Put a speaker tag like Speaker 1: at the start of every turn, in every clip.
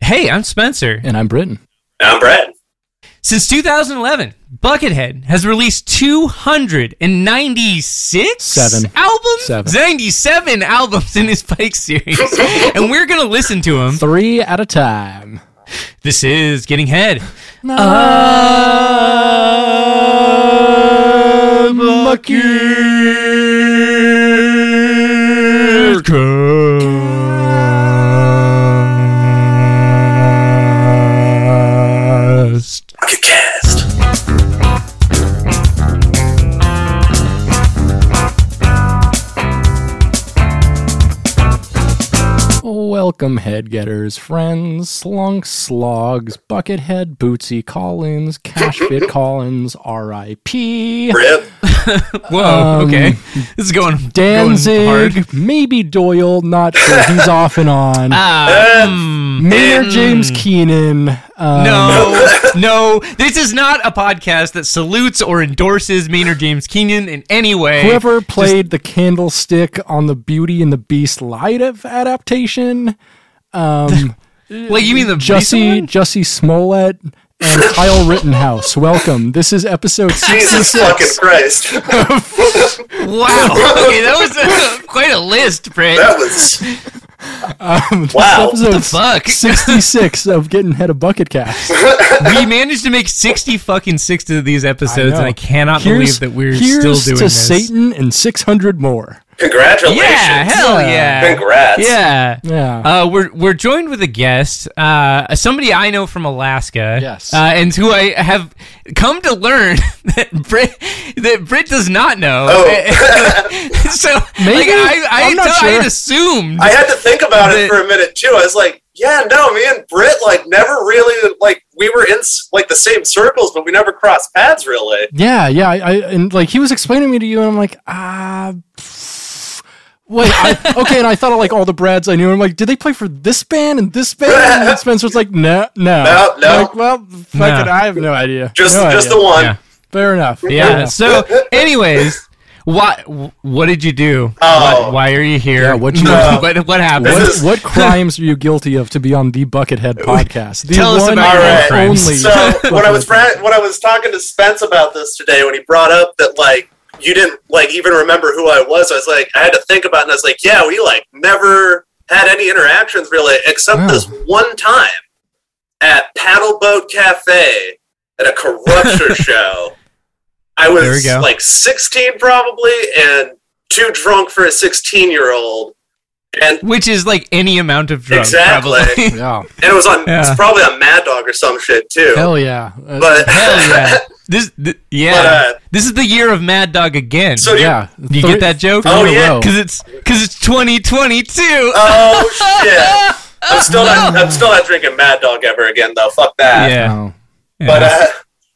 Speaker 1: Hey, I'm Spencer.
Speaker 2: And I'm Britton.
Speaker 3: I'm Brad.
Speaker 1: Since 2011, Buckethead has released 296
Speaker 2: Seven.
Speaker 1: albums,
Speaker 2: Seven.
Speaker 1: 97 albums in his Pike series, and we're gonna listen to them.
Speaker 2: Three at a time.
Speaker 1: This is Getting Head.
Speaker 3: You cast.
Speaker 2: Welcome, headgetters, friends, slunk slogs, buckethead, Bootsy Collins, Cashfit Collins, R.I.P.
Speaker 3: Rip.
Speaker 1: Whoa,
Speaker 2: Um,
Speaker 1: okay, this is going going hard.
Speaker 2: Danzig, maybe Doyle, not sure. He's off and on.
Speaker 1: Ah, mm,
Speaker 2: Mayor James Keenan. Um,
Speaker 1: No,
Speaker 3: Oh,
Speaker 1: no, this is not a podcast that salutes or endorses Maynard James Keenan in any way.
Speaker 2: Whoever played the candlestick on the Beauty and the Beast live adaptation,
Speaker 1: like you mean the
Speaker 2: Jussie
Speaker 1: recent one?
Speaker 2: Jussie Smollett and Kyle Rittenhouse. Welcome. This is episode
Speaker 3: Jesus fucking
Speaker 2: 66.
Speaker 3: Christ.
Speaker 1: Wow, okay, that was uh quite a list, Brett.
Speaker 3: That was.
Speaker 1: Um,
Speaker 3: wow.
Speaker 2: Episode
Speaker 1: fuck?
Speaker 2: 66 of Getting Head of Bucket Cast.
Speaker 1: we managed to make sixty fucking six of these episodes, and I cannot
Speaker 2: Here's-
Speaker 1: believe that we're
Speaker 2: here's
Speaker 1: still doing
Speaker 2: to
Speaker 1: this.
Speaker 2: Satan and 600 more.
Speaker 3: Congratulations.
Speaker 1: Yeah, hell yeah,
Speaker 3: Congrats.
Speaker 1: yeah.
Speaker 2: Yeah.
Speaker 1: Uh, we're we're joined with a guest, uh, somebody I know from Alaska.
Speaker 2: Yes.
Speaker 1: uh, and who I have come to learn that Brit that Brit does not know.
Speaker 3: Oh.
Speaker 1: so
Speaker 2: Maybe?
Speaker 1: like, I I,
Speaker 2: I'm not
Speaker 1: thought- I had
Speaker 2: sure.
Speaker 1: assumed.
Speaker 3: I had to think about it
Speaker 1: The-
Speaker 3: for a minute too. I was like, yeah, no, me and Britt like never really like we were in s- like the same circles, but we never crossed paths really.
Speaker 2: Yeah, yeah. I, I and like he was explaining me to you, and I'm like, ah, pff, wait, I, okay. And I thought of like all the Brads I knew. And I'm like, did they play for this band and this band? And then Spencer's like, no, no,
Speaker 3: No, no.
Speaker 2: Like, well, fucking, I have no idea.
Speaker 3: Just
Speaker 2: No
Speaker 3: just
Speaker 2: idea.
Speaker 3: the one.
Speaker 1: Yeah.
Speaker 2: Fair enough. Fair
Speaker 1: yeah.
Speaker 2: enough.
Speaker 1: So, anyways, what what did you do?
Speaker 3: Oh.
Speaker 1: What, why are you here?
Speaker 2: Yeah, what'd you
Speaker 3: No.
Speaker 1: what what happened?
Speaker 3: This is-
Speaker 2: What, what crimes are you guilty of to be on the Buckethead podcast? The
Speaker 1: Tell us
Speaker 2: one
Speaker 1: about
Speaker 3: your
Speaker 2: and
Speaker 1: crimes.
Speaker 2: only.
Speaker 3: So when I was
Speaker 2: Buckethead
Speaker 3: fra- when I was talking to Spence about this today, when he brought up that like you didn't like even remember who I was, I was like, I had to think about, it, and I was like, yeah, we like never had any interactions really, except
Speaker 2: Wow.
Speaker 3: this one time at Paddle Boat Cafe at a Corruption show. I
Speaker 1: There we
Speaker 3: was
Speaker 1: go.
Speaker 3: like 16 probably, and too drunk for a 16 year old, and
Speaker 1: Which is like any amount of drugs,
Speaker 3: Exactly.
Speaker 1: probably.
Speaker 2: Yeah.
Speaker 3: and it was on it's
Speaker 1: Yeah.
Speaker 3: probably on Mad Dog or some shit too.
Speaker 2: Hell yeah. Uh,
Speaker 3: but
Speaker 1: Hell yeah. This th- yeah.
Speaker 3: But, uh,
Speaker 1: this is the year of Mad Dog again.
Speaker 3: So you-
Speaker 2: yeah.
Speaker 1: Do you
Speaker 2: Three-
Speaker 1: get that joke?
Speaker 3: Oh, yeah.
Speaker 1: Because it's because it's 2022.
Speaker 3: Oh shit! I'm still not. I'm still not drinking Mad Dog ever again, though. Fuck that.
Speaker 1: yeah.
Speaker 2: Oh.
Speaker 3: But uh,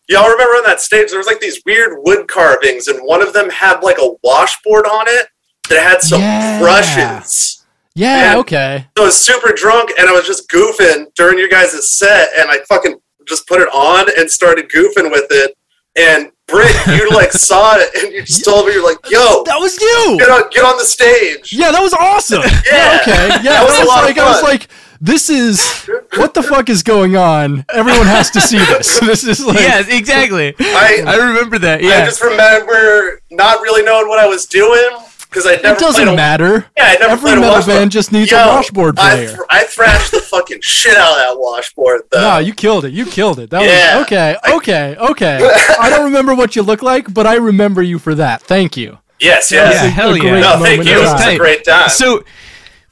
Speaker 3: y'all remember on that stage there was like these weird wood carvings, and one of them had like a washboard on it that had some
Speaker 2: Yeah.
Speaker 3: brushes.
Speaker 2: Yeah.
Speaker 3: Yeah.
Speaker 2: Okay.
Speaker 3: So I was super drunk, and I was just goofing during your guys' set, and I fucking just put it on and started goofing with it. And Britt, you like saw it, and you just told me you're like, "Yo,
Speaker 2: That was you.
Speaker 3: get on, get on the stage."
Speaker 2: Yeah, that was awesome.
Speaker 3: Yeah.
Speaker 2: Okay. Yeah.
Speaker 3: That was
Speaker 2: I
Speaker 3: a lot of
Speaker 2: like, I was
Speaker 3: fun.
Speaker 2: like, this is what the fuck is going on? Everyone has to see this. This is like
Speaker 1: Yes, exactly.
Speaker 3: I-
Speaker 1: I remember that.
Speaker 3: I
Speaker 1: Yeah.
Speaker 3: just remember not really knowing what I was doing because I never.
Speaker 2: it doesn't
Speaker 3: played a-
Speaker 2: matter.
Speaker 3: Yeah, I never
Speaker 2: Every
Speaker 3: played a
Speaker 2: metal
Speaker 3: washboard.
Speaker 2: band just needs a
Speaker 3: Yo,
Speaker 2: washboard
Speaker 3: I,
Speaker 2: player.
Speaker 3: thr- I thrashed the fucking shit out of that washboard though.
Speaker 2: No, you killed it. You killed it. That
Speaker 3: uh, Yeah.
Speaker 2: was okay. Okay. Okay. I don't remember what you look like, but I remember you for that. Thank you.
Speaker 3: yes,
Speaker 2: That was
Speaker 3: yes.
Speaker 2: a-
Speaker 1: Yeah, hell
Speaker 2: a
Speaker 1: yeah.
Speaker 2: great
Speaker 3: No, thank
Speaker 2: moment
Speaker 3: you.
Speaker 2: in
Speaker 3: It was
Speaker 2: time.
Speaker 3: a great time.
Speaker 1: So,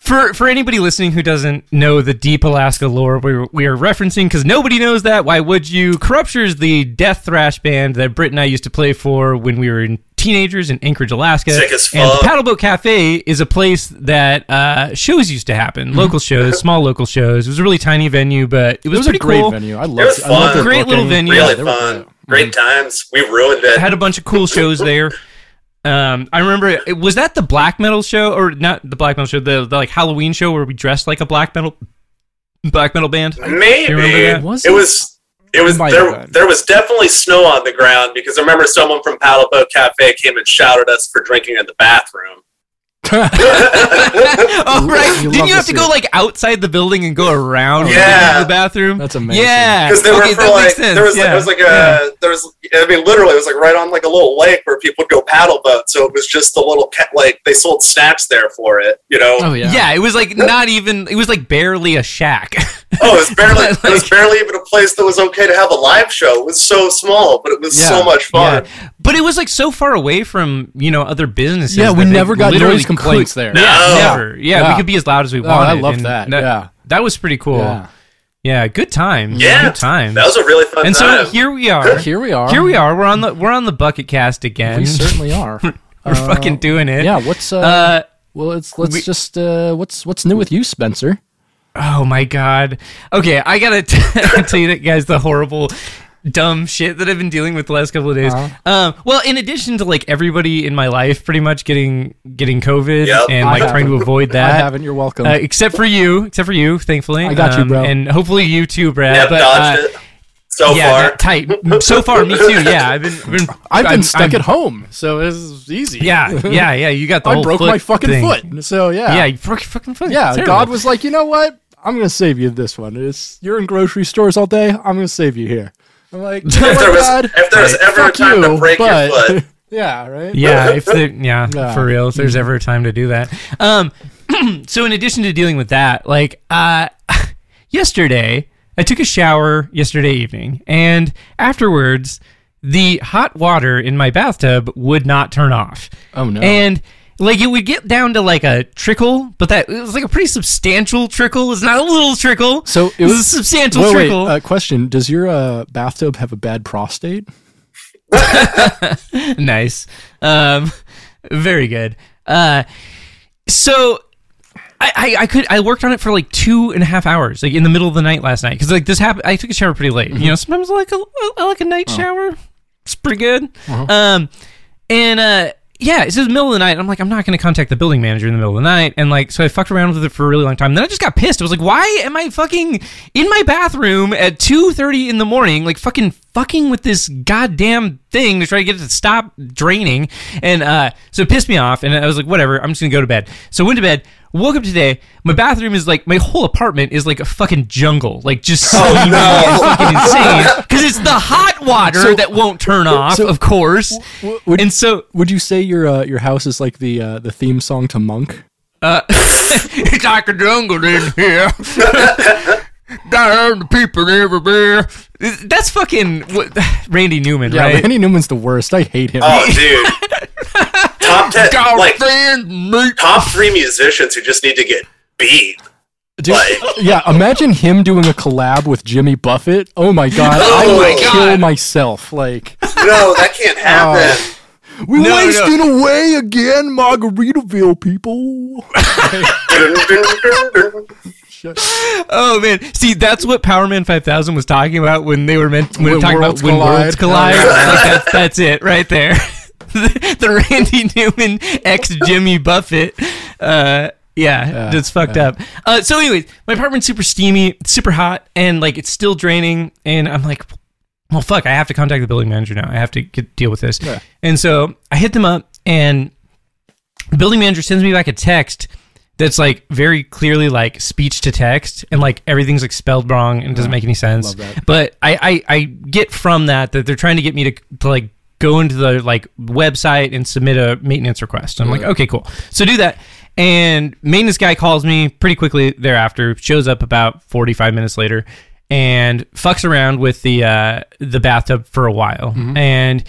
Speaker 1: for for anybody listening who doesn't know the deep Alaska lore we were- we are referencing, because nobody knows that, why would you? Corrupture is the death thrash band that Britt and I used to play for when we were in teenagers in Anchorage, Alaska.
Speaker 3: Sick as
Speaker 1: And the
Speaker 3: fuck.
Speaker 1: Paddleboat Cafe is a place that uh, shows used to happen, local shows, small local shows. It was a really tiny venue, but it was,
Speaker 2: It was a
Speaker 1: pretty
Speaker 2: great
Speaker 1: cool.
Speaker 2: venue. I loved
Speaker 3: was
Speaker 2: I loved
Speaker 3: fun.
Speaker 2: their
Speaker 1: Great little
Speaker 2: booking.
Speaker 1: venue.
Speaker 3: really
Speaker 2: Yeah, they were
Speaker 3: fun.
Speaker 2: great.
Speaker 3: Great times. We ruined it.
Speaker 1: had a bunch of cool shows there. Um, I remember it, was that the black metal show or not the black metal show the, the like Halloween show where we dressed like a black metal black metal band.
Speaker 3: Maybe
Speaker 1: You remember that?
Speaker 3: it
Speaker 2: Was
Speaker 3: was.
Speaker 2: it?
Speaker 3: It was
Speaker 2: Might have
Speaker 3: there,
Speaker 2: been.
Speaker 3: there was definitely snow on the ground because I remember someone from Paddle Boat Cafe came and shouted us for drinking in the bathroom.
Speaker 1: Oh, right.
Speaker 2: You
Speaker 1: Didn't
Speaker 2: love
Speaker 1: you
Speaker 2: to
Speaker 1: have to
Speaker 2: see
Speaker 1: go
Speaker 2: it.
Speaker 1: like outside the building and go around to
Speaker 3: Yeah.
Speaker 1: get into the bathroom?
Speaker 2: That's amazing.
Speaker 1: Yeah.
Speaker 3: Because they were
Speaker 1: okay,
Speaker 3: for
Speaker 1: that
Speaker 3: like
Speaker 1: makes sense.
Speaker 3: there was
Speaker 1: yeah.
Speaker 3: like, it was like a
Speaker 1: Yeah.
Speaker 3: there was I mean literally it was like right on like a little lake where people would go paddle boat. So it was just the little ca- like they sold snacks there for it. You know,
Speaker 2: Oh
Speaker 3: oh,
Speaker 2: yeah.
Speaker 1: Yeah, it was like not even. It was like barely a shack.
Speaker 3: Oh, it was barely
Speaker 1: Like-
Speaker 3: it was barely even a place that was okay to have a live show. It was so small, but it was
Speaker 2: Yeah,
Speaker 3: so much fun.
Speaker 1: Yeah. But it was like so far away from you know other businesses.
Speaker 2: Yeah,
Speaker 1: that
Speaker 2: we
Speaker 1: they
Speaker 2: never got
Speaker 1: literally
Speaker 2: noise complaints
Speaker 1: couldn't-
Speaker 2: there.
Speaker 1: Yeah,
Speaker 3: No.
Speaker 1: never. Yeah,
Speaker 2: Yeah.
Speaker 1: we could be as loud as we
Speaker 2: Oh,
Speaker 1: wanted.
Speaker 2: I love
Speaker 1: and
Speaker 2: that, yeah.
Speaker 1: that was pretty cool.
Speaker 2: Yeah.
Speaker 1: Yeah, good time.
Speaker 3: Yeah.
Speaker 1: good time.
Speaker 3: That was a really fun
Speaker 1: and
Speaker 3: time.
Speaker 1: so here we are.
Speaker 2: Here we are.
Speaker 1: Here we are. We're on the we're on the bucket cast again.
Speaker 2: We certainly are.
Speaker 1: We're fucking doing it.
Speaker 2: Yeah. What's uh?
Speaker 1: Uh,
Speaker 2: well, it's let's
Speaker 1: we-
Speaker 2: just uh. What's what's new with you, Spencer?
Speaker 1: oh my god. Okay, I gotta t- tell you that guys the horrible. Dumb shit that I've been dealing with the last couple of days.
Speaker 2: Uh-huh.
Speaker 1: Um, well, in addition to like everybody in my life pretty much getting getting COVID
Speaker 3: Yep.
Speaker 1: and
Speaker 3: I
Speaker 1: like
Speaker 2: haven't.
Speaker 1: trying to avoid that,
Speaker 2: I haven't. You're welcome.
Speaker 1: Uh, except for you, except for you, thankfully. Um,
Speaker 2: I got you, bro.
Speaker 1: And hopefully you too, Brad.
Speaker 3: yeah,
Speaker 1: but,
Speaker 3: dodged
Speaker 1: uh,
Speaker 3: it so
Speaker 1: yeah,
Speaker 3: far.
Speaker 1: that tight. So far, me too. Yeah, I've been, been
Speaker 2: I've been
Speaker 1: I'm-
Speaker 2: stuck
Speaker 1: I'm-
Speaker 2: at home, so this is easy.
Speaker 1: Yeah, yeah, yeah. You got the
Speaker 2: I
Speaker 1: whole
Speaker 2: broke
Speaker 1: foot
Speaker 2: my fucking
Speaker 1: thing.
Speaker 2: foot. So yeah.
Speaker 1: Yeah, you broke your fucking foot.
Speaker 2: Yeah,
Speaker 1: Terrible.
Speaker 2: God was like, you know what? I'm gonna save you this one. It's you're in grocery stores all day. I'm gonna save you here. I'm like, you know
Speaker 3: if
Speaker 2: what,
Speaker 3: there was
Speaker 2: God?
Speaker 3: if there was ever a
Speaker 2: Fuck
Speaker 3: time
Speaker 2: you,
Speaker 3: to break
Speaker 2: but-
Speaker 3: your foot,
Speaker 2: yeah, right.
Speaker 1: yeah, if the, yeah,
Speaker 2: Yeah. Mm-hmm.
Speaker 1: for real. If there's ever a time to do that. Um, so in addition to dealing with that, like uh, yesterday, I took a shower yesterday evening, and afterwards, the hot water in my bathtub would not turn off.
Speaker 2: Oh, no.
Speaker 1: And like it would get down to like a trickle, but that it was like a pretty substantial trickle. It's not a little trickle.
Speaker 2: So it
Speaker 1: It's
Speaker 2: was-
Speaker 1: a substantial
Speaker 2: Wait, wait.
Speaker 1: trickle.
Speaker 2: Uh, question: Does your uh, bathtub have a bad prostate?
Speaker 1: nice. Um, very good. Uh, so I, I, I could I worked on it for like two and a half hours, like in the middle of the night last night, because like this happened. I took a shower pretty late. You know, sometimes I like a I like a night shower. It's pretty good. Um, and uh, yeah, it's just the middle of the night. And I'm like, I'm not going to contact the building manager in the middle of the night. And like, so I fucked around with it for a really long time. Then I just got pissed. I was like, why am I fucking in my bathroom at 2:30 in the morning, like fucking fucking with this goddamn thing to try to get it to stop draining? And uh, so it pissed me off. And I was like, whatever. I'm just going to go to bed. So I went to bed. Woke up today. My bathroom is like my whole apartment is like a fucking jungle, like just so
Speaker 2: Oh,
Speaker 3: no.
Speaker 1: fucking insane because it's the hot water
Speaker 2: So-
Speaker 1: that won't turn off,
Speaker 2: so-
Speaker 1: of course.
Speaker 2: W- would,
Speaker 1: And so
Speaker 2: would you say your uh, your house is like the uh, the theme song to Monk?
Speaker 1: it's like a jungle in here. Down the people everywhere. That's fucking what, Randy Newman,
Speaker 2: Yeah,
Speaker 1: right?
Speaker 2: Randy Newman's the worst. I hate him.
Speaker 3: oh dude, top ten
Speaker 1: God,
Speaker 3: like
Speaker 1: fan me.
Speaker 3: top three musicians who just need to get beat.
Speaker 2: Dude,
Speaker 3: Like-
Speaker 2: yeah, imagine him doing a collab with Jimmy Buffett. Oh my god, I
Speaker 3: Oh
Speaker 2: would
Speaker 3: my
Speaker 2: kill
Speaker 1: God.
Speaker 2: myself. Like
Speaker 3: No, that can't happen.
Speaker 2: we
Speaker 1: No,
Speaker 2: wasted away again, Margaritaville people.
Speaker 1: Oh man, see that's what Power Man Five Thousand was talking about when they were meant when,
Speaker 2: When
Speaker 1: they were talking
Speaker 2: worlds
Speaker 1: about when
Speaker 2: collide.
Speaker 1: worlds collide.
Speaker 2: Oh, yeah.
Speaker 1: Like, that's, that's it right there. the, the Randy Newman ex Jimmy Buffett. Uh, yeah, that's fucked up. Uh, so, anyways, my apartment's super steamy, it's super hot, and like it's still draining. And I'm like, well, fuck, I have to contact the building manager now. I have to get, deal with this.
Speaker 2: Yeah.
Speaker 1: And so I hit them up, and the building manager sends me back a text that's like very clearly like speech to text and like everything's like spelled wrong and doesn't make any sense.
Speaker 2: love that.
Speaker 1: But I, I I get from that that they're trying to get me to, to like go into the like website and submit a maintenance request. I'm like, okay, cool. So do that. And maintenance guy calls me pretty quickly thereafter, shows up about 45 minutes later and fucks around with the uh the bathtub for a while.
Speaker 2: Mm-hmm.
Speaker 1: And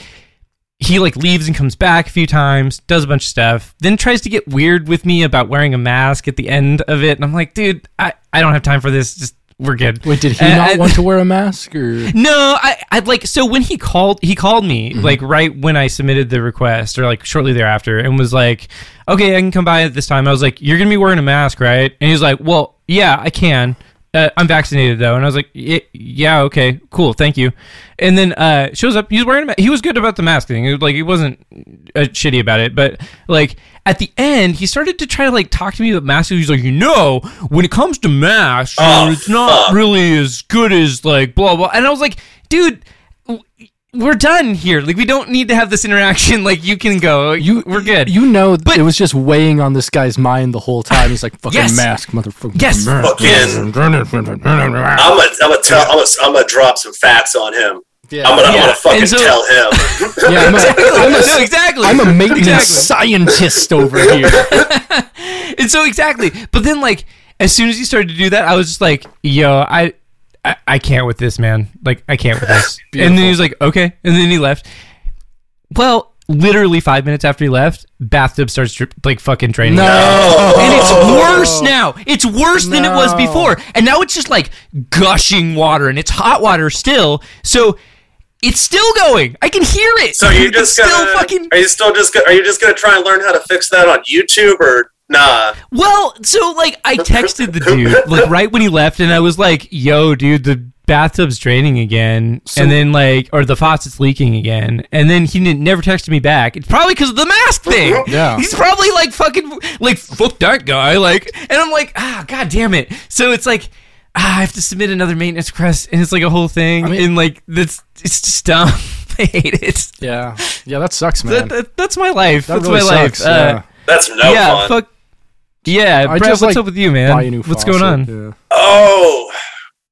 Speaker 1: he like leaves and comes back a few times, does a bunch of stuff, then tries to get weird with me about wearing a mask at the end of it. And I'm like, dude, I, I don't have time for this. Just we're good.
Speaker 2: Wait, did he
Speaker 1: And
Speaker 2: not
Speaker 1: I-
Speaker 2: want to wear a mask or
Speaker 1: No, I I like so when he called he called me
Speaker 2: Mm-hmm.
Speaker 1: like right when I submitted the request or like shortly thereafter and was like, "Okay, I can come by at this time." I was like, "You're going to be wearing a mask, right?" And he's like, "Well, yeah, I can. Uh, I'm vaccinated though." And I was like, "Y- "Yeah, okay. Cool. Thank you." And then uh shows up, he's wearing a ma- he was good about the mask thing. It was, like he wasn't uh, shitty about it, but like at the end, he started to try to like talk to me about masks. He's like, "You know, when it comes to masks, you know,
Speaker 3: Oh,
Speaker 1: it's not
Speaker 3: fuck.
Speaker 1: really as good as like blah blah. And I was like, dude, we're done here. Like we don't need to have this interaction. Like you can go. You we're good.
Speaker 2: You know,
Speaker 1: But-
Speaker 2: it was just weighing on this guy's mind the whole time. He's like, fucking
Speaker 1: Yes.
Speaker 2: mask, motherfucker.
Speaker 1: Yes.
Speaker 3: Fucking-
Speaker 2: Yeah.
Speaker 3: I'm gonna, I'm gonna tell, I'm gonna, I'm gonna drop some facts on him. I'm gonna, I'm
Speaker 1: Yeah,
Speaker 3: gonna fucking
Speaker 1: and so-
Speaker 3: tell him.
Speaker 2: Yeah, I'm, a, I'm,
Speaker 1: no,
Speaker 2: a,
Speaker 1: exactly.
Speaker 2: I'm a maintenance
Speaker 1: Exactly.
Speaker 2: scientist over here.
Speaker 1: and so exactly but then like as soon as you started to do that i was just like yo i i, I can't with this man like i can't with this and then he was like okay and then he left well literally five minutes after he left bathtub starts dri- like fucking draining and it's worse now. It's worse than it was
Speaker 2: No.
Speaker 1: before. And now it's just like gushing water and it's hot water still. So it's still going. I can hear it.
Speaker 3: So you
Speaker 1: It's
Speaker 3: just
Speaker 1: still
Speaker 3: gonna,
Speaker 1: fucking
Speaker 3: are you still just, go- are you just gonna try and learn how to fix that on YouTube or nah?
Speaker 1: Well, so like I texted the dude like right when he left, and I was like, "Yo, dude, the bathtub's draining again," and then like, or the faucet's leaking again, and then he didn't, never texted me back. It's probably because of the mask thing.
Speaker 2: Yeah.
Speaker 1: he's probably like fucking like fuck that guy. Like, and I'm like, ah, god damn it. So it's like. Ah, I have to submit another maintenance request, and it's like a whole thing, and like that's it's just dumb. I hate it.
Speaker 2: Yeah, yeah, that sucks,
Speaker 1: That,
Speaker 2: man.
Speaker 1: that, that's my life.
Speaker 2: That
Speaker 1: that's
Speaker 2: really
Speaker 1: my
Speaker 2: sucks.
Speaker 1: life. Uh,
Speaker 2: yeah.
Speaker 3: That's no
Speaker 1: yeah,
Speaker 3: fun.
Speaker 1: fuck. Yeah,
Speaker 2: I
Speaker 1: Brad,
Speaker 2: just,
Speaker 1: what's
Speaker 2: like,
Speaker 1: up with you, man?
Speaker 2: Buy a new
Speaker 1: what's
Speaker 2: faucet,
Speaker 1: going on?
Speaker 2: yeah.
Speaker 3: Oh,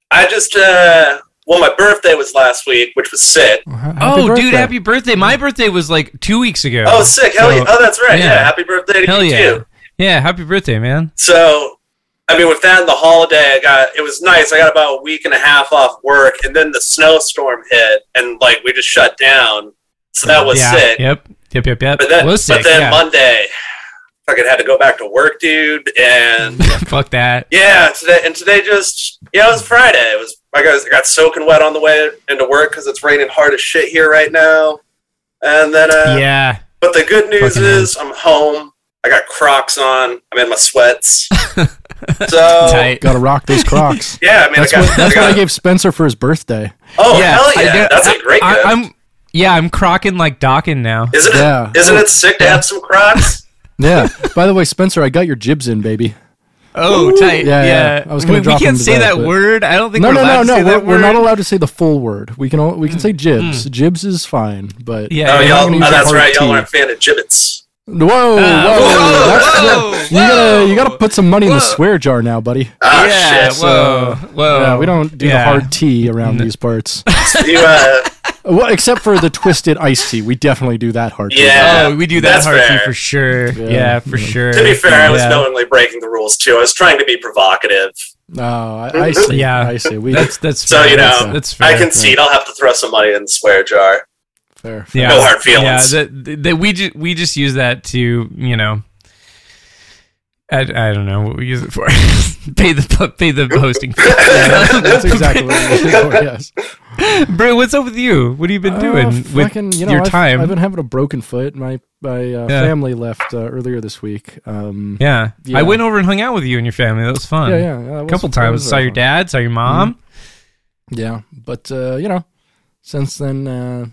Speaker 3: I just, uh, well, my birthday was last week, which was sick.
Speaker 2: Happy
Speaker 1: oh, dude,
Speaker 2: birthday.
Speaker 1: happy birthday! My birthday was like two weeks ago.
Speaker 3: Oh, sick! Hell
Speaker 1: So-
Speaker 3: yeah! Oh, that's right. Yeah,
Speaker 1: yeah.
Speaker 3: happy birthday to
Speaker 1: Hell
Speaker 3: you
Speaker 1: yeah!
Speaker 3: too.
Speaker 1: Yeah, happy birthday, man.
Speaker 3: So, I mean, with that and the holiday, I got it was nice. I got about a week and a half off work, and then the snowstorm hit, and like we just shut down. So that was
Speaker 1: yeah.
Speaker 3: sick.
Speaker 1: Yep. Yep. Yep. Yep.
Speaker 3: But then,
Speaker 1: was sick.
Speaker 3: but then
Speaker 1: yeah.
Speaker 3: Monday, fucking had to go back to work, dude. And
Speaker 1: Fuck that.
Speaker 3: yeah, today and today just yeah, it was Friday. It was like I, was, I got soaking wet on the way into work because it's raining hard as shit here right now. And then uh,
Speaker 1: yeah.
Speaker 3: But the good news
Speaker 1: Fucking
Speaker 3: is I'm home. I got Crocs on. I'm in my sweats. so
Speaker 1: Tight.
Speaker 2: Gotta rock those Crocs.
Speaker 3: yeah, I mean,
Speaker 2: that's
Speaker 3: I got.
Speaker 2: what, that's
Speaker 3: I
Speaker 2: what
Speaker 3: got
Speaker 2: I gave Spencer for his birthday.
Speaker 3: oh
Speaker 1: yeah,
Speaker 3: hell yeah,
Speaker 1: I do-
Speaker 3: that's a great.
Speaker 1: I,
Speaker 3: gift.
Speaker 1: I'm. Yeah, I'm crocking like docking now.
Speaker 3: isn't it?
Speaker 2: Yeah.
Speaker 3: not it sick to have some Crocs?
Speaker 2: Yeah. By the way, Spencer, I got your jibs in, baby.
Speaker 1: Oh, tight.
Speaker 2: Yeah,
Speaker 1: Yeah,
Speaker 2: yeah. I was gonna
Speaker 1: we,
Speaker 2: drop
Speaker 1: we can't
Speaker 2: him
Speaker 1: say
Speaker 2: today,
Speaker 1: that
Speaker 2: but-
Speaker 1: word. I don't think
Speaker 2: No,
Speaker 1: we're
Speaker 2: no,
Speaker 1: allowed
Speaker 2: no,
Speaker 1: to say
Speaker 2: no. We're,
Speaker 1: that
Speaker 2: we're not
Speaker 1: word.
Speaker 2: allowed to say the full word. We can only, we can say jibs. Jibs is fine, but
Speaker 1: Yeah.
Speaker 3: Oh,
Speaker 2: Hmm. yeah,
Speaker 3: y'all,
Speaker 2: I'm gonna
Speaker 3: oh,
Speaker 2: use a
Speaker 3: that's
Speaker 2: hard
Speaker 3: right. Y'all
Speaker 2: T.
Speaker 3: aren't a fan of gibbets.
Speaker 2: Whoa, whoa,
Speaker 1: Ah. whoa,
Speaker 2: that's-
Speaker 1: whoa,
Speaker 2: that- you gotta you
Speaker 1: whoa.
Speaker 2: gotta put some money in the
Speaker 1: Whoa. Oh.
Speaker 2: swear jar now, buddy.
Speaker 3: Ah,
Speaker 1: yeah.
Speaker 3: shit.
Speaker 1: Whoa. Whoa.
Speaker 2: Yeah, we don't do
Speaker 1: Yeah.
Speaker 2: the hard T around these parts.
Speaker 3: You, uh,
Speaker 2: well, except for the twisted iced tea, we definitely do that hard. T.
Speaker 3: Yeah.
Speaker 1: Oh, we do that
Speaker 3: That's
Speaker 1: hard tea
Speaker 3: fair.
Speaker 1: for sure. Yeah, for
Speaker 2: Mm-hmm.
Speaker 1: sure.
Speaker 3: to be fair, I was
Speaker 1: yeah.
Speaker 3: knowingly breaking the rules too. I was trying to be provocative,
Speaker 2: No, Oh, I, I see.
Speaker 1: Yeah.
Speaker 2: I see. We
Speaker 1: That's that's
Speaker 3: so
Speaker 1: fair.
Speaker 3: you
Speaker 1: that's,
Speaker 3: know,
Speaker 1: that's fair.
Speaker 3: I concede. I'll have to throw some money in the swear jar.
Speaker 2: fair. fair.
Speaker 1: yeah.
Speaker 3: No hard feelings.
Speaker 1: Yeah, that, that we ju- we just use that to you know. I, I don't know what we use it for. pay the pay the hosting. fee.
Speaker 2: That's exactly what we did. Yes.
Speaker 1: Bro, what's up with you? What have you been doing
Speaker 2: Uh,
Speaker 1: with
Speaker 2: fucking, you know,
Speaker 1: your
Speaker 2: I've,
Speaker 1: time?
Speaker 2: I've been having a broken foot. My my
Speaker 1: Yeah.
Speaker 2: uh, family left uh, earlier this week. Um,
Speaker 1: yeah.
Speaker 2: Yeah.
Speaker 1: I went over and hung out with you and your family. That was fun.
Speaker 2: yeah, yeah, yeah, that
Speaker 1: A
Speaker 2: was-
Speaker 1: couple
Speaker 2: that
Speaker 1: times.
Speaker 2: was
Speaker 1: Saw
Speaker 2: very
Speaker 1: your
Speaker 2: fun.
Speaker 1: dad. Saw your mom.
Speaker 2: Yeah, but uh, you know, since then uh,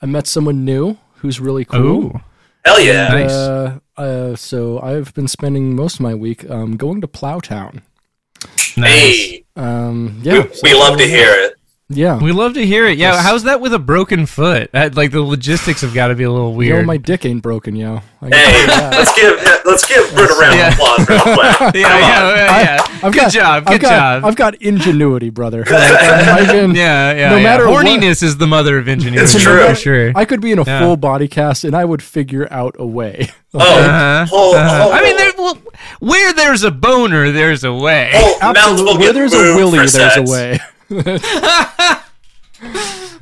Speaker 2: I met someone new who's really Mm-hmm. cool.
Speaker 1: Oh,
Speaker 3: Hell yeah!
Speaker 1: Nice.
Speaker 2: Uh, uh, so I've been spending most of my week um, going to Plowtown.
Speaker 1: nice.
Speaker 3: Hey,
Speaker 2: Um, yeah,
Speaker 3: we, we love to hear it.
Speaker 2: Yeah,
Speaker 1: We love to hear it. Yeah,
Speaker 2: Yes.
Speaker 1: how's that with a broken foot? That, like the logistics have got to be a little
Speaker 2: yo,
Speaker 1: weird.
Speaker 2: my dick ain't broken, yo. I
Speaker 3: Hey, let's give let's give Britt a round
Speaker 1: Yeah.
Speaker 3: of applause real quick.
Speaker 1: yeah,
Speaker 3: Come on.
Speaker 1: yeah, yeah, yeah.
Speaker 2: I've
Speaker 1: good
Speaker 2: got,
Speaker 1: job. Good
Speaker 2: I've got,
Speaker 1: job.
Speaker 2: I've got ingenuity, brother. Like, I've been-
Speaker 1: yeah, yeah.
Speaker 2: no
Speaker 1: yeah.
Speaker 2: matter what-
Speaker 1: horniness is the mother of engineering.
Speaker 3: It's
Speaker 2: true.
Speaker 1: for sure.
Speaker 2: I could be in a
Speaker 1: Yeah.
Speaker 2: full body cast and I would figure out a way.
Speaker 3: Oh,
Speaker 1: Uh-huh,
Speaker 3: whole,
Speaker 1: uh-huh.
Speaker 3: whole-
Speaker 1: I mean, there, well, where there's a boner, there's a way.
Speaker 3: whole mountains will
Speaker 2: Absolutely. Where
Speaker 3: get
Speaker 2: there's a
Speaker 3: moved
Speaker 2: willy,
Speaker 3: for
Speaker 2: there's
Speaker 3: sex.
Speaker 2: a way.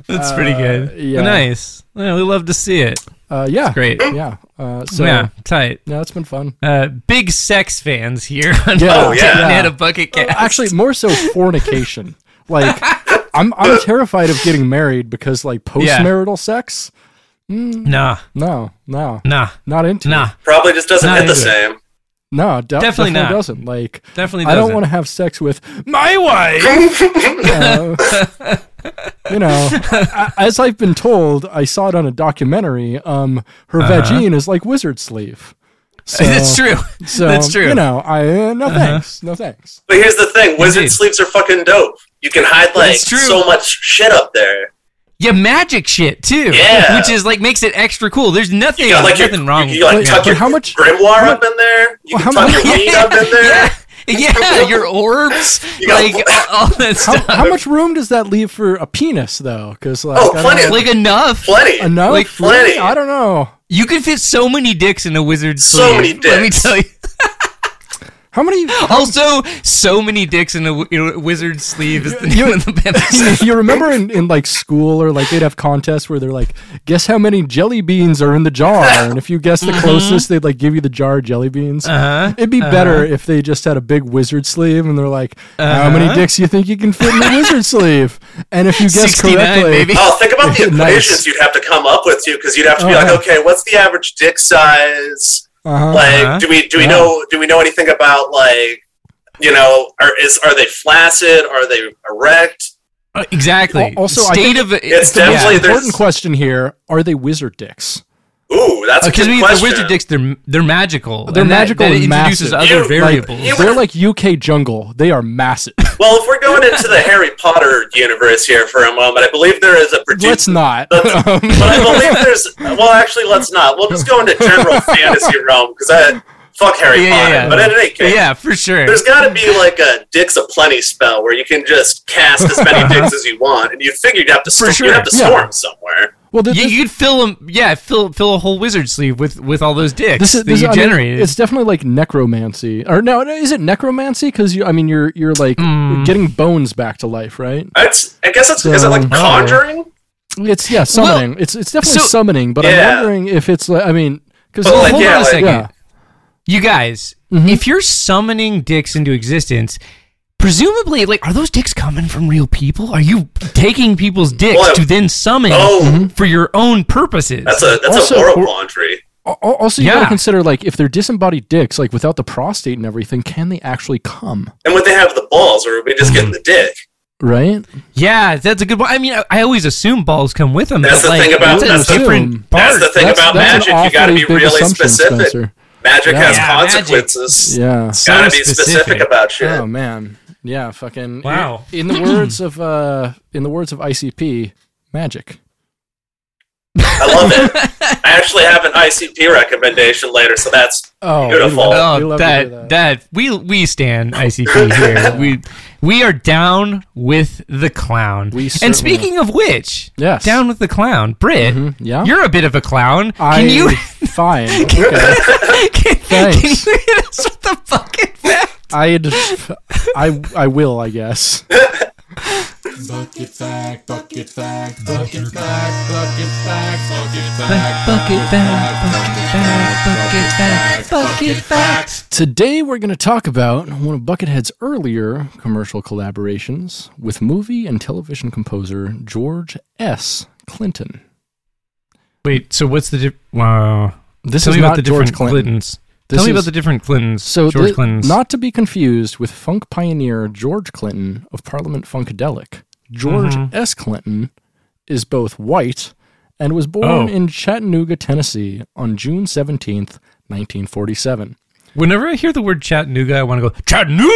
Speaker 1: That's pretty good.
Speaker 2: yeah.
Speaker 1: Nice. Uh, Yeah, we love to see it.
Speaker 2: Uh, yeah.
Speaker 1: Great.
Speaker 3: Oh.
Speaker 2: Yeah. Uh, so,
Speaker 1: yeah,
Speaker 2: yeah.
Speaker 1: tight.
Speaker 2: it's been fun.
Speaker 1: Uh, big sex fans here on
Speaker 2: Yeah.
Speaker 1: yeah,
Speaker 2: Oh,
Speaker 3: yeah.
Speaker 1: a bucket cast.
Speaker 2: Actually, more so fornication. like, I'm, I'm terrified of getting married because, like, postmarital sex?
Speaker 1: nah,
Speaker 2: No, no.
Speaker 1: nah,
Speaker 2: Not into it.
Speaker 1: nah.
Speaker 3: probably just doesn't
Speaker 1: Not
Speaker 3: hit the
Speaker 1: into it.
Speaker 3: same.
Speaker 2: No, de- definitely,
Speaker 1: Definitely not.
Speaker 2: doesn't. Like,
Speaker 1: Definitely
Speaker 2: I don't
Speaker 1: doesn't.
Speaker 2: want to have sex with my wife. Uh, you know, I, as I've been told, I saw it on a documentary. Um, her
Speaker 1: Uh-huh.
Speaker 2: vagine is like wizard sleeve. So,
Speaker 1: That's true.
Speaker 2: So,
Speaker 1: That's true. Uh-huh.
Speaker 2: You know, I uh, no thanks, no thanks.
Speaker 3: But here's the thing: wizard
Speaker 1: Indeed.
Speaker 3: sleeves are fucking dope. You can hide like
Speaker 1: It's true.
Speaker 3: so much shit up there.
Speaker 1: yeah, magic shit too.
Speaker 3: Yeah.
Speaker 1: which is like makes it extra cool. There's nothing,
Speaker 3: You got like
Speaker 1: nothing
Speaker 3: your,
Speaker 1: wrong.
Speaker 3: You, you like
Speaker 1: with
Speaker 2: Wait,
Speaker 1: it.
Speaker 3: tuck
Speaker 2: but
Speaker 3: your
Speaker 2: how much-
Speaker 3: grimoire
Speaker 2: how
Speaker 3: up in there. You
Speaker 2: Well,
Speaker 3: can
Speaker 2: how
Speaker 3: tuck your
Speaker 2: much-
Speaker 3: weed up in there.
Speaker 1: yeah, yeah, your orbs,
Speaker 3: You got-
Speaker 1: like all that
Speaker 2: How,
Speaker 1: stuff.
Speaker 2: how much room does that leave for a penis, though? Because like,
Speaker 3: Oh,
Speaker 2: I don't
Speaker 3: plenty.
Speaker 2: know.
Speaker 1: like enough.
Speaker 3: Plenty.
Speaker 2: enough.
Speaker 1: Like,
Speaker 3: plenty.
Speaker 2: Really? I don't know.
Speaker 1: You can fit so many dicks in a wizard's
Speaker 3: So
Speaker 1: sleeve.
Speaker 3: many
Speaker 1: Let me
Speaker 3: dicks.
Speaker 1: tell you.
Speaker 2: How many?
Speaker 1: Also, so many dicks in a, wi- in a wizard's sleeve is the name
Speaker 2: you-
Speaker 1: of the episode.
Speaker 2: you remember in, in like school or like they'd have contests where they're like, guess how many jelly beans are in the jar, and if you guess the
Speaker 1: Mm-hmm.
Speaker 2: closest, they'd like give you the jar of jelly beans.
Speaker 1: Uh-huh.
Speaker 2: It'd be better if they just had a big wizard sleeve and they're like, how many dicks you think you can fit in the wizard sleeve? And if you guess
Speaker 1: 69,
Speaker 2: correctly,
Speaker 1: baby.
Speaker 3: Oh, think about the equations
Speaker 2: Nice.
Speaker 3: you'd have to come up with too, because you'd have to be
Speaker 2: Oh,
Speaker 3: like,
Speaker 2: yeah.
Speaker 3: okay, what's the average dick size?
Speaker 2: Uh-huh.
Speaker 1: Uh-huh.
Speaker 3: Like, do we do we
Speaker 2: Yeah.
Speaker 3: know do we know anything about like, you know, are is are they flaccid? Are they erect?
Speaker 1: Uh, exactly.
Speaker 2: Al- also, I
Speaker 1: state
Speaker 2: think
Speaker 1: of
Speaker 3: It's
Speaker 2: the most
Speaker 3: definitely
Speaker 2: important
Speaker 3: there's-
Speaker 2: question here: Are they wizard dicks?
Speaker 3: Ooh, that's a
Speaker 1: because
Speaker 3: good
Speaker 1: Uh, we the
Speaker 3: question.
Speaker 1: wizard dicks they're they're magical.
Speaker 2: They're
Speaker 1: and that-
Speaker 2: magical
Speaker 1: That,
Speaker 2: and
Speaker 1: introduces
Speaker 2: massive.
Speaker 1: other
Speaker 3: You-
Speaker 1: variables.
Speaker 3: you-
Speaker 2: They're like UK jungle. They are massive.
Speaker 3: Well, if we're going into the Harry Potter universe here for a moment, I believe there is a producer.
Speaker 2: Let's not.
Speaker 3: Let's-
Speaker 2: Um,
Speaker 3: but I believe there's. Well, actually, let's not. We'll just go into general fantasy realm because I fuck Harry
Speaker 1: Yeah, yeah,
Speaker 3: Potter.
Speaker 1: yeah.
Speaker 3: But in any case,
Speaker 1: yeah, for sure.
Speaker 3: there's got to be like a dicks a plenty spell where you can just cast as many dicks as you want, and you figure you'd have to
Speaker 1: For
Speaker 3: st-
Speaker 1: sure,
Speaker 3: you'd have to
Speaker 2: yeah.
Speaker 3: storm somewhere.
Speaker 2: well, th-
Speaker 1: You,
Speaker 2: this,
Speaker 1: you could fill them. Yeah, fill fill a whole wizard sleeve with with all those dicks
Speaker 2: this is
Speaker 1: that
Speaker 2: this,
Speaker 1: you
Speaker 2: I mean,
Speaker 1: generated.
Speaker 2: it's definitely like necromancy, or no? Is it necromancy? Because you, I mean, you're you're like getting bones back to life, right?
Speaker 3: It's, I guess it's is it
Speaker 2: So-
Speaker 3: like conjuring?
Speaker 2: It's yeah, summoning. it's it's definitely
Speaker 1: so-
Speaker 2: summoning, but
Speaker 3: Yeah.
Speaker 2: I'm wondering if it's like I mean, because
Speaker 3: But,
Speaker 1: Well,
Speaker 3: like,
Speaker 1: hold
Speaker 3: yeah,
Speaker 1: on a
Speaker 3: like-
Speaker 1: second.
Speaker 2: yeah,
Speaker 1: You guys,
Speaker 2: Mm-hmm.
Speaker 1: if you're summoning dicks into existence, presumably, like, are those dicks coming from real people? Are you taking people's dicks
Speaker 3: Well,
Speaker 1: to then summon
Speaker 3: Oh,
Speaker 1: for your own purposes?
Speaker 3: that's a that's
Speaker 2: Also,
Speaker 3: a moral
Speaker 2: we're-
Speaker 3: quandary.
Speaker 2: Al- al- Also, you
Speaker 1: Yeah.
Speaker 2: gotta consider like if they're disembodied dicks, like without the prostate and everything, can they actually come?
Speaker 3: And would they have the balls, or would we just
Speaker 2: Hmm.
Speaker 3: get the dick?
Speaker 2: Right?
Speaker 1: yeah, that's a good one. I mean, I, I always assume balls come with them. but,
Speaker 3: That's the
Speaker 1: like,
Speaker 3: thing about-
Speaker 1: that's a
Speaker 2: that's the-
Speaker 1: different
Speaker 3: that's
Speaker 1: part.
Speaker 3: the thing about
Speaker 2: that's an
Speaker 3: magic. You got to
Speaker 2: awfully
Speaker 3: be
Speaker 2: big
Speaker 3: really
Speaker 2: assumption,
Speaker 3: specific.
Speaker 2: Spencer.
Speaker 3: Magic
Speaker 2: Yeah.
Speaker 3: has
Speaker 1: Yeah, magic.
Speaker 3: consequences.
Speaker 2: Yeah.
Speaker 1: So
Speaker 3: Gotta be specific
Speaker 1: specific.
Speaker 3: about shit.
Speaker 2: Oh man. Yeah. Fucking.
Speaker 1: Wow.
Speaker 2: In the words of uh, in the words of ICP, magic.
Speaker 3: I love it. I actually have an ICP recommendation later, so that's
Speaker 2: Oh, we
Speaker 3: Beautiful.
Speaker 2: love- we
Speaker 1: Oh,
Speaker 2: love to hear
Speaker 1: that, that we we stand ICP here. we we are down with the clown.
Speaker 2: We
Speaker 1: and
Speaker 2: certainly-
Speaker 1: speaking of which,
Speaker 2: Yes.
Speaker 1: down with the clown, Brit.
Speaker 2: Mhm, Yeah.
Speaker 1: You're a bit of a clown.
Speaker 2: I,
Speaker 1: Can you
Speaker 2: fine. Okay.
Speaker 1: can, can you
Speaker 2: Thanks.
Speaker 1: hit us with the fucking fact?
Speaker 2: I'd, I, I will, I guess.
Speaker 4: Bucket fact, bucket fact, bucket fact, bucket fact, bucket fact,
Speaker 1: Bucket fact, bucket fact, bucket fact, bucket fact.
Speaker 2: Today we're going to talk about one of Buckethead's earlier commercial collaborations with movie and television composer George S. Clinton.
Speaker 1: Wait, so what's the di- wow?
Speaker 2: This
Speaker 1: Tell
Speaker 2: is
Speaker 1: me
Speaker 2: not
Speaker 1: about the
Speaker 2: George
Speaker 1: different
Speaker 2: Clinton.
Speaker 1: Clintons.
Speaker 2: This
Speaker 1: Tell me about
Speaker 2: is-
Speaker 1: the different Clintons.
Speaker 2: So
Speaker 1: George
Speaker 2: thi-
Speaker 1: Clintons.
Speaker 2: not to be confused with funk pioneer George Clinton of Parliament Funkadelic. George
Speaker 1: Mm-hmm.
Speaker 2: S. Clinton is both white and was born
Speaker 1: Oh.
Speaker 2: in Chattanooga, Tennessee on June 17th, 1947.
Speaker 1: Whenever I hear the word Chattanooga, I want to go Chattanooga.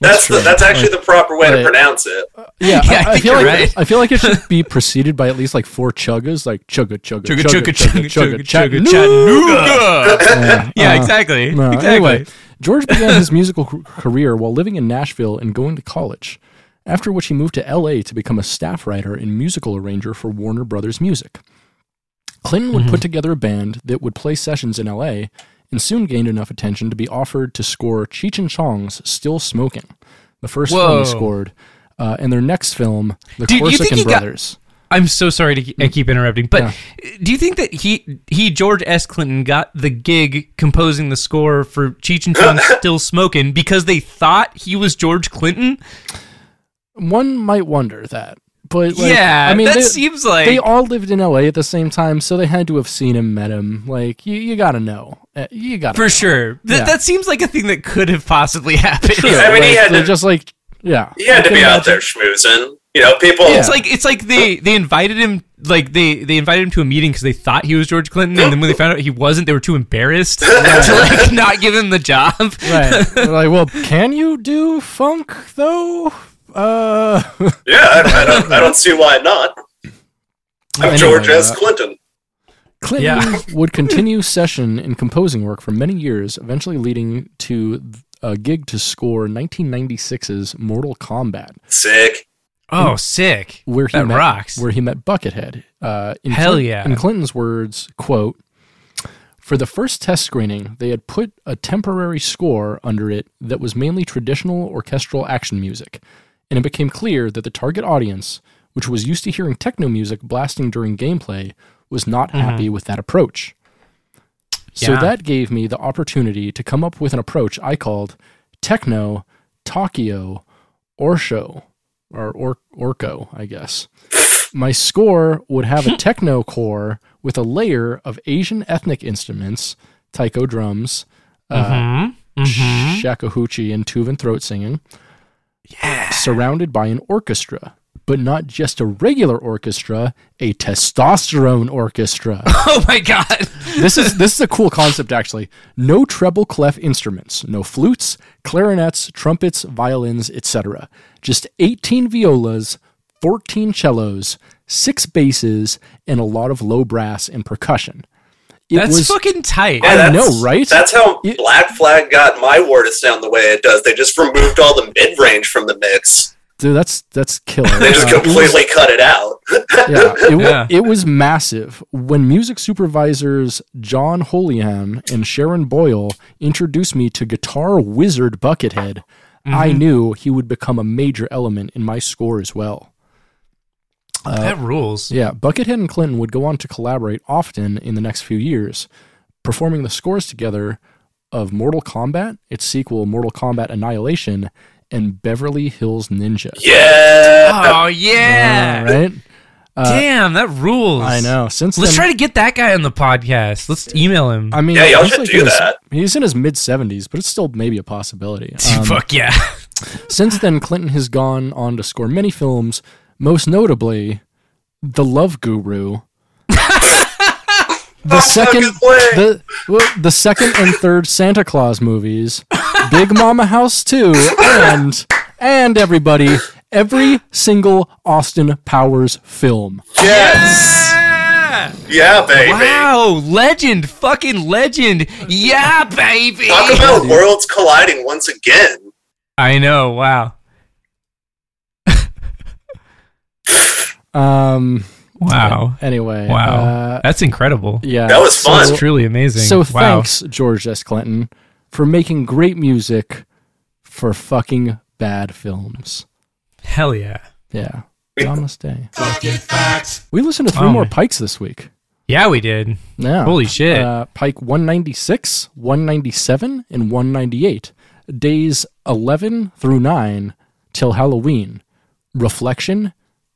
Speaker 3: that's the,
Speaker 2: true.
Speaker 3: that's actually the proper way to
Speaker 2: Right.
Speaker 3: pronounce it.
Speaker 2: Yeah,
Speaker 1: Yeah, I think
Speaker 2: feel
Speaker 1: you're
Speaker 2: like
Speaker 1: right.
Speaker 2: I feel like it should be preceded by at least like four chuggas, like chugga chugga
Speaker 1: Chugga chugga chugga chugga chugga
Speaker 2: Chattanooga.
Speaker 1: Chattanooga. Yeah, exactly.
Speaker 2: No,
Speaker 1: Exactly.
Speaker 2: Anyway, George began his musical c- career while living in Nashville and going to college, after which he moved to LA to become a staff writer and musical arranger for Warner Brothers Music. Clinton would
Speaker 1: Mm-hmm.
Speaker 2: put together a band that would play sessions in LA and soon gained enough attention to be offered to score Cheech and Chong's Still Smoking, the first film
Speaker 1: Whoa.
Speaker 2: he scored, uh, and their next film, The
Speaker 1: Dude, you think
Speaker 2: Corsican
Speaker 1: he got-
Speaker 2: Brothers.
Speaker 1: I'm so sorry to ke- I keep interrupting, but do you think that he he George S. Clinton got the gig composing the score for Cheech and Chong Still Smoking because they thought he was George Clinton?
Speaker 2: One might wonder that. But like,
Speaker 1: yeah,
Speaker 2: I mean,
Speaker 1: that
Speaker 2: they-
Speaker 1: seems like
Speaker 2: they all lived in LA at the same time, so they had to have seen him, met him. Like you, you gotta know. Uh, You gotta.
Speaker 1: for sure. Th-
Speaker 2: Yeah.
Speaker 1: That seems like a thing that could have possibly happened.
Speaker 2: know.
Speaker 3: I mean, he
Speaker 2: Like,
Speaker 3: had
Speaker 2: they're
Speaker 3: to-
Speaker 2: just like yeah.
Speaker 3: You had
Speaker 2: I
Speaker 3: to
Speaker 2: can
Speaker 3: be out
Speaker 2: imagine-
Speaker 3: there schmoozing. You know, people.
Speaker 2: Yeah.
Speaker 1: It's like it's like they they invited him like they they invited him to a meeting because they thought he was George Clinton, and then when they found out he wasn't, they were too embarrassed to like not give him the job.
Speaker 2: Right. They're like, well, can you do funk though? Uh,
Speaker 3: Yeah, I, I don't I don't see why not. Of
Speaker 2: Anyway,
Speaker 3: George S.
Speaker 2: uh,
Speaker 3: Clinton.
Speaker 2: Clinton
Speaker 1: Yeah.
Speaker 2: would continue session and composing work for many years, eventually leading to a gig to score 1996's Mortal Kombat,
Speaker 3: Sick.
Speaker 1: Oh, sick.
Speaker 2: where he
Speaker 1: That
Speaker 2: met,
Speaker 1: rocks.
Speaker 2: where he met Buckethead. Uh, in
Speaker 1: Hell yeah.
Speaker 2: In Clinton's words, quote. For the first test screening, they had put a temporary score under it that was mainly traditional orchestral action music, and it became clear that the target audience, which was used to hearing techno music blasting during gameplay, was not
Speaker 1: Mm-hmm.
Speaker 2: happy with that approach. So
Speaker 1: Yeah.
Speaker 2: that gave me the opportunity to come up with an approach I called Techno Tokyo Orsho or, or Orco, I guess. My score would have a techno core with a layer of Asian ethnic instruments, taiko drums, uh,
Speaker 1: Mm-hmm. Mm-hmm.
Speaker 2: shakuhachi, and tuvan throat singing, surrounded by an orchestra, but not just a regular orchestra, a testosterone orchestra
Speaker 1: Oh my god.
Speaker 2: this is this is a cool concept actually. No treble clef instruments, no flutes, clarinets, trumpets, violins, etc. Just 18 violas, 14 cellos, 6 basses, and a lot of low brass and percussion. It
Speaker 1: That's
Speaker 2: was
Speaker 1: fucking tight.
Speaker 3: Yeah,
Speaker 2: I
Speaker 3: that's-
Speaker 2: know, right?
Speaker 3: That's how
Speaker 2: It-
Speaker 3: Black Flag got my Wardus down the way it does. They just removed all the mid range from the mix.
Speaker 2: Dude, that's that's killer.
Speaker 3: They just
Speaker 2: Uh, it was-
Speaker 3: completely cut it out.
Speaker 2: yeah, it, wa-
Speaker 1: Yeah.
Speaker 2: it was massive. When music supervisors John Holihan and Sharon Boyle introduced me to guitar wizard Buckethead, I
Speaker 1: Mm-hmm.
Speaker 2: knew he would become a major element in my score as well.
Speaker 1: that rules.
Speaker 2: Uh, Yeah, Buckethead and Clinton would go on to collaborate often in the next few years, performing the scores together of Mortal Kombat, its sequel, Mortal Kombat Annihilation, and Beverly Hills Ninja.
Speaker 3: Yeah.
Speaker 1: Oh yeah.
Speaker 2: Uh, right?
Speaker 1: Damn, that rules.
Speaker 2: I know. Since
Speaker 1: Let's
Speaker 2: then,
Speaker 1: try to get that guy on the podcast. Let's email him.
Speaker 2: I mean,
Speaker 3: Yeah, y'all
Speaker 2: he's
Speaker 3: should
Speaker 2: like
Speaker 3: do
Speaker 2: in his-
Speaker 3: that.
Speaker 2: he's in his mid 70s, but it's still maybe a possibility. Um,
Speaker 1: Fuck yeah.
Speaker 2: since then, Clinton has gone on to score many films, most notably The Love Guru. The second,
Speaker 3: fucking way.
Speaker 2: the, well, the second and third Santa Claus movies, Big Mama House 2, and and everybody, every single Austin Powers film.
Speaker 3: Yes.
Speaker 1: Ah!
Speaker 3: Yeah, baby.
Speaker 1: Wow, legend, fucking legend. Yeah, baby.
Speaker 3: Talk about worlds colliding once again.
Speaker 1: I know, wow.
Speaker 2: Um,
Speaker 1: Wow.
Speaker 2: Anyway,
Speaker 1: Wow.
Speaker 2: uh,
Speaker 1: That's incredible.
Speaker 2: yeah,
Speaker 3: That was fun.
Speaker 1: That's truly amazing.
Speaker 2: So
Speaker 1: wow.
Speaker 2: thanks, George S. Clinton, for making great music for fucking bad films.
Speaker 1: Hell yeah.
Speaker 2: Yeah. Namaste.
Speaker 4: Bucket facts.
Speaker 2: We listened to three
Speaker 1: Oh,
Speaker 2: more
Speaker 1: man.
Speaker 2: Pikes this week.
Speaker 1: Yeah, we did.
Speaker 2: Yeah.
Speaker 1: Holy shit.
Speaker 2: Uh, Pike 196, 197, and 198. Days 11 through 9 till Halloween. Reflection,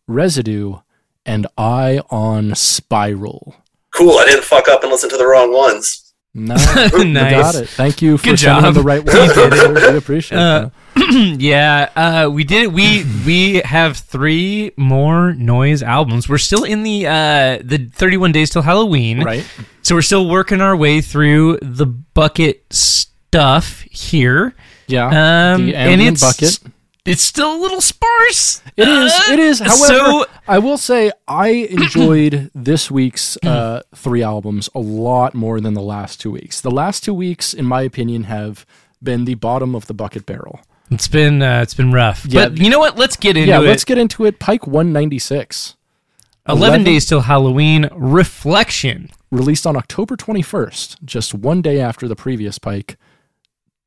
Speaker 2: Residue, and Eye on Spiral.
Speaker 3: Cool. I didn't fuck up and listen to the wrong ones.
Speaker 2: No, you got
Speaker 1: Nice.
Speaker 2: it. Thank you for
Speaker 1: Good
Speaker 2: sending
Speaker 1: job.
Speaker 2: the right one. we appreciate
Speaker 1: Uh,
Speaker 2: that.
Speaker 1: yeah, uh, we did it. We we have three more noise albums. We're still in the uh, the 31 days till Halloween.
Speaker 2: Right.
Speaker 1: So we're still working our way through the bucket stuff here.
Speaker 2: Yeah.
Speaker 1: Um,
Speaker 2: the
Speaker 1: and
Speaker 2: ambient
Speaker 1: it's
Speaker 2: bucket.
Speaker 1: It's still a little sparse.
Speaker 2: It is. It is.
Speaker 1: Uh,
Speaker 2: However,
Speaker 1: so-
Speaker 2: I will say I enjoyed this week's uh,
Speaker 1: Mm.
Speaker 2: three albums a lot more than the last two weeks. The last two weeks, in my opinion, have been the bottom of the bucket barrel.
Speaker 1: It's been uh, it's been rough.
Speaker 2: Yeah.
Speaker 1: But you know what? Let's get into
Speaker 2: yeah,
Speaker 1: it.
Speaker 2: let's get into it. Pike 196,
Speaker 1: 11,
Speaker 2: 11
Speaker 1: days till Halloween. Reflection.
Speaker 2: released on October 21st, just one day after the previous Pike,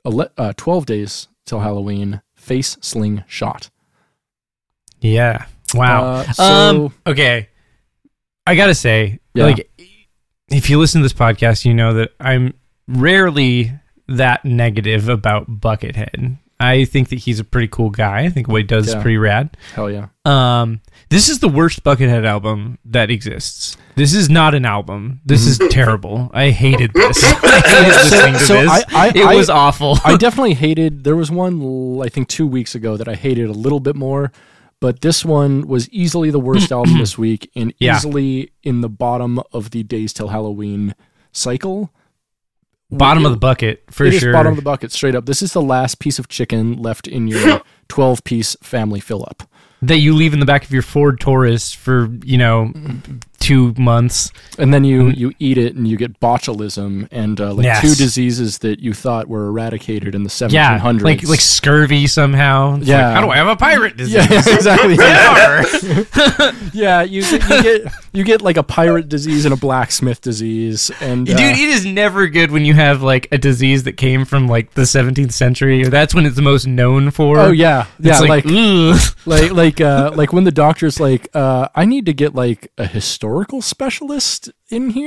Speaker 2: ele- uh, 12 days till Halloween, Face Sling Shot.
Speaker 1: Yeah. Wow.
Speaker 2: Uh, so-
Speaker 1: um. Okay. I gotta say,
Speaker 2: Yeah.
Speaker 1: like, if you listen to this podcast, you know that I'm rarely that negative about Buckethead. I think that he's a pretty cool guy. I think what he does
Speaker 2: Yeah.
Speaker 1: is pretty rad.
Speaker 2: Hell yeah.
Speaker 1: Um, this is the worst Buckethead album that exists. This is not an album. This is terrible. I hated this. I hated listening to
Speaker 2: so
Speaker 1: this.
Speaker 2: I- I-
Speaker 1: it
Speaker 2: I-
Speaker 1: was awful.
Speaker 2: I definitely hated. There was one l- I think two weeks ago that I hated a little bit more, but this one was easily the worst album this week and
Speaker 1: Yeah.
Speaker 2: easily in the bottom of the Days Till Halloween cycle.
Speaker 1: bottom of the bucket for
Speaker 2: It is
Speaker 1: sure.
Speaker 2: bottom of the bucket, straight up. This is the last piece of chicken left in your twelve-piece family fill-up.
Speaker 1: that you leave in the back of your Ford Taurus for you know two months.
Speaker 2: And then you you eat it and you get botulism and uh,
Speaker 1: Mm-hmm.
Speaker 2: like
Speaker 1: Yes.
Speaker 2: two diseases that you thought were eradicated in the 1700s.
Speaker 1: Yeah, like like scurvy somehow. It's like,
Speaker 2: Yeah.
Speaker 1: how do I have a pirate disease?
Speaker 2: yeah, exactly. Yeah,
Speaker 1: Arr.
Speaker 2: yeah you, get- you get you get like a pirate disease and a blacksmith disease and uh,
Speaker 1: Dude, it is never good when you have like a disease that came from like the 17th century, or that's when it's the most known for.
Speaker 2: oh yeah, yeah,
Speaker 1: it's like, mm.
Speaker 2: like
Speaker 1: ugh.
Speaker 2: like like uh like when the doctor's like uh I need to get like a historical specialist in here.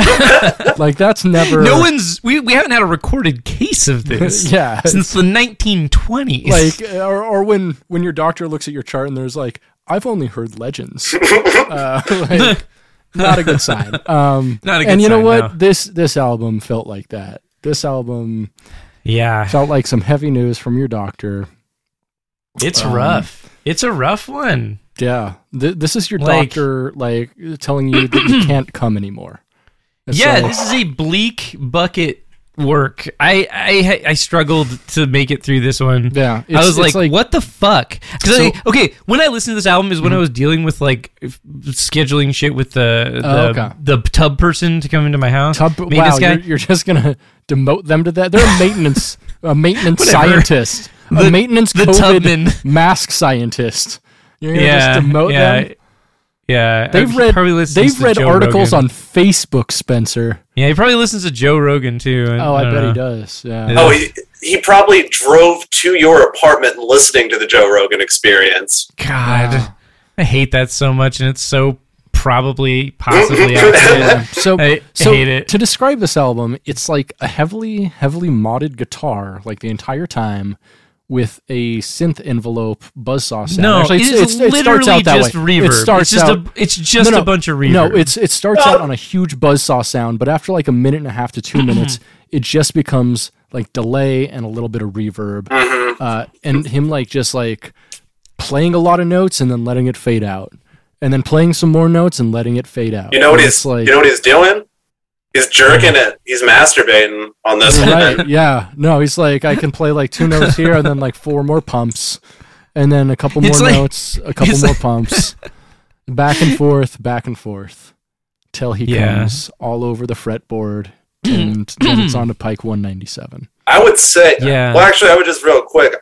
Speaker 2: like that's never
Speaker 1: no one's we, we haven't had a recorded case of this
Speaker 2: Yeah.
Speaker 1: since the 1920s.
Speaker 2: like uh, or, or when when your doctor looks at your chart and there's like I've only heard legends. uh, like, not a good sign. Um
Speaker 1: Not a good
Speaker 2: and you know
Speaker 1: sign,
Speaker 2: what?
Speaker 1: no.
Speaker 2: This this album felt like that. This album
Speaker 1: yeah,
Speaker 2: felt like some heavy news from your doctor.
Speaker 1: it's
Speaker 2: um,
Speaker 1: rough. It's a rough one.
Speaker 2: Yeah. Th- this is your
Speaker 1: Like-
Speaker 2: doctor like telling you that you can't come anymore. It's
Speaker 1: yeah,
Speaker 2: like-
Speaker 1: this is a bleak bucket work. I I I struggled to make it through this one.
Speaker 2: yeah.
Speaker 1: I
Speaker 2: it's-
Speaker 1: was
Speaker 2: it's
Speaker 1: like, what the fuck? 'Cause I-
Speaker 2: So- Mhm.
Speaker 1: okay, when I listened to this album is when I was dealing with like f- scheduling shit with the the,
Speaker 2: Oh, okay.
Speaker 1: the tub person to come into my house.
Speaker 2: Tub, wow,
Speaker 1: Maintenance guy.
Speaker 2: you're, you're just gonna demote them to that? They're a maintenance, a maintenance
Speaker 1: Whatever.
Speaker 2: scientist,
Speaker 1: The-
Speaker 2: a maintenance
Speaker 1: the
Speaker 2: COVID
Speaker 1: Tubman.
Speaker 2: mask scientist. You're gonna
Speaker 1: yeah,
Speaker 2: just demote
Speaker 1: yeah,
Speaker 2: them.
Speaker 1: Yeah, I-
Speaker 2: They've
Speaker 1: he
Speaker 2: read
Speaker 1: probably listens
Speaker 2: they've
Speaker 1: to
Speaker 2: read
Speaker 1: Joe
Speaker 2: articles
Speaker 1: Rogan.
Speaker 2: on Facebook, Spencer.
Speaker 1: Yeah, he probably listens to Joe Rogan too. and-
Speaker 2: Oh, I,
Speaker 1: don't
Speaker 2: bet he
Speaker 1: know.
Speaker 2: does. Yeah.
Speaker 1: Yeah.
Speaker 3: Oh, he, he probably drove to your apartment and listening to the Joe Rogan experience.
Speaker 1: God,
Speaker 2: Wow.
Speaker 1: I hate that so much, and it's so probably possibly accurate.
Speaker 2: Yeah. So,
Speaker 1: I
Speaker 2: so
Speaker 1: hate it.
Speaker 2: to describe this album, it's like a heavily, heavily modded guitar, like the entire time, with a synth envelope buzzsaw sound.
Speaker 1: No,
Speaker 2: Actually,
Speaker 1: it's,
Speaker 2: it's- it's- it starts
Speaker 1: literally
Speaker 2: out that
Speaker 1: just
Speaker 2: way.
Speaker 1: reverb.
Speaker 2: It starts
Speaker 1: it's just
Speaker 2: out,
Speaker 1: a, it's just a bunch of reverb.
Speaker 2: No, it's it starts out on a huge buzzsaw sound, but after like a minute and a half to two minutes, it just becomes like delay and a little bit of reverb,
Speaker 3: Mm-hmm.
Speaker 2: uh, and him like just like playing a lot of notes and then letting it fade out, and then playing some more notes and letting it fade out.
Speaker 3: You know what
Speaker 2: And
Speaker 3: he's
Speaker 2: it's like?
Speaker 3: you know what he's doing? He's jerking it. He's masturbating on this one.
Speaker 2: right? Yeah. No, he's like I can play like two notes here and then like four more pumps, and then a couple more
Speaker 1: It's like-
Speaker 2: notes, a couple
Speaker 1: it's
Speaker 2: more
Speaker 1: like-
Speaker 2: pumps, back and forth, back and forth, till he
Speaker 1: Yeah.
Speaker 2: comes all over the fretboard, and then it's on to Pike 197.
Speaker 3: I would say.
Speaker 1: Yeah.
Speaker 3: Well, actually, I would just real quick.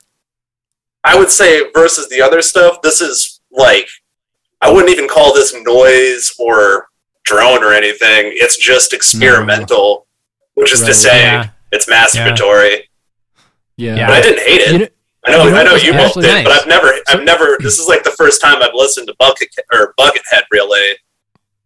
Speaker 3: I would say versus the other stuff, this is like I wouldn't even call this noise or drone or anything. It's just experimental, which is to
Speaker 2: Mm. Right.
Speaker 3: say,
Speaker 1: Yeah.
Speaker 3: it's masturbatory.
Speaker 2: Yeah.
Speaker 1: Yeah.
Speaker 3: But I didn't hate it.
Speaker 2: You know-
Speaker 3: I know,
Speaker 2: You know
Speaker 3: I know
Speaker 2: what's
Speaker 3: you both
Speaker 2: actually
Speaker 3: did, but
Speaker 1: nice?
Speaker 3: I've never, I've never. This is like the first time I've listened to Bucket or Buckethead really.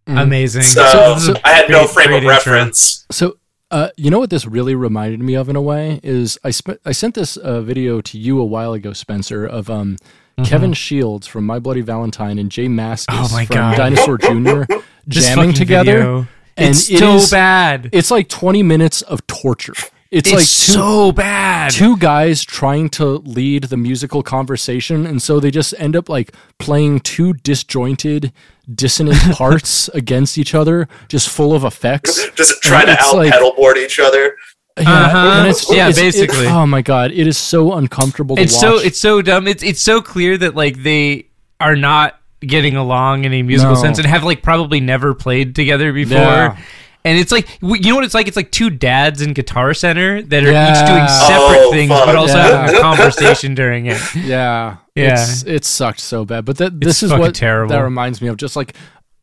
Speaker 1: amazing.
Speaker 3: So,
Speaker 1: this is a
Speaker 3: I had no
Speaker 1: great-
Speaker 3: frame
Speaker 1: great
Speaker 3: of
Speaker 1: intro.
Speaker 3: reference.
Speaker 2: So, uh, you know what this really reminded me of in a way is I sp- I sent this uh, video to you a while ago, Spencer, of um, Kevin Shields from My Bloody Valentine and Jay Maskus
Speaker 1: Mm-hmm. Oh my
Speaker 2: from
Speaker 1: God.
Speaker 2: Dinosaur Jr.
Speaker 1: This
Speaker 2: jamming
Speaker 1: fucking
Speaker 2: together.
Speaker 1: video,
Speaker 2: and
Speaker 1: it's
Speaker 2: it
Speaker 1: so
Speaker 2: is-
Speaker 1: bad. It's,
Speaker 2: It's like 20 minutes of torture. It's, like two,
Speaker 1: so bad.
Speaker 2: two guys trying to lead the musical conversation, and so they just end up like playing two disjointed, dissonant parts against each other, just full of effects.
Speaker 3: Just trying to
Speaker 2: it's
Speaker 3: out
Speaker 2: like-
Speaker 3: pedalboard each other.
Speaker 2: Yeah,
Speaker 1: Uh-huh.
Speaker 2: and it's-
Speaker 1: Yeah,
Speaker 2: it's- it-
Speaker 1: basically.
Speaker 2: oh my god, it is so uncomfortable to
Speaker 1: it's
Speaker 2: watch.
Speaker 1: so it's so dumb. It's it's so clear that like they are not getting along in a musical
Speaker 2: No.
Speaker 1: sense and have like probably never played together before.
Speaker 2: Yeah.
Speaker 1: And it's like w- you know what it's like. It's like two dads in Guitar Center that are
Speaker 2: Yeah.
Speaker 1: each doing separate
Speaker 3: Oh,
Speaker 1: things,
Speaker 3: fuck.
Speaker 1: but also
Speaker 2: Yeah.
Speaker 1: having a conversation during it.
Speaker 2: yeah,
Speaker 1: Yeah.
Speaker 2: It's, it sucked so bad. But that this is
Speaker 1: fucking
Speaker 2: what
Speaker 1: terrible.
Speaker 2: that reminds me of. Just like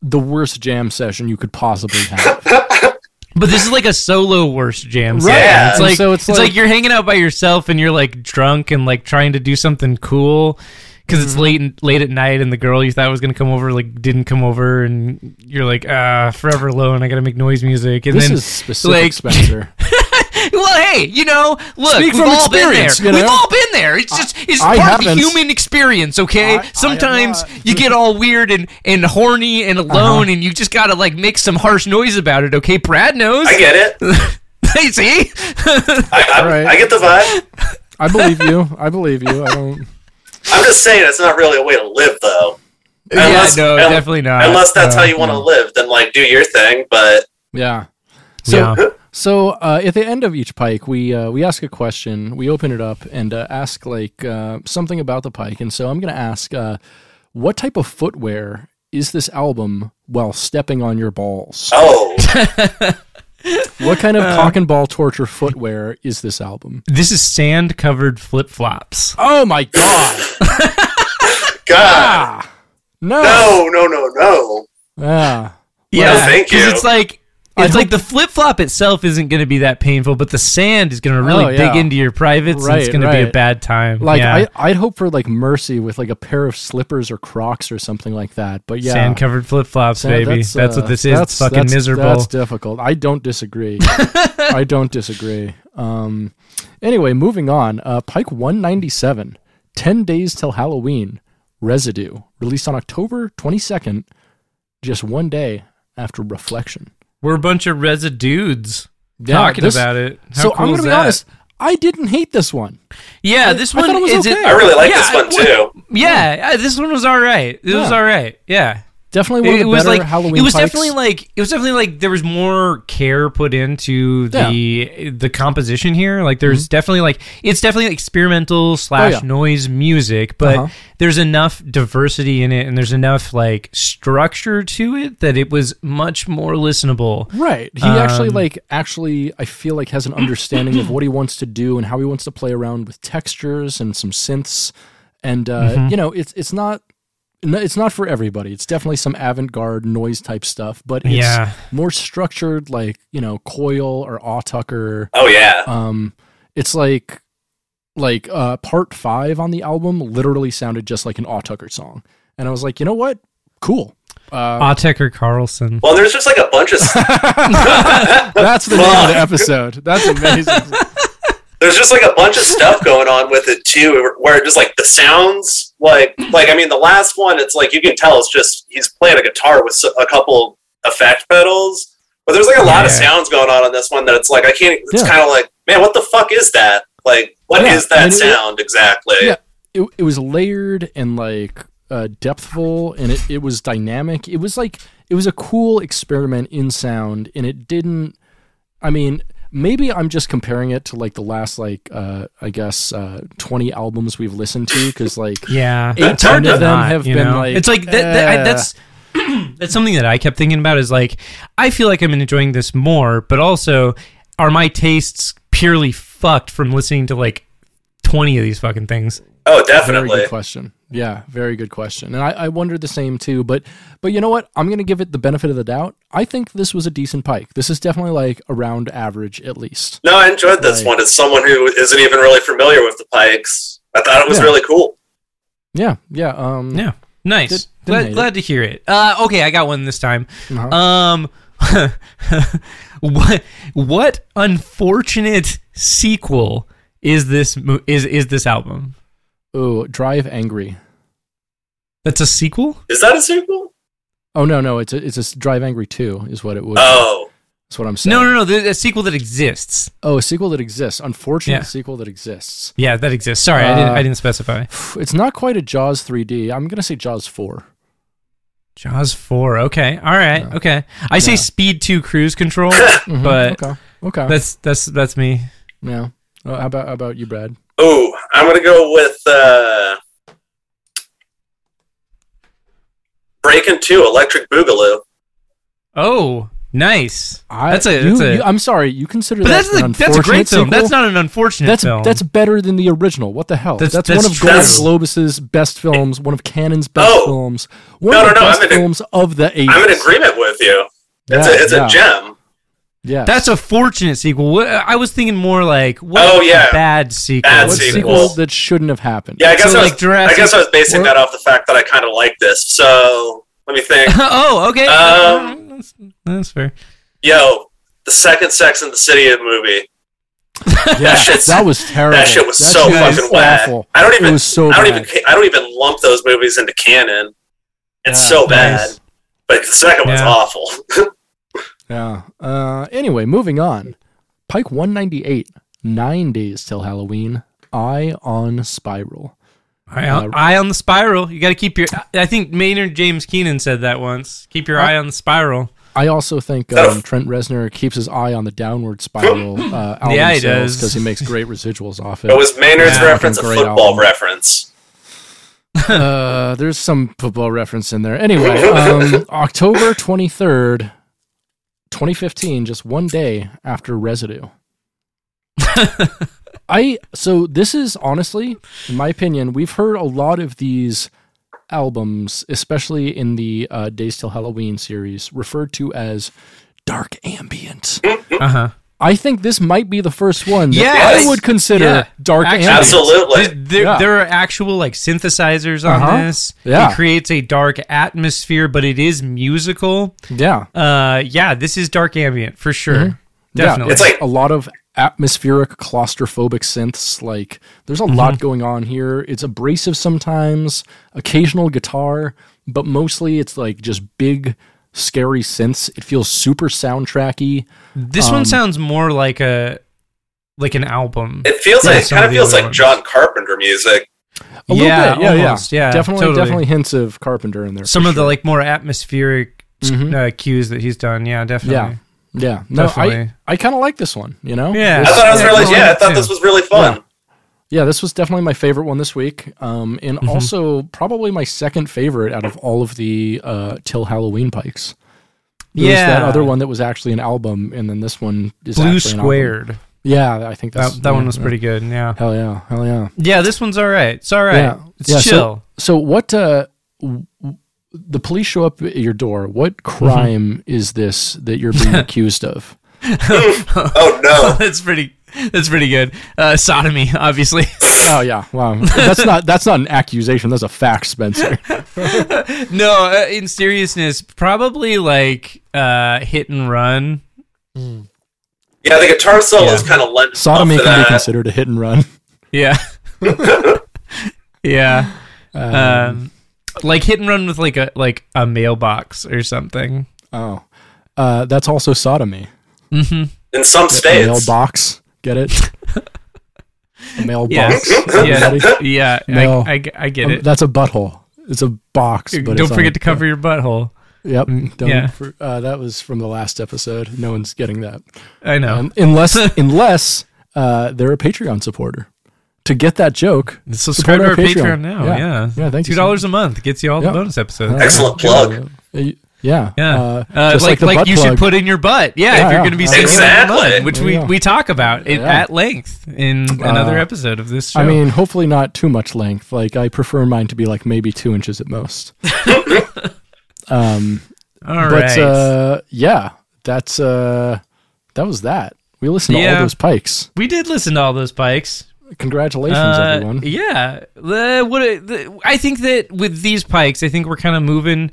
Speaker 2: the worst jam session you could possibly have.
Speaker 1: But this is like a solo worst jam.
Speaker 2: Right.
Speaker 1: session. It's
Speaker 2: Yeah.
Speaker 1: like,
Speaker 2: So
Speaker 1: it's,
Speaker 2: it's
Speaker 1: like,
Speaker 2: like-
Speaker 1: you're hanging out by yourself and you're like drunk and like trying to do something cool because
Speaker 2: Mm-hmm.
Speaker 1: it's late and late at night and the girl you thought was gonna come over like didn't come over and you're like ah forever alone. I gotta make noise music and
Speaker 2: this
Speaker 1: then
Speaker 2: is specific,
Speaker 1: like-
Speaker 2: Spencer.
Speaker 1: well hey you know look
Speaker 2: Speak
Speaker 1: we've
Speaker 2: from
Speaker 1: all been there
Speaker 2: experience, you
Speaker 1: we've
Speaker 2: know?
Speaker 1: all been there it's just it's
Speaker 2: I
Speaker 1: part of the
Speaker 2: haven't.
Speaker 1: human experience okay
Speaker 2: I- I am
Speaker 1: sometimes
Speaker 2: not.
Speaker 1: you get all weird and and horny and alone
Speaker 2: Uh-huh.
Speaker 1: and you just gotta like make some harsh noise about it okay Brad knows
Speaker 3: I get it.
Speaker 1: Hey, see
Speaker 3: I, I,
Speaker 2: All right.
Speaker 3: I get the vibe.
Speaker 2: I believe you. I believe you. I don't.
Speaker 3: I'm just saying, it's not really a way to live, though. Unless-
Speaker 1: yeah, no,
Speaker 3: un-
Speaker 1: definitely not.
Speaker 3: Unless that's
Speaker 1: No.
Speaker 3: how you want to live, then like do your thing. But
Speaker 2: Yeah. So,
Speaker 1: Yeah.
Speaker 2: so uh, at the end of each pike, we uh, we ask a question, we open it up, and uh, ask like uh, something about the pike. And so I'm going to ask, uh, what type of footwear is this album while stepping on your balls?
Speaker 3: Oh,
Speaker 2: What kind of cock and ball torture footwear is this album?
Speaker 1: This is sand covered flip flops.
Speaker 2: Oh my god!
Speaker 3: God.
Speaker 2: ah, no.
Speaker 3: No, no, no, no.
Speaker 2: Ah.
Speaker 3: Well, thank
Speaker 1: because
Speaker 3: you.
Speaker 1: It's like
Speaker 2: I
Speaker 1: it's like
Speaker 2: hope-
Speaker 1: the flip flop itself isn't going to be that painful, but the sand is going to really
Speaker 2: Oh, yeah.
Speaker 1: dig into your privates, and it's
Speaker 2: Right,
Speaker 1: going to be a
Speaker 2: right.
Speaker 1: bad time.
Speaker 2: Like
Speaker 1: yeah.
Speaker 2: I, I'd hope for like mercy with like a pair of slippers or Crocs or something like that. But yeah,
Speaker 1: sand covered flip flops,
Speaker 2: So
Speaker 1: baby. That's,
Speaker 2: uh,
Speaker 1: what this is. It's fucking
Speaker 2: that's-
Speaker 1: miserable.
Speaker 2: That's difficult. I don't disagree. I don't disagree. Um, anyway, moving on. Uh, Pike 197, 10 Days Till Halloween, Residue, released on October 22nd, just one day after Reflection.
Speaker 1: We're a bunch of residudes
Speaker 2: Yeah,
Speaker 1: talking
Speaker 2: this-
Speaker 1: about it. How
Speaker 2: so
Speaker 1: cool
Speaker 2: I'm
Speaker 1: is
Speaker 2: going to be
Speaker 1: that?
Speaker 2: honest. I didn't hate this one.
Speaker 1: Yeah, this
Speaker 2: I
Speaker 1: one
Speaker 2: thought it was
Speaker 1: is
Speaker 2: okay.
Speaker 3: I really like this
Speaker 1: Yeah,
Speaker 3: one too.
Speaker 1: Yeah, I- this one was all right. It was
Speaker 2: Yeah.
Speaker 1: all right. Yeah.
Speaker 2: Definitely one of
Speaker 1: it
Speaker 2: the
Speaker 1: was
Speaker 2: better
Speaker 1: like
Speaker 2: Halloween
Speaker 1: it was
Speaker 2: Pikes.
Speaker 1: definitely like it was definitely like there was more care put into the the composition here like there's definitely like it's definitely experimental slash
Speaker 2: Mm-hmm. Oh, yeah.
Speaker 1: noise music but
Speaker 2: Uh-huh.
Speaker 1: there's enough diversity in it and there's enough like structure to it that it was much more listenable
Speaker 2: Right. He actually like actually I feel like has an understanding of what he wants to do and how he wants to play around with textures and some synths and uh you know it's it's not no, it's not for everybody. It's definitely some avant-garde noise type stuff, but it's
Speaker 1: Yeah.
Speaker 2: more structured like, you know, Coil or Awtucker.
Speaker 3: Oh yeah.
Speaker 2: Um it's like like uh part 5 on the album literally sounded just like an Awtucker song. And I was like, "You know what? Cool." Uh,
Speaker 1: Ateker Carlson
Speaker 3: Well, there's just like a bunch of
Speaker 2: that's the name of the episode. That's amazing.
Speaker 3: there's just like a bunch of stuff going on with it too, where just like the sounds, like
Speaker 2: Mm-hmm.
Speaker 3: like I mean, the last one, it's like you can tell it's just he's playing a guitar with s- a couple effect pedals, but there's like a lot of
Speaker 1: Yeah.
Speaker 3: sounds going on on this one that it's like I can't. It's
Speaker 2: Yeah.
Speaker 3: kind of like, man, what the fuck is that? Like, what is
Speaker 2: Yeah,
Speaker 3: that
Speaker 2: and it-
Speaker 3: sound exactly?
Speaker 2: Yeah. it, it was layered and like uh, depthful and it, it was dynamic it was like it was a cool experiment in sound and it didn't i mean maybe i'm just comparing it to like the last like uh, i guess uh, 20 albums we've listened to because like
Speaker 1: yeah
Speaker 2: Eight
Speaker 1: It's hard
Speaker 2: ten of
Speaker 1: to
Speaker 2: them have
Speaker 1: you
Speaker 2: been, like,
Speaker 1: it's like that, that- I-
Speaker 2: eh.
Speaker 1: that's that's something that I kept thinking about is like I feel like I'm enjoying this more but also are my tastes purely fucked from listening to like 20 of these fucking things
Speaker 3: Oh,
Speaker 2: very
Speaker 3: definitely.
Speaker 2: good question yeah very good question and I, I wonder the same too but but you know what i'm gonna give it the benefit of the doubt i think this was a decent pike this is definitely like around average at least
Speaker 3: No, I enjoyed this
Speaker 2: Right.
Speaker 3: one. As someone who isn't even really familiar with the Pikes, I thought it was
Speaker 2: Yeah.
Speaker 3: really cool.
Speaker 2: yeah yeah um
Speaker 1: yeah
Speaker 2: Did-
Speaker 1: nice
Speaker 2: didn't hate
Speaker 1: glad,
Speaker 2: it.
Speaker 1: glad to hear it uh, okay I got one this time
Speaker 2: uh-huh.
Speaker 1: um what what unfortunate sequel is this mo- is is this album
Speaker 2: Ooh, Drive Angry.
Speaker 1: that's a sequel
Speaker 3: Is that a sequel?
Speaker 2: Oh no, no, it's a, it's a s- Drive Angry Two is what it would.
Speaker 3: Oh,
Speaker 2: That's what I'm saying.
Speaker 1: no no no the, a sequel that exists
Speaker 2: Oh, a sequel that exists. Unfortunate
Speaker 1: Yeah.
Speaker 2: sequel that exists.
Speaker 1: Yeah, that exists. Sorry, I didn't.
Speaker 2: Uh,
Speaker 1: I didn't specify.
Speaker 2: It's not quite a Jaws 3D. I'm gonna say Jaws 4.
Speaker 1: Jaws four. Okay, all right.
Speaker 2: Yeah.
Speaker 1: Okay, I say
Speaker 2: Yeah.
Speaker 1: Speed two Cruise Control,
Speaker 2: Mhm,
Speaker 1: Mm-hmm. but
Speaker 2: okay, okay,
Speaker 1: that's that's that's me.
Speaker 2: yeah. Uh, how about how about you, Brad?
Speaker 3: oh, I'm gonna go with uh, Breaking Two, Electric Boogaloo.
Speaker 1: Oh, nice.
Speaker 2: I,
Speaker 1: that's a.
Speaker 2: you-
Speaker 1: That's a
Speaker 2: you- I'm sorry. You consider
Speaker 1: but
Speaker 2: that
Speaker 1: that's
Speaker 2: an
Speaker 1: a,
Speaker 2: unfortunate
Speaker 1: that's a great
Speaker 2: sequel?
Speaker 1: film. That's not an unfortunate
Speaker 2: That's
Speaker 1: film.
Speaker 2: that's better than the original. What the hell?
Speaker 1: That's-
Speaker 2: That's,
Speaker 1: that's
Speaker 2: one of Golden
Speaker 3: true.
Speaker 2: Globus's best films. One of Cannon's best
Speaker 3: Oh.
Speaker 2: films. One
Speaker 3: No,
Speaker 2: of the
Speaker 3: no, no,
Speaker 2: best
Speaker 3: I'm in-
Speaker 2: films of the 80s.
Speaker 3: I'm in agreement with you. It's
Speaker 2: Yeah,
Speaker 3: a it's
Speaker 2: yeah,
Speaker 3: a gem.
Speaker 2: Yeah.
Speaker 1: that's a fortunate sequel. What, I was thinking more like what
Speaker 3: Oh, yeah.
Speaker 1: a bad sequel.
Speaker 3: Bad
Speaker 2: what
Speaker 3: sequel.
Speaker 2: sequel that shouldn't have happened.
Speaker 3: Yeah, I guess
Speaker 1: So,
Speaker 3: I was,
Speaker 1: like, Jurassic-
Speaker 3: I guess I was basing
Speaker 2: Or-
Speaker 3: that off the fact that I kind of like this. So let me think.
Speaker 1: oh, okay.
Speaker 3: Um,
Speaker 1: that's, that's fair.
Speaker 3: Yo, the second Sex in the City movie.
Speaker 2: Yeah,
Speaker 3: shit's-
Speaker 2: that was terrible.
Speaker 3: That shit was so
Speaker 1: shit was
Speaker 3: fucking whack.
Speaker 2: awful.
Speaker 3: I don't even.
Speaker 2: It was so
Speaker 3: I don't
Speaker 2: bad.
Speaker 3: even. I don't even lump those movies into canon. It's
Speaker 2: Yeah,
Speaker 3: so bad.
Speaker 1: nice.
Speaker 3: But the second one's
Speaker 1: Yeah.
Speaker 3: awful.
Speaker 2: Yeah. Uh, anyway, moving on. Pike 198, nine days till Halloween. Eye on Spiral.
Speaker 1: Eye on, eye on the spiral. You got to keep your. I think Maynard James Keenan said that once. Keep your eye on the spiral.
Speaker 2: I also think um, Trent Reznor keeps his eye on the downward spiral uh, album
Speaker 1: Yeah, he does.
Speaker 2: because he makes great residuals off it.
Speaker 3: it was Maynard's
Speaker 1: Yeah,
Speaker 3: reference, a
Speaker 2: fucking great
Speaker 3: football
Speaker 2: album.
Speaker 3: reference.
Speaker 2: uh, there's some football reference in there. Anyway, um, October 23rd, 2015, just one day after Residue. I so this is honestly, in my opinion, we've heard a lot of these albums, especially in the uh, Days Till Halloween series, referred to as dark ambient.
Speaker 3: Hmm?
Speaker 1: Uh huh.
Speaker 2: I think this might be the first one that
Speaker 1: Yes.
Speaker 2: I would consider
Speaker 1: Yeah.
Speaker 2: dark
Speaker 1: Actually-
Speaker 2: ambient.
Speaker 1: There,
Speaker 3: Absolutely.
Speaker 1: there,
Speaker 2: Yeah.
Speaker 1: there are actual like synthesizers on
Speaker 2: Uh-huh.
Speaker 1: this.
Speaker 2: Yeah.
Speaker 1: It creates a dark atmosphere, but it is musical.
Speaker 2: Yeah.
Speaker 1: Uh, yeah, this is dark ambient for sure. Definitely.
Speaker 2: Mm-hmm. Yeah,
Speaker 3: It's like-
Speaker 2: a lot of atmospheric claustrophobic synths. Like there's a
Speaker 1: Mm-hmm.
Speaker 2: lot going on here. It's abrasive sometimes, occasional guitar, but mostly it's like just big, scary synths. It feels super soundtracky.
Speaker 1: this
Speaker 2: um,
Speaker 1: one sounds more like a like an album.
Speaker 3: It feels
Speaker 1: Yeah,
Speaker 3: like it
Speaker 1: some
Speaker 3: kind
Speaker 1: of
Speaker 3: of
Speaker 1: the
Speaker 3: feels
Speaker 1: other
Speaker 3: like
Speaker 1: ones.
Speaker 3: John Carpenter music.
Speaker 2: A little
Speaker 1: Yeah,
Speaker 2: bit. Yeah, yeah.
Speaker 1: almost. Yeah,
Speaker 2: Definitely
Speaker 1: totally.
Speaker 2: definitely hints of Carpenter in there. for
Speaker 1: Some of the
Speaker 2: sure.
Speaker 1: like more atmospheric
Speaker 2: Mhm.
Speaker 1: uh, cues that he's done. Yeah,
Speaker 2: Yeah.
Speaker 1: definitely.
Speaker 2: Yeah. No,
Speaker 1: Definitely.
Speaker 2: I, I kinda like this one, you know?
Speaker 1: Yeah.
Speaker 3: I
Speaker 2: This-
Speaker 3: thought I was
Speaker 1: Yeah,
Speaker 3: really
Speaker 1: I
Speaker 3: yeah. I
Speaker 1: like
Speaker 3: thought
Speaker 1: it
Speaker 3: this
Speaker 1: too.
Speaker 3: was really fun.
Speaker 2: Yeah, this was definitely my favorite one this week, um, and
Speaker 1: Mm-hmm.
Speaker 2: also probably my second favorite out of all of the uh, Till Halloween Pikes. There was that
Speaker 1: Yeah.
Speaker 2: other one that was actually an album, and then this one is
Speaker 1: Blue
Speaker 2: actually an album.
Speaker 1: squared.
Speaker 2: Yeah, I think that's,
Speaker 1: That, that one
Speaker 2: yeah,
Speaker 1: was pretty good. Yeah.
Speaker 2: Hell yeah, hell yeah,
Speaker 1: Yeah, this one's all right. It's all right.
Speaker 2: yeah.
Speaker 1: It's
Speaker 2: yeah, so-
Speaker 1: chill.
Speaker 2: So, what? Uh, w- w- the police show up at your door. What
Speaker 1: Mm-hmm.
Speaker 2: crime is this that you're being accused of?
Speaker 3: Oh no.
Speaker 1: that's pretty. That's pretty good. Uh, sodomy, obviously.
Speaker 2: Oh yeah, wow. That's not that's not an accusation. That's a fact, Spencer.
Speaker 1: no, uh, in seriousness, probably like uh, hit and run.
Speaker 3: Yeah, the guitar solo is kind of lent
Speaker 2: Sodomy
Speaker 3: off to
Speaker 2: can be
Speaker 3: that.
Speaker 2: considered a hit and run.
Speaker 1: Yeah. yeah. Um, like hit and run with like a like a mailbox or something.
Speaker 2: Oh, uh, that's also sodomy.
Speaker 3: in some states.
Speaker 2: Mailbox, get it? A
Speaker 1: Yeah.
Speaker 2: mailbox.
Speaker 1: yeah. Yeah.
Speaker 2: No.
Speaker 1: I, I, I get
Speaker 2: Um,
Speaker 1: it.
Speaker 2: that's a butthole. It's a box. But
Speaker 1: Don't
Speaker 2: it's on
Speaker 1: forget to
Speaker 2: a-
Speaker 1: cover your butthole.
Speaker 2: Yep. Don't,
Speaker 1: yeah.
Speaker 2: for- uh, that was from the last episode. No one's getting that
Speaker 1: I know.
Speaker 2: um, unless unless uh, they're a Patreon supporter. To get that joke,
Speaker 1: Subscribe to our
Speaker 2: support
Speaker 1: Patreon, now. Yeah.
Speaker 2: Yeah. thank
Speaker 1: Two
Speaker 2: you.
Speaker 1: dollars a month gets you all
Speaker 2: Yeah.
Speaker 1: the bonus episodes.
Speaker 2: Uh,
Speaker 3: Excellent plug.
Speaker 2: Uh, yeah.
Speaker 1: Yeah.
Speaker 2: Uh,
Speaker 1: Uh,
Speaker 2: just
Speaker 1: like,
Speaker 2: the
Speaker 1: like,
Speaker 2: butt
Speaker 1: you should
Speaker 2: plug.
Speaker 1: put in your butt. Yeah,
Speaker 2: Yeah,
Speaker 1: if you're
Speaker 2: yeah. Uh,
Speaker 1: going to be singing
Speaker 3: Exactly.
Speaker 1: exactly. which
Speaker 2: There
Speaker 1: we,
Speaker 2: you go.
Speaker 1: we talk about it
Speaker 2: Yeah. Uh,
Speaker 1: at length in another episode of this show.
Speaker 2: I mean, hopefully not too much length. Like I prefer mine to be like maybe two inches at most. um,
Speaker 1: all right.
Speaker 2: but uh, yeah, that's uh, that was that. We listened to
Speaker 1: Yeah.
Speaker 2: all those pikes.
Speaker 1: we did listen to all those bikes.
Speaker 2: Congratulations,
Speaker 1: Uh,
Speaker 2: everyone.
Speaker 1: Yeah. The- what a- the- I think that with these pikes, I think we're kind of moving,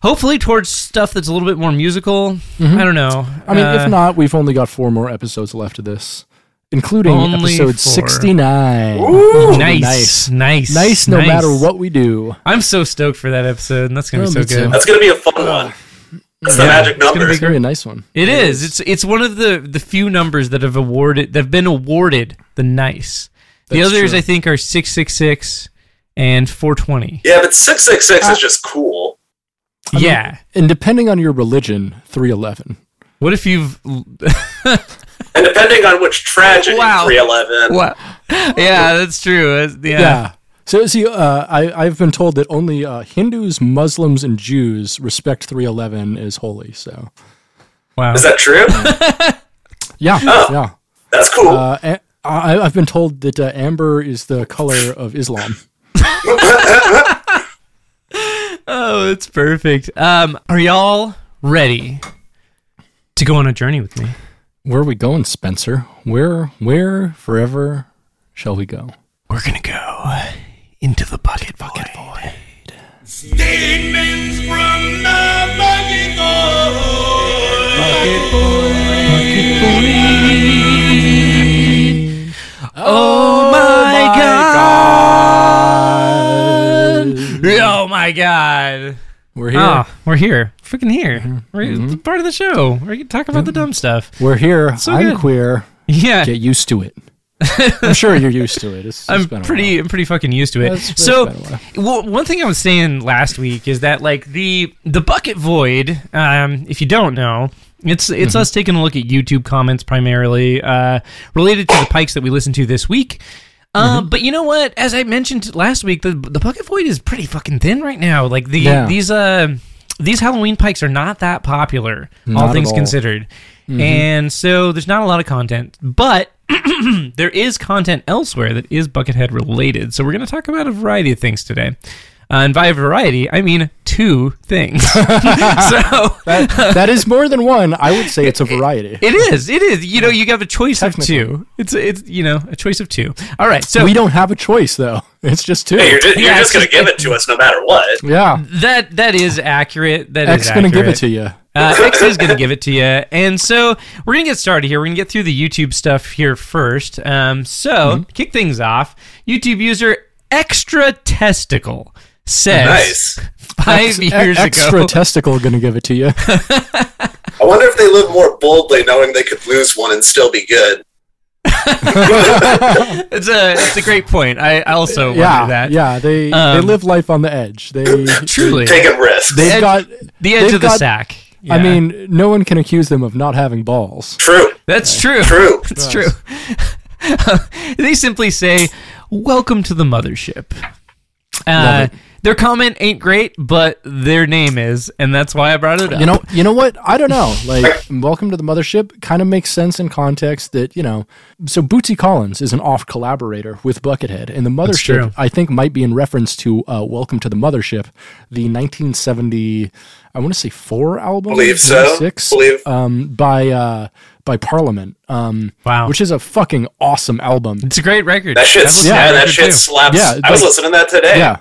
Speaker 1: hopefully, towards stuff that's a little bit more musical. I don't know.
Speaker 2: Mm-hmm. I mean,
Speaker 1: Uh,
Speaker 2: if not, we've only got four more episodes left of this, including
Speaker 1: Only
Speaker 2: episode
Speaker 1: four.
Speaker 2: sixty-nine.
Speaker 1: nice, nice,
Speaker 2: nice,
Speaker 1: nice,
Speaker 2: nice. No matter what we do,
Speaker 1: I'm so stoked for that episode, and that's going
Speaker 2: Oh,
Speaker 1: to be
Speaker 2: me
Speaker 1: so good.
Speaker 2: too.
Speaker 3: That's gonna be a fun one. That's the
Speaker 1: Uh, Yeah,
Speaker 3: magic
Speaker 1: it's gonna
Speaker 3: number.
Speaker 2: it's gonna be a nice one.
Speaker 1: It is. It's it's one of the the few numbers that have awarded that have been awarded the nice. The
Speaker 2: That's
Speaker 1: others
Speaker 2: true.
Speaker 1: I think are six six six and four twenty.
Speaker 3: Yeah, but six six
Speaker 1: Uh,
Speaker 3: six is just cool.
Speaker 1: Yeah.
Speaker 2: And depending on your religion, three eleven.
Speaker 1: What if you've
Speaker 3: And depending on which tragedy
Speaker 1: Wow.
Speaker 3: three eleven,
Speaker 1: what? Yeah, that's true. That's- Yeah.
Speaker 2: Yeah. So see, uh, I I've been told that only uh, Hindus, Muslims, and Jews respect 311 as holy. So
Speaker 1: Wow.
Speaker 3: is that true?
Speaker 2: yeah, yeah.
Speaker 3: That's cool.
Speaker 2: Uh, a- I, I've been told that uh, amber is the color of Islam.
Speaker 1: oh, it's perfect. Um, are y'all ready to go on a journey with me?
Speaker 2: Where are we going, Spencer? Where where forever shall we go?
Speaker 1: We're gonna go into the bucket bucket void.
Speaker 4: Demons from the bucket boy. Bucket
Speaker 1: Oh my, god. Oh my god.
Speaker 2: We're here.
Speaker 1: Ah, we're here. Freaking
Speaker 2: Mm-hmm.
Speaker 1: here. We're it's part of the show. We're gonna talk about the dumb stuff.
Speaker 2: We're here.
Speaker 1: So
Speaker 2: I'm
Speaker 1: good.
Speaker 2: queer.
Speaker 1: Yeah.
Speaker 2: Get used to it. I'm sure you're used to it. It's, it's
Speaker 1: I'm
Speaker 2: been a
Speaker 1: pretty I'm pretty fucking used to it.
Speaker 2: That's- that's
Speaker 1: so
Speaker 2: been a
Speaker 1: well, one thing I was saying last week is that like the the bucket void, um, if you don't know, it's it's
Speaker 2: Mm-hmm.
Speaker 1: us taking a look at YouTube comments primarily uh, related to the pikes that we listened to this week. Uh,
Speaker 2: Mm-hmm.
Speaker 1: But you know what? As I mentioned last week, the the bucket void is pretty fucking thin right now. Like the
Speaker 2: Yeah.
Speaker 1: these uh these Halloween pikes are not that popular,
Speaker 2: Not
Speaker 1: all
Speaker 2: at
Speaker 1: things
Speaker 2: all.
Speaker 1: considered,
Speaker 2: Mm-hmm.
Speaker 1: and so there's not a lot of content. But there is content elsewhere that is Buckethead related. So we're going to talk about a variety of things today. Uh, and by variety, I mean two things. so
Speaker 2: that is more than one. I would say it's a variety.
Speaker 1: it is, it is. You know, you have a choice of
Speaker 2: Technically.
Speaker 1: two. It's, it's you know, a choice of two. All right, so
Speaker 2: we don't have a choice though. It's just two.
Speaker 3: Hey, you're, ju- you're
Speaker 1: Yeah,
Speaker 3: just going to give it to us no matter what.
Speaker 2: yeah,
Speaker 1: that that is accurate. That is
Speaker 2: X gonna give
Speaker 1: accurate.
Speaker 2: it to you.
Speaker 1: Uh, X is going to give it to you. And so we're going to get started here. We're going to get through the YouTube stuff here first. Um, so,
Speaker 2: Mm-hmm.
Speaker 1: kick things off. YouTube user Extra Testicle says
Speaker 3: Nice.
Speaker 1: five
Speaker 2: Ex-
Speaker 1: years
Speaker 2: extra
Speaker 1: ago.
Speaker 2: testicle gonna give it to you.
Speaker 3: I wonder if they live more boldly knowing they could lose one and still be good.
Speaker 1: it's, a, it's a great point. I also
Speaker 2: yeah,
Speaker 1: wonder that.
Speaker 2: yeah. They they
Speaker 1: Um,
Speaker 2: live life on the edge. They
Speaker 1: Truly.
Speaker 3: Taking risks.
Speaker 2: they've
Speaker 1: Edge-
Speaker 2: got.
Speaker 1: the edge
Speaker 2: they've
Speaker 1: of the
Speaker 2: got-
Speaker 1: sack.
Speaker 2: I
Speaker 1: Yeah.
Speaker 2: mean, no one can accuse them of not having balls.
Speaker 3: True.
Speaker 1: that's true.
Speaker 3: True.
Speaker 1: That's true. they simply say, "Welcome to the mothership." Uh,
Speaker 2: Love
Speaker 1: their comment ain't great, but their name is, and that's why I brought it up.
Speaker 2: You know, you know what? I don't know. Like, welcome to the mothership kind of makes sense in context that you know. So Bootsy Collins is an off collaborator with Buckethead, and the
Speaker 1: true.
Speaker 2: mothership I think might be in reference to uh, "Welcome to the Mothership," the 1970, I want to say four album,
Speaker 3: Believe so.
Speaker 2: six,
Speaker 3: Believe-
Speaker 2: um, by uh, by Parliament, um,
Speaker 1: Wow.
Speaker 2: which is a fucking awesome album.
Speaker 1: it's a great record.
Speaker 3: That shit,
Speaker 1: I've listened to
Speaker 3: yeah,
Speaker 1: that
Speaker 3: that
Speaker 1: record
Speaker 3: shit
Speaker 1: too.
Speaker 3: slaps.
Speaker 2: Yeah,
Speaker 3: I was
Speaker 2: like-
Speaker 3: listening to that today.
Speaker 2: Yeah.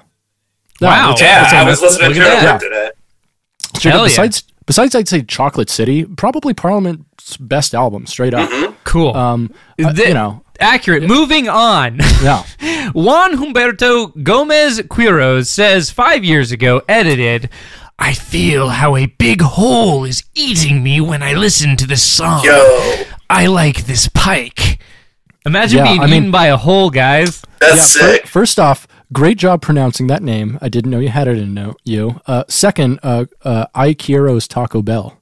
Speaker 2: No,
Speaker 1: Wow.
Speaker 2: it's-
Speaker 3: Yeah,
Speaker 1: That's
Speaker 3: I
Speaker 1: a-
Speaker 3: was listening
Speaker 1: look
Speaker 3: to
Speaker 1: at
Speaker 3: it
Speaker 1: that.
Speaker 3: today.
Speaker 2: straight
Speaker 1: Hell
Speaker 2: up,
Speaker 1: yeah.
Speaker 2: besides, besides, I'd say Chocolate City, probably Parliament's best album, straight up.
Speaker 3: Mm-hmm.
Speaker 1: Cool.
Speaker 2: Um, uh,
Speaker 1: The-
Speaker 2: you know,
Speaker 1: accurate. Moving on.
Speaker 2: yeah.
Speaker 1: Juan Humberto Gomez Quiroz says five years ago, edited. I feel how a big hole is eating me when I listen to this song.
Speaker 3: Yo,
Speaker 1: I like this pike. Imagine
Speaker 2: Yeah,
Speaker 1: being
Speaker 2: I mean-
Speaker 1: eaten by a hole, guys.
Speaker 3: that's
Speaker 2: yeah, fir-
Speaker 3: sick.
Speaker 2: first off, great job pronouncing that name. I didn't know you had it in no- you. Uh, second, uh, uh, I Kiero's Taco Bell.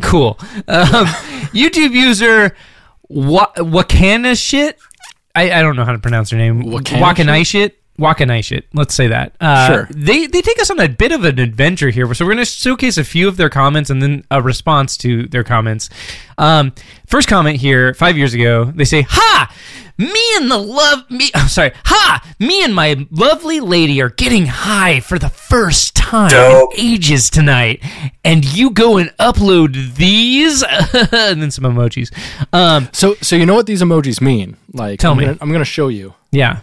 Speaker 1: Cool. Um, YouTube user Wa- Wakana shit. I, I don't know how to pronounce her name.
Speaker 2: Wakana
Speaker 1: Wakana shit. Wakana shit. Let's say that. Uh,
Speaker 2: Sure.
Speaker 1: They they take us on a bit of an adventure here. So we're going to showcase a few of their comments and then a response to their comments. Um, first comment here, five years ago, they say, "Ha." Me and the love me I'm sorry. Ha! Me and my lovely lady are getting high for the first time
Speaker 3: Dope.
Speaker 1: in ages tonight, and you go and upload these, and then some emojis. Um,
Speaker 2: So, so you know what these emojis mean? Like,
Speaker 1: Tell
Speaker 2: I'm
Speaker 1: me.
Speaker 2: Gonna, I'm going to show you.
Speaker 1: yeah.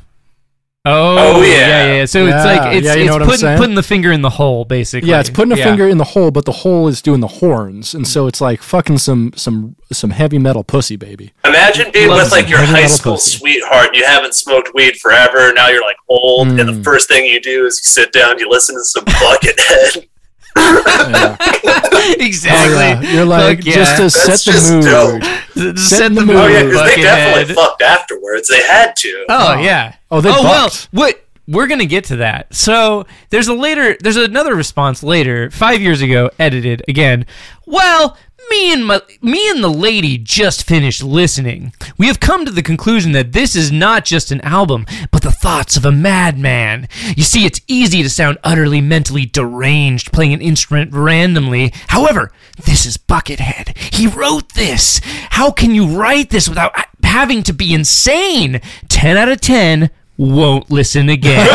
Speaker 1: Oh,
Speaker 3: Oh, yeah.
Speaker 1: yeah, yeah, yeah. So it's
Speaker 2: Yeah,
Speaker 1: like it's,
Speaker 2: yeah, you know
Speaker 1: it's
Speaker 2: what I'm
Speaker 1: putting
Speaker 2: saying?
Speaker 1: putting the finger in the hole, basically.
Speaker 2: Yeah, it's putting a finger in the hole, but the hole is doing the horns, and so it's like fucking some some some heavy metal pussy, baby.
Speaker 3: Imagine being
Speaker 1: Love
Speaker 3: with like your
Speaker 2: Love
Speaker 3: high
Speaker 2: Metal
Speaker 3: school
Speaker 2: Pussy.
Speaker 3: sweetheart. You haven't smoked weed forever. Now you're like old, and the first thing you do is you sit down, you listen to some Buckethead.
Speaker 2: Yeah.
Speaker 1: exactly.
Speaker 2: You're like
Speaker 1: Fuck yeah.
Speaker 2: just to
Speaker 3: That's
Speaker 2: set
Speaker 3: just
Speaker 2: the mood.
Speaker 3: dope.
Speaker 1: Just
Speaker 2: set
Speaker 1: set
Speaker 2: in
Speaker 1: the
Speaker 2: the
Speaker 1: mood.
Speaker 2: mood.
Speaker 3: Oh yeah, because
Speaker 1: fucking
Speaker 3: they definitely
Speaker 1: head.
Speaker 3: fucked afterwards. They had to.
Speaker 1: Oh, yeah.
Speaker 2: Oh, they
Speaker 1: well,
Speaker 2: bucked.
Speaker 1: what we're gonna get to that. So there's a later, there's another response later, five years ago, edited again. Well, me and my, me and the lady just finished listening. We have come to the conclusion that this is not just an album, but the thoughts of a madman. You see, it's easy to sound utterly mentally deranged playing an instrument randomly. However, this is Buckethead. He wrote this. How can you write this without having to be insane? Ten out of ten won't listen again.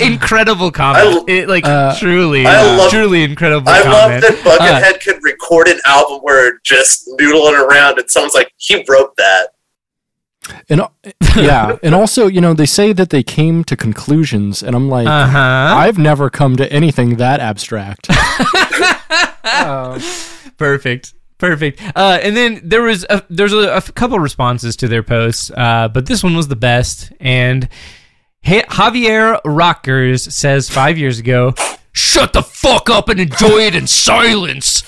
Speaker 1: incredible comment.
Speaker 3: I- uh,
Speaker 1: It, like truly, uh,
Speaker 3: I love-
Speaker 1: truly incredible
Speaker 3: I love
Speaker 1: comment.
Speaker 3: that Buckethead could record an album where just noodling around. It sounds like he wrote that.
Speaker 2: And uh, yeah, and also, you know, they say that they came to conclusions, and I'm like,
Speaker 1: Uh huh.
Speaker 2: I've never come to anything that abstract.
Speaker 1: Perfect. Perfect. Uh, and then there was a, there's a, a f- couple responses to their posts, uh, but this one was the best. And Ja- Javier Rockers says five years ago, "Shut the fuck up and enjoy it in silence."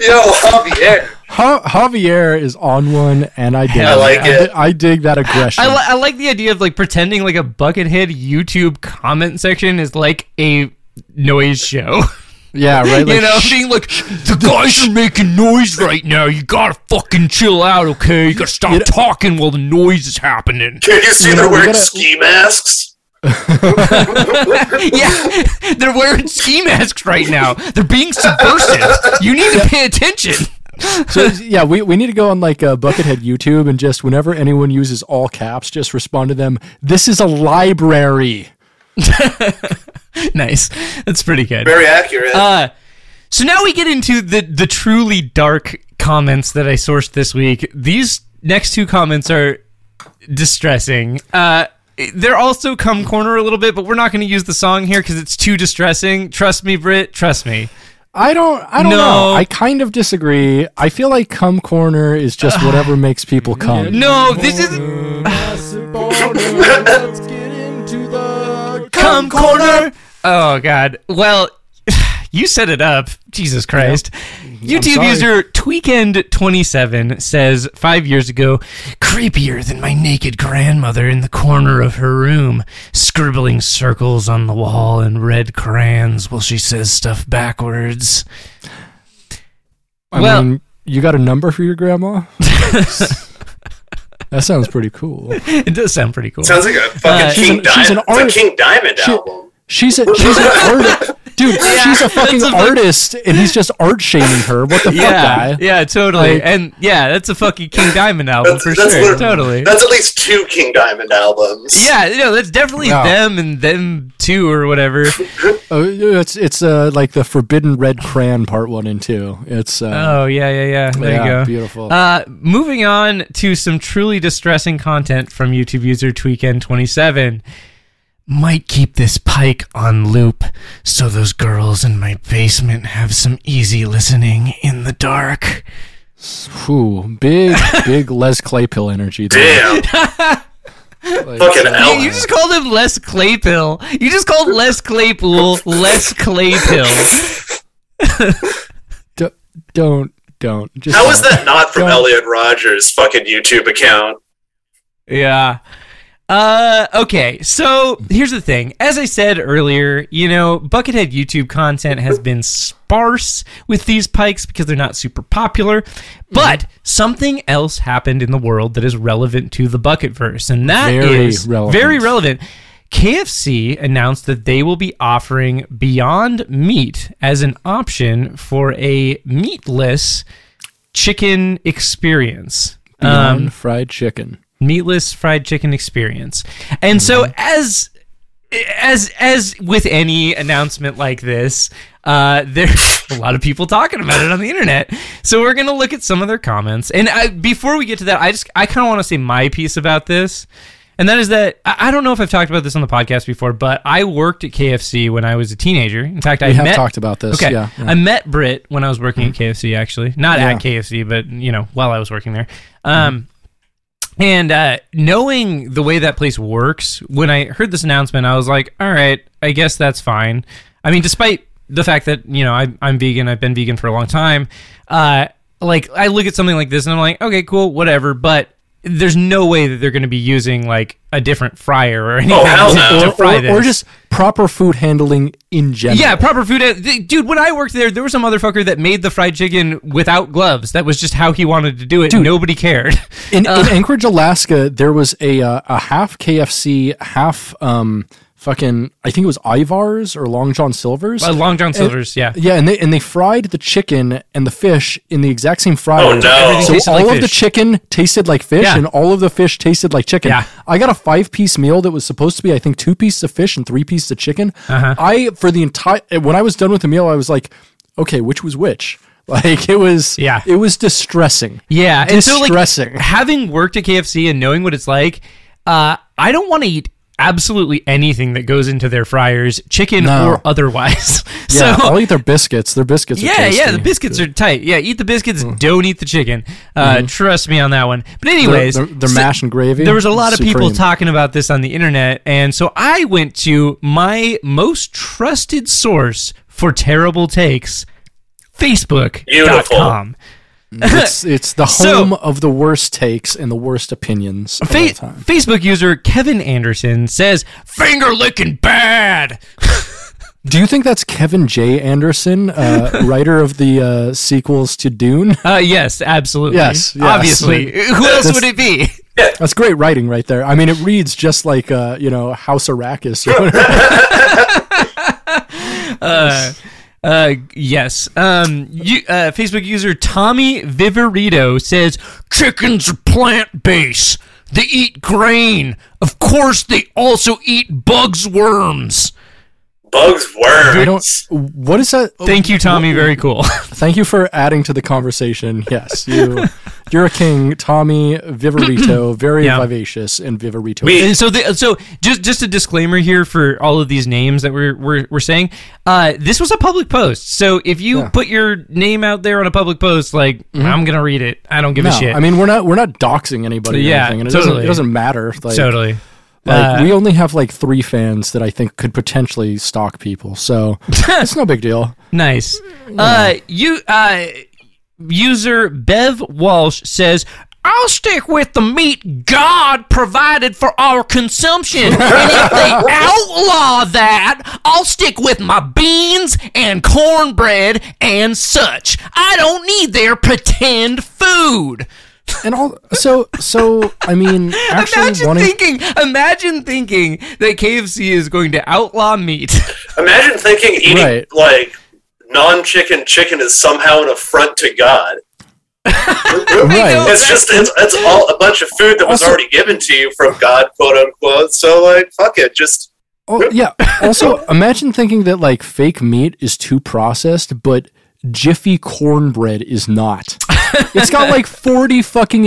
Speaker 3: Yo, Javier.
Speaker 2: Ja- Javier is on one, and I dig.
Speaker 1: I
Speaker 3: like
Speaker 2: I,
Speaker 3: it.
Speaker 2: di- I dig that aggression.
Speaker 1: I, li- I like the idea of like pretending like a Buckethead YouTube comment section is like a noise show.
Speaker 2: Yeah, right. Like,
Speaker 1: you know, being like, the guys are making noise right now. You gotta fucking chill out, okay? You gotta stop
Speaker 2: You know-
Speaker 1: talking while the noise is happening.
Speaker 3: Can you see
Speaker 2: You know,
Speaker 3: they're
Speaker 2: we
Speaker 3: wearing
Speaker 2: gotta-
Speaker 3: ski masks?
Speaker 1: yeah, they're wearing ski masks right now. They're being subversive. You need to pay attention.
Speaker 2: so, yeah, we, we need to go on like uh, Buckethead YouTube and just whenever anyone uses all caps, just respond to them. This is a library.
Speaker 1: nice. That's pretty good.
Speaker 3: Very accurate.
Speaker 1: Uh, so now we get into the the truly dark comments that I sourced this week. These next two comments are distressing. Uh, they're also come corner a little bit, but we're not going to use the song here because it's too distressing. Trust me, Britt. Trust me.
Speaker 2: I don't. I don't
Speaker 1: No.
Speaker 2: know. I kind of disagree. I feel like cum corner is just whatever makes people cum.
Speaker 1: No, this is
Speaker 2: Let's get into the
Speaker 1: come corner. Oh God. Well. You set it up, Jesus Christ. YouTube
Speaker 2: sorry.
Speaker 1: user Tweekend27 says five years ago, creepier than my naked grandmother in the corner of her room, scribbling circles on the wall in red crayons while she says stuff backwards.
Speaker 2: I
Speaker 1: Well-
Speaker 2: mean, you got a number for your grandma? that sounds pretty cool.
Speaker 1: It does sound pretty cool.
Speaker 3: Sounds like a fucking
Speaker 1: uh,
Speaker 2: she's
Speaker 3: King
Speaker 2: an- she's an
Speaker 3: Diamond. It's a
Speaker 2: artist.
Speaker 3: King Diamond
Speaker 2: She-
Speaker 3: album.
Speaker 2: She's a she's an artist, dude. she's a fucking
Speaker 1: that's a fuck-
Speaker 2: artist, and he's just art shaming her. What the
Speaker 1: yeah,
Speaker 2: fuck, guy?
Speaker 1: yeah, totally.
Speaker 2: Like-
Speaker 1: and yeah, that's a fucking King Diamond album
Speaker 3: That's,
Speaker 1: for
Speaker 3: that's
Speaker 1: sure.
Speaker 3: lit-
Speaker 1: Totally.
Speaker 3: That's at least two King Diamond albums.
Speaker 1: Yeah, no, that's definitely
Speaker 2: Wow.
Speaker 1: them and them too or whatever.
Speaker 2: Oh, yeah, it's it's uh, like the Forbidden Red Crayon Part One and Two. It's uh,
Speaker 1: Oh yeah, yeah, yeah. There
Speaker 2: yeah,
Speaker 1: you go.
Speaker 2: beautiful.
Speaker 1: Uh, moving on to some truly distressing content from YouTube user Tweekend27. Might keep this pike on loop so those girls in my basement have some easy listening in the dark.
Speaker 2: Whew, big big Les Claypill energy. There.
Speaker 3: Damn.
Speaker 2: Like,
Speaker 3: Fucking
Speaker 2: uh,
Speaker 3: hell.
Speaker 1: You just called him Les Claypill. You just called Les Claypool Les Claypill.
Speaker 2: d- don't don't. Just
Speaker 3: How is
Speaker 2: don't.
Speaker 3: that not from
Speaker 2: Don't-
Speaker 3: Elliot Rogers' fucking YouTube account?
Speaker 1: Yeah. Uh, okay, so here's the thing. As I said earlier, you know, Buckethead YouTube content has been sparse with these pikes because they're not super popular. But something else happened in the world that is relevant to the Bucketverse, and that is
Speaker 2: Very relevant.
Speaker 1: very relevant. KFC announced that they will be offering Beyond Meat as an option for a meatless chicken experience.
Speaker 2: Beyond
Speaker 1: Um,
Speaker 2: fried chicken?
Speaker 1: meatless fried chicken experience. And
Speaker 2: Mm-hmm.
Speaker 1: so as as as with any announcement like this, uh, there's a lot of people talking about it on the internet. So we're gonna look at some of their comments. And I, before we get to that, I just I kind of want to say my piece about this. And that is that I I don't know if I've talked about this on the podcast before, but I worked at KFC when I was a teenager. In fact, I
Speaker 2: We have
Speaker 1: met,
Speaker 2: talked about this.
Speaker 1: Okay.
Speaker 2: Yeah, yeah.
Speaker 1: I met Britt when I was working at KFC, actually. Not
Speaker 2: Yeah. Mm-hmm.
Speaker 1: at KFC, but, you know, while I was working there. Um, And uh, knowing the way that place works, when I heard this announcement, I was like, all right, I guess that's fine. I mean, despite the fact that, you know, I, I'm vegan, I've been vegan for a long time. Uh, like, I look at something like this and I'm like, okay, cool, whatever. But there's no way that they're going to be using, like, a different fryer or anything
Speaker 3: Oh, hell
Speaker 1: to,
Speaker 3: no.
Speaker 1: to fry
Speaker 2: or,
Speaker 1: this.
Speaker 2: or just proper food handling in general.
Speaker 1: Yeah, proper food. th- Dude, when I worked there, there was a motherfucker that made the fried chicken without gloves. That was just how he wanted to do it. Nobody cared.
Speaker 2: In,
Speaker 1: Uh.
Speaker 2: in Anchorage, Alaska, there was a uh, a half KFC, half um fucking I think it was Ivar's or Long John Silver's.
Speaker 1: Uh, Long John Silver's, yeah.
Speaker 2: yeah, and they and they fried the chicken and the fish in the exact same fryer.
Speaker 3: Oh, no. Everything
Speaker 2: So
Speaker 1: tasted
Speaker 2: all
Speaker 1: like
Speaker 2: of the
Speaker 1: fish.
Speaker 2: chicken tasted like fish,
Speaker 1: Yeah.
Speaker 2: and all of the fish tasted like chicken.
Speaker 1: Yeah.
Speaker 2: I got a five piece meal that was supposed to be, I think, two pieces of fish and three pieces of chicken.
Speaker 1: Uh-huh.
Speaker 2: I for the entire when I was done with the meal, I was like, okay, which was which? Like it was,
Speaker 1: Yeah.
Speaker 2: it was distressing.
Speaker 1: Yeah, and so
Speaker 2: Distressing.
Speaker 1: like having worked at KFC and knowing what it's like, uh, I don't want to eat absolutely anything that goes into their fryers, chicken
Speaker 2: No.
Speaker 1: or otherwise.
Speaker 2: Yeah,
Speaker 1: so
Speaker 2: I'll eat their biscuits. Their biscuits. are
Speaker 1: yeah, yeah,
Speaker 2: tasty. Mm.
Speaker 1: the biscuits are tight. Yeah, eat the biscuits, don't eat the chicken. Uh, Trust me on that one. But
Speaker 2: They're,
Speaker 1: anyways,
Speaker 2: Mm-hmm. they're, they're
Speaker 1: so-
Speaker 2: mash and gravy.
Speaker 1: There was a lot of people
Speaker 2: Supreme.
Speaker 1: talking about this on the internet, and so I went to my most trusted source for terrible takes, Facebook.com.
Speaker 2: It's, it's the
Speaker 1: So-
Speaker 2: home of the worst takes and the worst opinions of all
Speaker 1: Fa-
Speaker 2: time.
Speaker 1: Facebook user Kevin Anderson says, "Finger licking bad."
Speaker 2: Do you think that's Kevin J. Anderson, uh, writer of the uh, sequels to Dune?
Speaker 1: Uh, yes, absolutely.
Speaker 2: Yes, yes.
Speaker 1: obviously. Who else would it be?
Speaker 2: That's great writing right there. I mean, it reads just like uh, you know House Arrakis or whatever.
Speaker 1: Uh, uh, yes. Um, you, uh, Facebook user Tommy Viverito says chickens are plant based. They eat grain. Of course, they also eat bugs, worms.
Speaker 3: Bugs
Speaker 2: I
Speaker 3: worms.
Speaker 2: don't. What is that? Oh,
Speaker 1: Thank you, Tommy. Very cool.
Speaker 2: Thank you for adding to the conversation. Yes, you. You're a king, Tommy Viverito, very
Speaker 1: Yeah.
Speaker 2: vivacious and Viverito.
Speaker 3: We-
Speaker 1: And so, the, so just just a disclaimer here for all of these names that we're we're, we're saying. Uh, this was a public post, so if you put your name out there on a public post, like I'm gonna read it. I don't give
Speaker 2: Mm-hmm. no,
Speaker 1: a shit.
Speaker 2: I mean, we're not we're not doxing anybody.
Speaker 1: Yeah,
Speaker 2: or anything, and it doesn't
Speaker 1: totally.
Speaker 2: it doesn't matter. Like,
Speaker 1: totally. Uh,
Speaker 2: like, we only have like three fans that I think could potentially stalk people, so it's no big deal.
Speaker 1: Nice. Uh, you uh, user Bev Walsh says. I'll stick with the meat God provided for our consumption. And if they outlaw that, I'll stick with my beans and cornbread and such. I don't need their pretend food.
Speaker 2: And all so so I mean, actually
Speaker 1: imagine
Speaker 2: wanting
Speaker 1: thinking imagine thinking that KFC is going to outlaw meat.
Speaker 3: Imagine thinking eating
Speaker 2: Right.
Speaker 3: like non-chicken chicken is somehow an affront to God.
Speaker 1: know.
Speaker 2: right.
Speaker 3: It's just it's, it's all a bunch of food that was
Speaker 2: Also-
Speaker 3: already given to you from God, quote unquote. So like, fuck it, just
Speaker 2: Oh, yeah. Also, imagine thinking that like fake meat is too processed, but Jiffy cornbread is not. It's got like forty fucking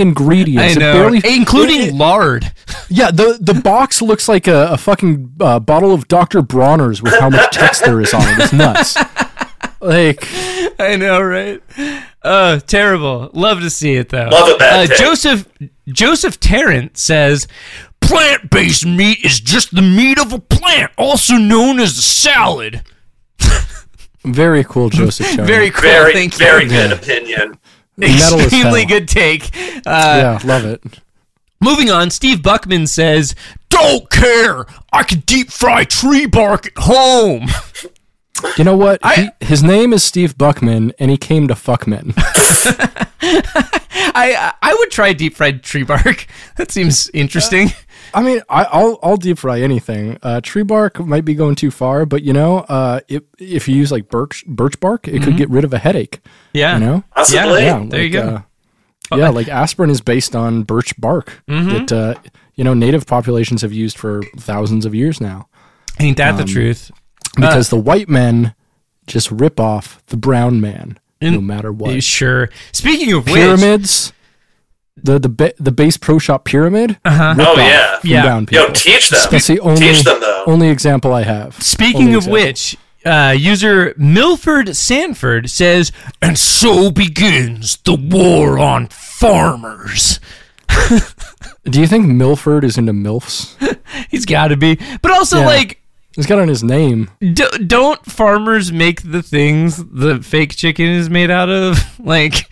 Speaker 1: I
Speaker 2: ingredients. It
Speaker 1: know,
Speaker 2: barely-
Speaker 1: including
Speaker 2: it-
Speaker 1: lard.
Speaker 2: Yeah, the the box looks like a, a fucking uh, bottle of Dr. Bronner's with how much text there is on it. It's nuts. Like,
Speaker 1: I know, right? Oh, terrible. Love to see it though.
Speaker 3: Love a bad
Speaker 1: uh,
Speaker 3: take.
Speaker 1: Joseph Joseph Tarrant says plant-based meat is just the meat of a plant, also known as a salad.
Speaker 2: very cool, Joseph. Charlie.
Speaker 1: Very cool.
Speaker 3: very
Speaker 1: Thank
Speaker 3: very
Speaker 1: you.
Speaker 3: good opinion.
Speaker 2: Metal as
Speaker 1: Extremely
Speaker 2: hell.
Speaker 1: good take. Uh,
Speaker 2: Yeah, love it.
Speaker 1: Moving on, Steve Buckman says, "Don't care. I can deep fry tree bark at home."
Speaker 2: You know what? He- his name is Steve Buckman, and he came to Fuckman.
Speaker 1: I I would try deep fried tree bark. That seems interesting.
Speaker 2: I mean, I, I'll I'll deep fry anything. Uh, tree bark might be going too far, but you know, uh, if if you use like birch birch bark, it could get rid of a headache.
Speaker 1: Mm-hmm. Yeah.
Speaker 2: You know.
Speaker 3: Possibly.
Speaker 2: Yeah,
Speaker 1: There you
Speaker 2: like, uh, yeah, like aspirin is based on birch bark
Speaker 1: Mm-hmm.
Speaker 2: that uh, you know native populations have used for thousands of years now
Speaker 1: Ain't that
Speaker 2: um,
Speaker 1: the truth?
Speaker 2: because
Speaker 1: Uh.
Speaker 2: the white men just rip off the brown man no
Speaker 1: And-
Speaker 2: matter what.
Speaker 1: Sure. Speaking of which,
Speaker 2: Pyramids, the the ba- the base pro shop pyramid. Uh-huh.
Speaker 3: Oh, yeah.
Speaker 2: from
Speaker 1: Yeah.
Speaker 2: brown people.
Speaker 3: Yo, teach them.
Speaker 2: That's the only
Speaker 3: teach them though.
Speaker 2: only example I have.
Speaker 1: speaking
Speaker 2: Only
Speaker 1: of
Speaker 2: example.
Speaker 1: which, uh, user Milford Sanford says, "And so begins the war on farmers."
Speaker 2: do you think Milford is into milfs?
Speaker 1: He's got to be, but also
Speaker 2: Yeah.
Speaker 1: like.
Speaker 2: He's got it on his name.
Speaker 1: D- don't farmers make the things the fake chicken is made out of? Like,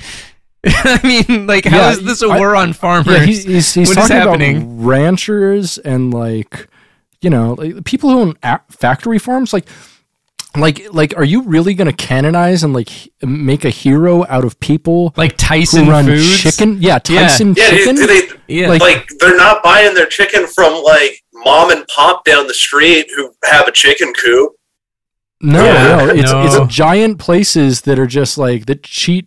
Speaker 1: I mean, like, how
Speaker 2: Yeah,
Speaker 1: is this a
Speaker 2: I-
Speaker 1: war on farmers?
Speaker 2: Yeah, he's he's, he's
Speaker 1: What is
Speaker 2: talking
Speaker 1: happening?
Speaker 2: about ranchers and like you know like people who own a- factory farms. Like, like, like, are you really gonna canonize and like h- make a hero out of people
Speaker 1: like Tyson
Speaker 2: who run
Speaker 1: Foods.
Speaker 2: chicken? Yeah,
Speaker 1: Yeah.
Speaker 2: Tyson
Speaker 3: yeah, do-
Speaker 2: chicken.
Speaker 3: do they
Speaker 1: Yeah,
Speaker 2: Like-
Speaker 3: like, they're not buying their chicken from like mom and pop down the street who have a chicken coop.
Speaker 2: No,
Speaker 3: Yeah.
Speaker 2: no, it's
Speaker 1: No.
Speaker 2: it's giant places that are just like that cheat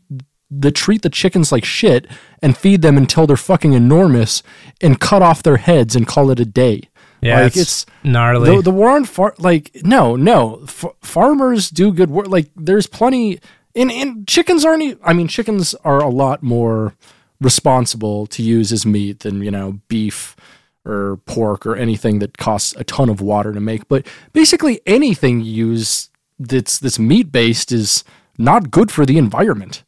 Speaker 2: that treat the chickens like shit and feed them until they're fucking enormous and cut off their heads and call it a day.
Speaker 1: yeah,
Speaker 2: like
Speaker 1: it's,
Speaker 2: it's,
Speaker 1: gnarly.
Speaker 2: the, the war on far like no no F- farmers do good work like there's plenty and and chickens aren't e- I mean chickens are a lot more responsible to use as meat than you know beef or pork or anything that costs a ton of water to make but basically anything you use that's that's meat based is not good for the environment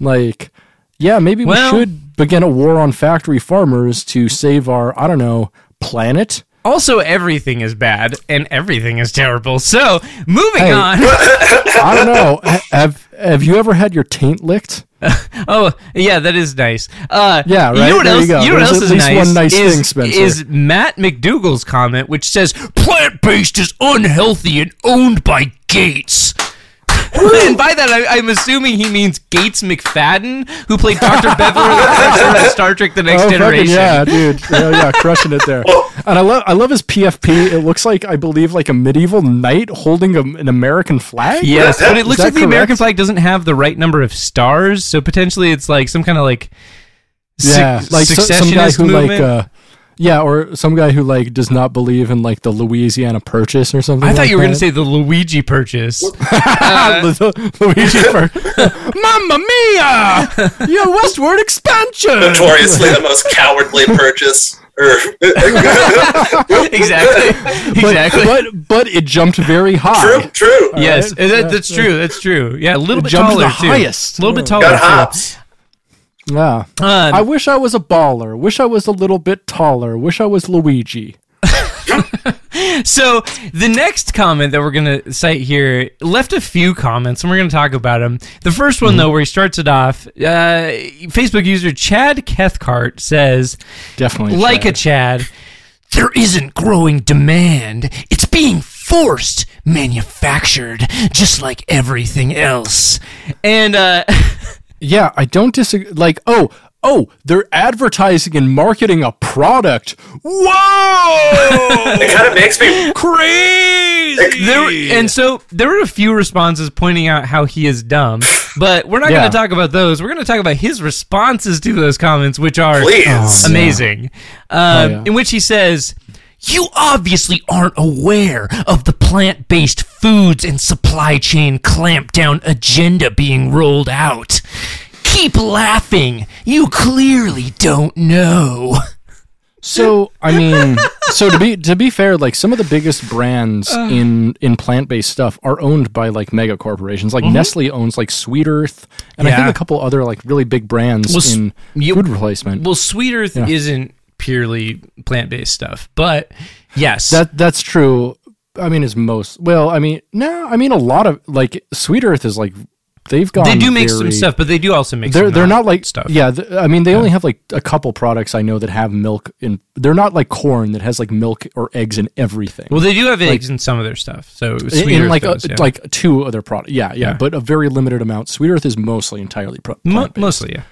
Speaker 2: like yeah maybe
Speaker 1: Well-
Speaker 2: we should begin a war on factory farmers to save our I don't know planet
Speaker 1: also, everything is bad and everything is terrible. So, moving
Speaker 2: Hey.
Speaker 1: on.
Speaker 2: I don't know. Ha- Have Have you ever had your taint licked?
Speaker 1: oh yeah, that is nice. Uh,
Speaker 2: Yeah,
Speaker 1: You
Speaker 2: right?
Speaker 1: know what
Speaker 2: There you
Speaker 1: else?
Speaker 2: go.
Speaker 1: You know what
Speaker 2: There's
Speaker 1: else
Speaker 2: at
Speaker 1: is
Speaker 2: least
Speaker 1: nice?
Speaker 2: one nice
Speaker 1: is,
Speaker 2: thing, Spencer.
Speaker 1: is Matt McDougal's comment, which says plant based is unhealthy and owned by Gates. and by that, I, I'm assuming he means Gates McFadden, who played Doctor Beverly in Star Trek: The Next
Speaker 2: Oh, fucking
Speaker 1: Generation.
Speaker 2: yeah, dude. Yeah, yeah, crushing it there. And I love, I love his PFP. It looks like, I believe, like a medieval knight holding a, an American flag.
Speaker 1: Yes, but it
Speaker 2: Is
Speaker 1: looks
Speaker 2: that
Speaker 1: like the American
Speaker 2: correct?
Speaker 1: flag doesn't have the right number of stars, so potentially it's like some kind of like suc-
Speaker 2: yeah, like so- some guy
Speaker 1: successionist
Speaker 2: who like,
Speaker 1: movement.
Speaker 2: uh, yeah, or some guy who like does not believe in like the Louisiana Purchase or something.
Speaker 1: I thought
Speaker 2: like
Speaker 1: you were going to
Speaker 2: that.
Speaker 1: say the Luigi purchase.
Speaker 2: Luigi Purchase. Mamma mia! Your westward expansion.
Speaker 3: Notoriously the most cowardly purchase. Or
Speaker 1: exactly.
Speaker 2: But-
Speaker 1: Exactly.
Speaker 2: But but it jumped very high.
Speaker 3: true, true.
Speaker 1: yes,
Speaker 2: right?
Speaker 1: that, that's true. That's true. Yeah, a little bit
Speaker 2: jumped to
Speaker 1: taller
Speaker 2: the
Speaker 1: too.
Speaker 2: highest.
Speaker 1: A little bit
Speaker 2: Yeah.
Speaker 1: taller.
Speaker 3: Got
Speaker 1: too.
Speaker 3: hops.
Speaker 2: Yeah.
Speaker 1: Um,
Speaker 2: I wish I was a baller. Wish I was a little bit taller. Wish I was Luigi.
Speaker 1: so the next comment that we're going to cite here left a few comments and we're going to talk about them the first
Speaker 2: Mm-hmm.
Speaker 1: one though where he starts it off uh, facebook user chad cathcart says
Speaker 2: Definitely.
Speaker 1: like
Speaker 2: Chad.
Speaker 1: a Chad. There isn't growing demand. It's being forced, manufactured, just like everything else. And uh,
Speaker 2: Yeah, I don't disagree. Like, oh, oh, they're advertising and marketing a product. Whoa!
Speaker 3: It kind of makes me
Speaker 2: Crazy.
Speaker 1: there, and so there were a few responses pointing out how he is dumb, but we're not
Speaker 2: Yeah.
Speaker 1: going to talk about those. We're going to talk about his responses to those comments, which are
Speaker 3: please.
Speaker 1: amazing. Um,
Speaker 2: Oh, yeah.
Speaker 1: In which he says, You obviously aren't aware of the plant based foods and supply chain clampdown agenda being rolled out. Keep laughing. You clearly don't know.
Speaker 2: So I mean, so to be to be fair, like some of the biggest brands in in plant based stuff are owned by like mega corporations. Like Nestle owns like Sweet Earth, and I
Speaker 1: Mm-hmm. Yeah.
Speaker 2: think a couple other like really big brands
Speaker 1: Well, s-
Speaker 2: in
Speaker 1: you-
Speaker 2: food replacement.
Speaker 1: Well, Sweet Earth isn't purely plant based stuff, but yes.
Speaker 2: That that's true. I mean, is most well. I mean, no. I mean, a lot of like Sweet Earth is like they've gone.
Speaker 1: they do make some
Speaker 2: very-
Speaker 1: stuff, but they do also make
Speaker 2: They're
Speaker 1: some
Speaker 2: they're not like
Speaker 1: stuff.
Speaker 2: Yeah, th- I mean, they only have like a couple products I know that have milk in. They're not like corn that has like milk or eggs in everything.
Speaker 1: Well, they do have eggs in some of their stuff. So Sweet
Speaker 2: in
Speaker 1: Earth
Speaker 2: like
Speaker 1: does,
Speaker 2: a,
Speaker 1: yeah.
Speaker 2: like two other products. Yeah, yeah,
Speaker 1: Yeah.
Speaker 2: but a very limited amount. Sweet Earth is mostly entirely pro-
Speaker 1: Mo-
Speaker 2: plant-based.
Speaker 1: mostly, yeah. Uh,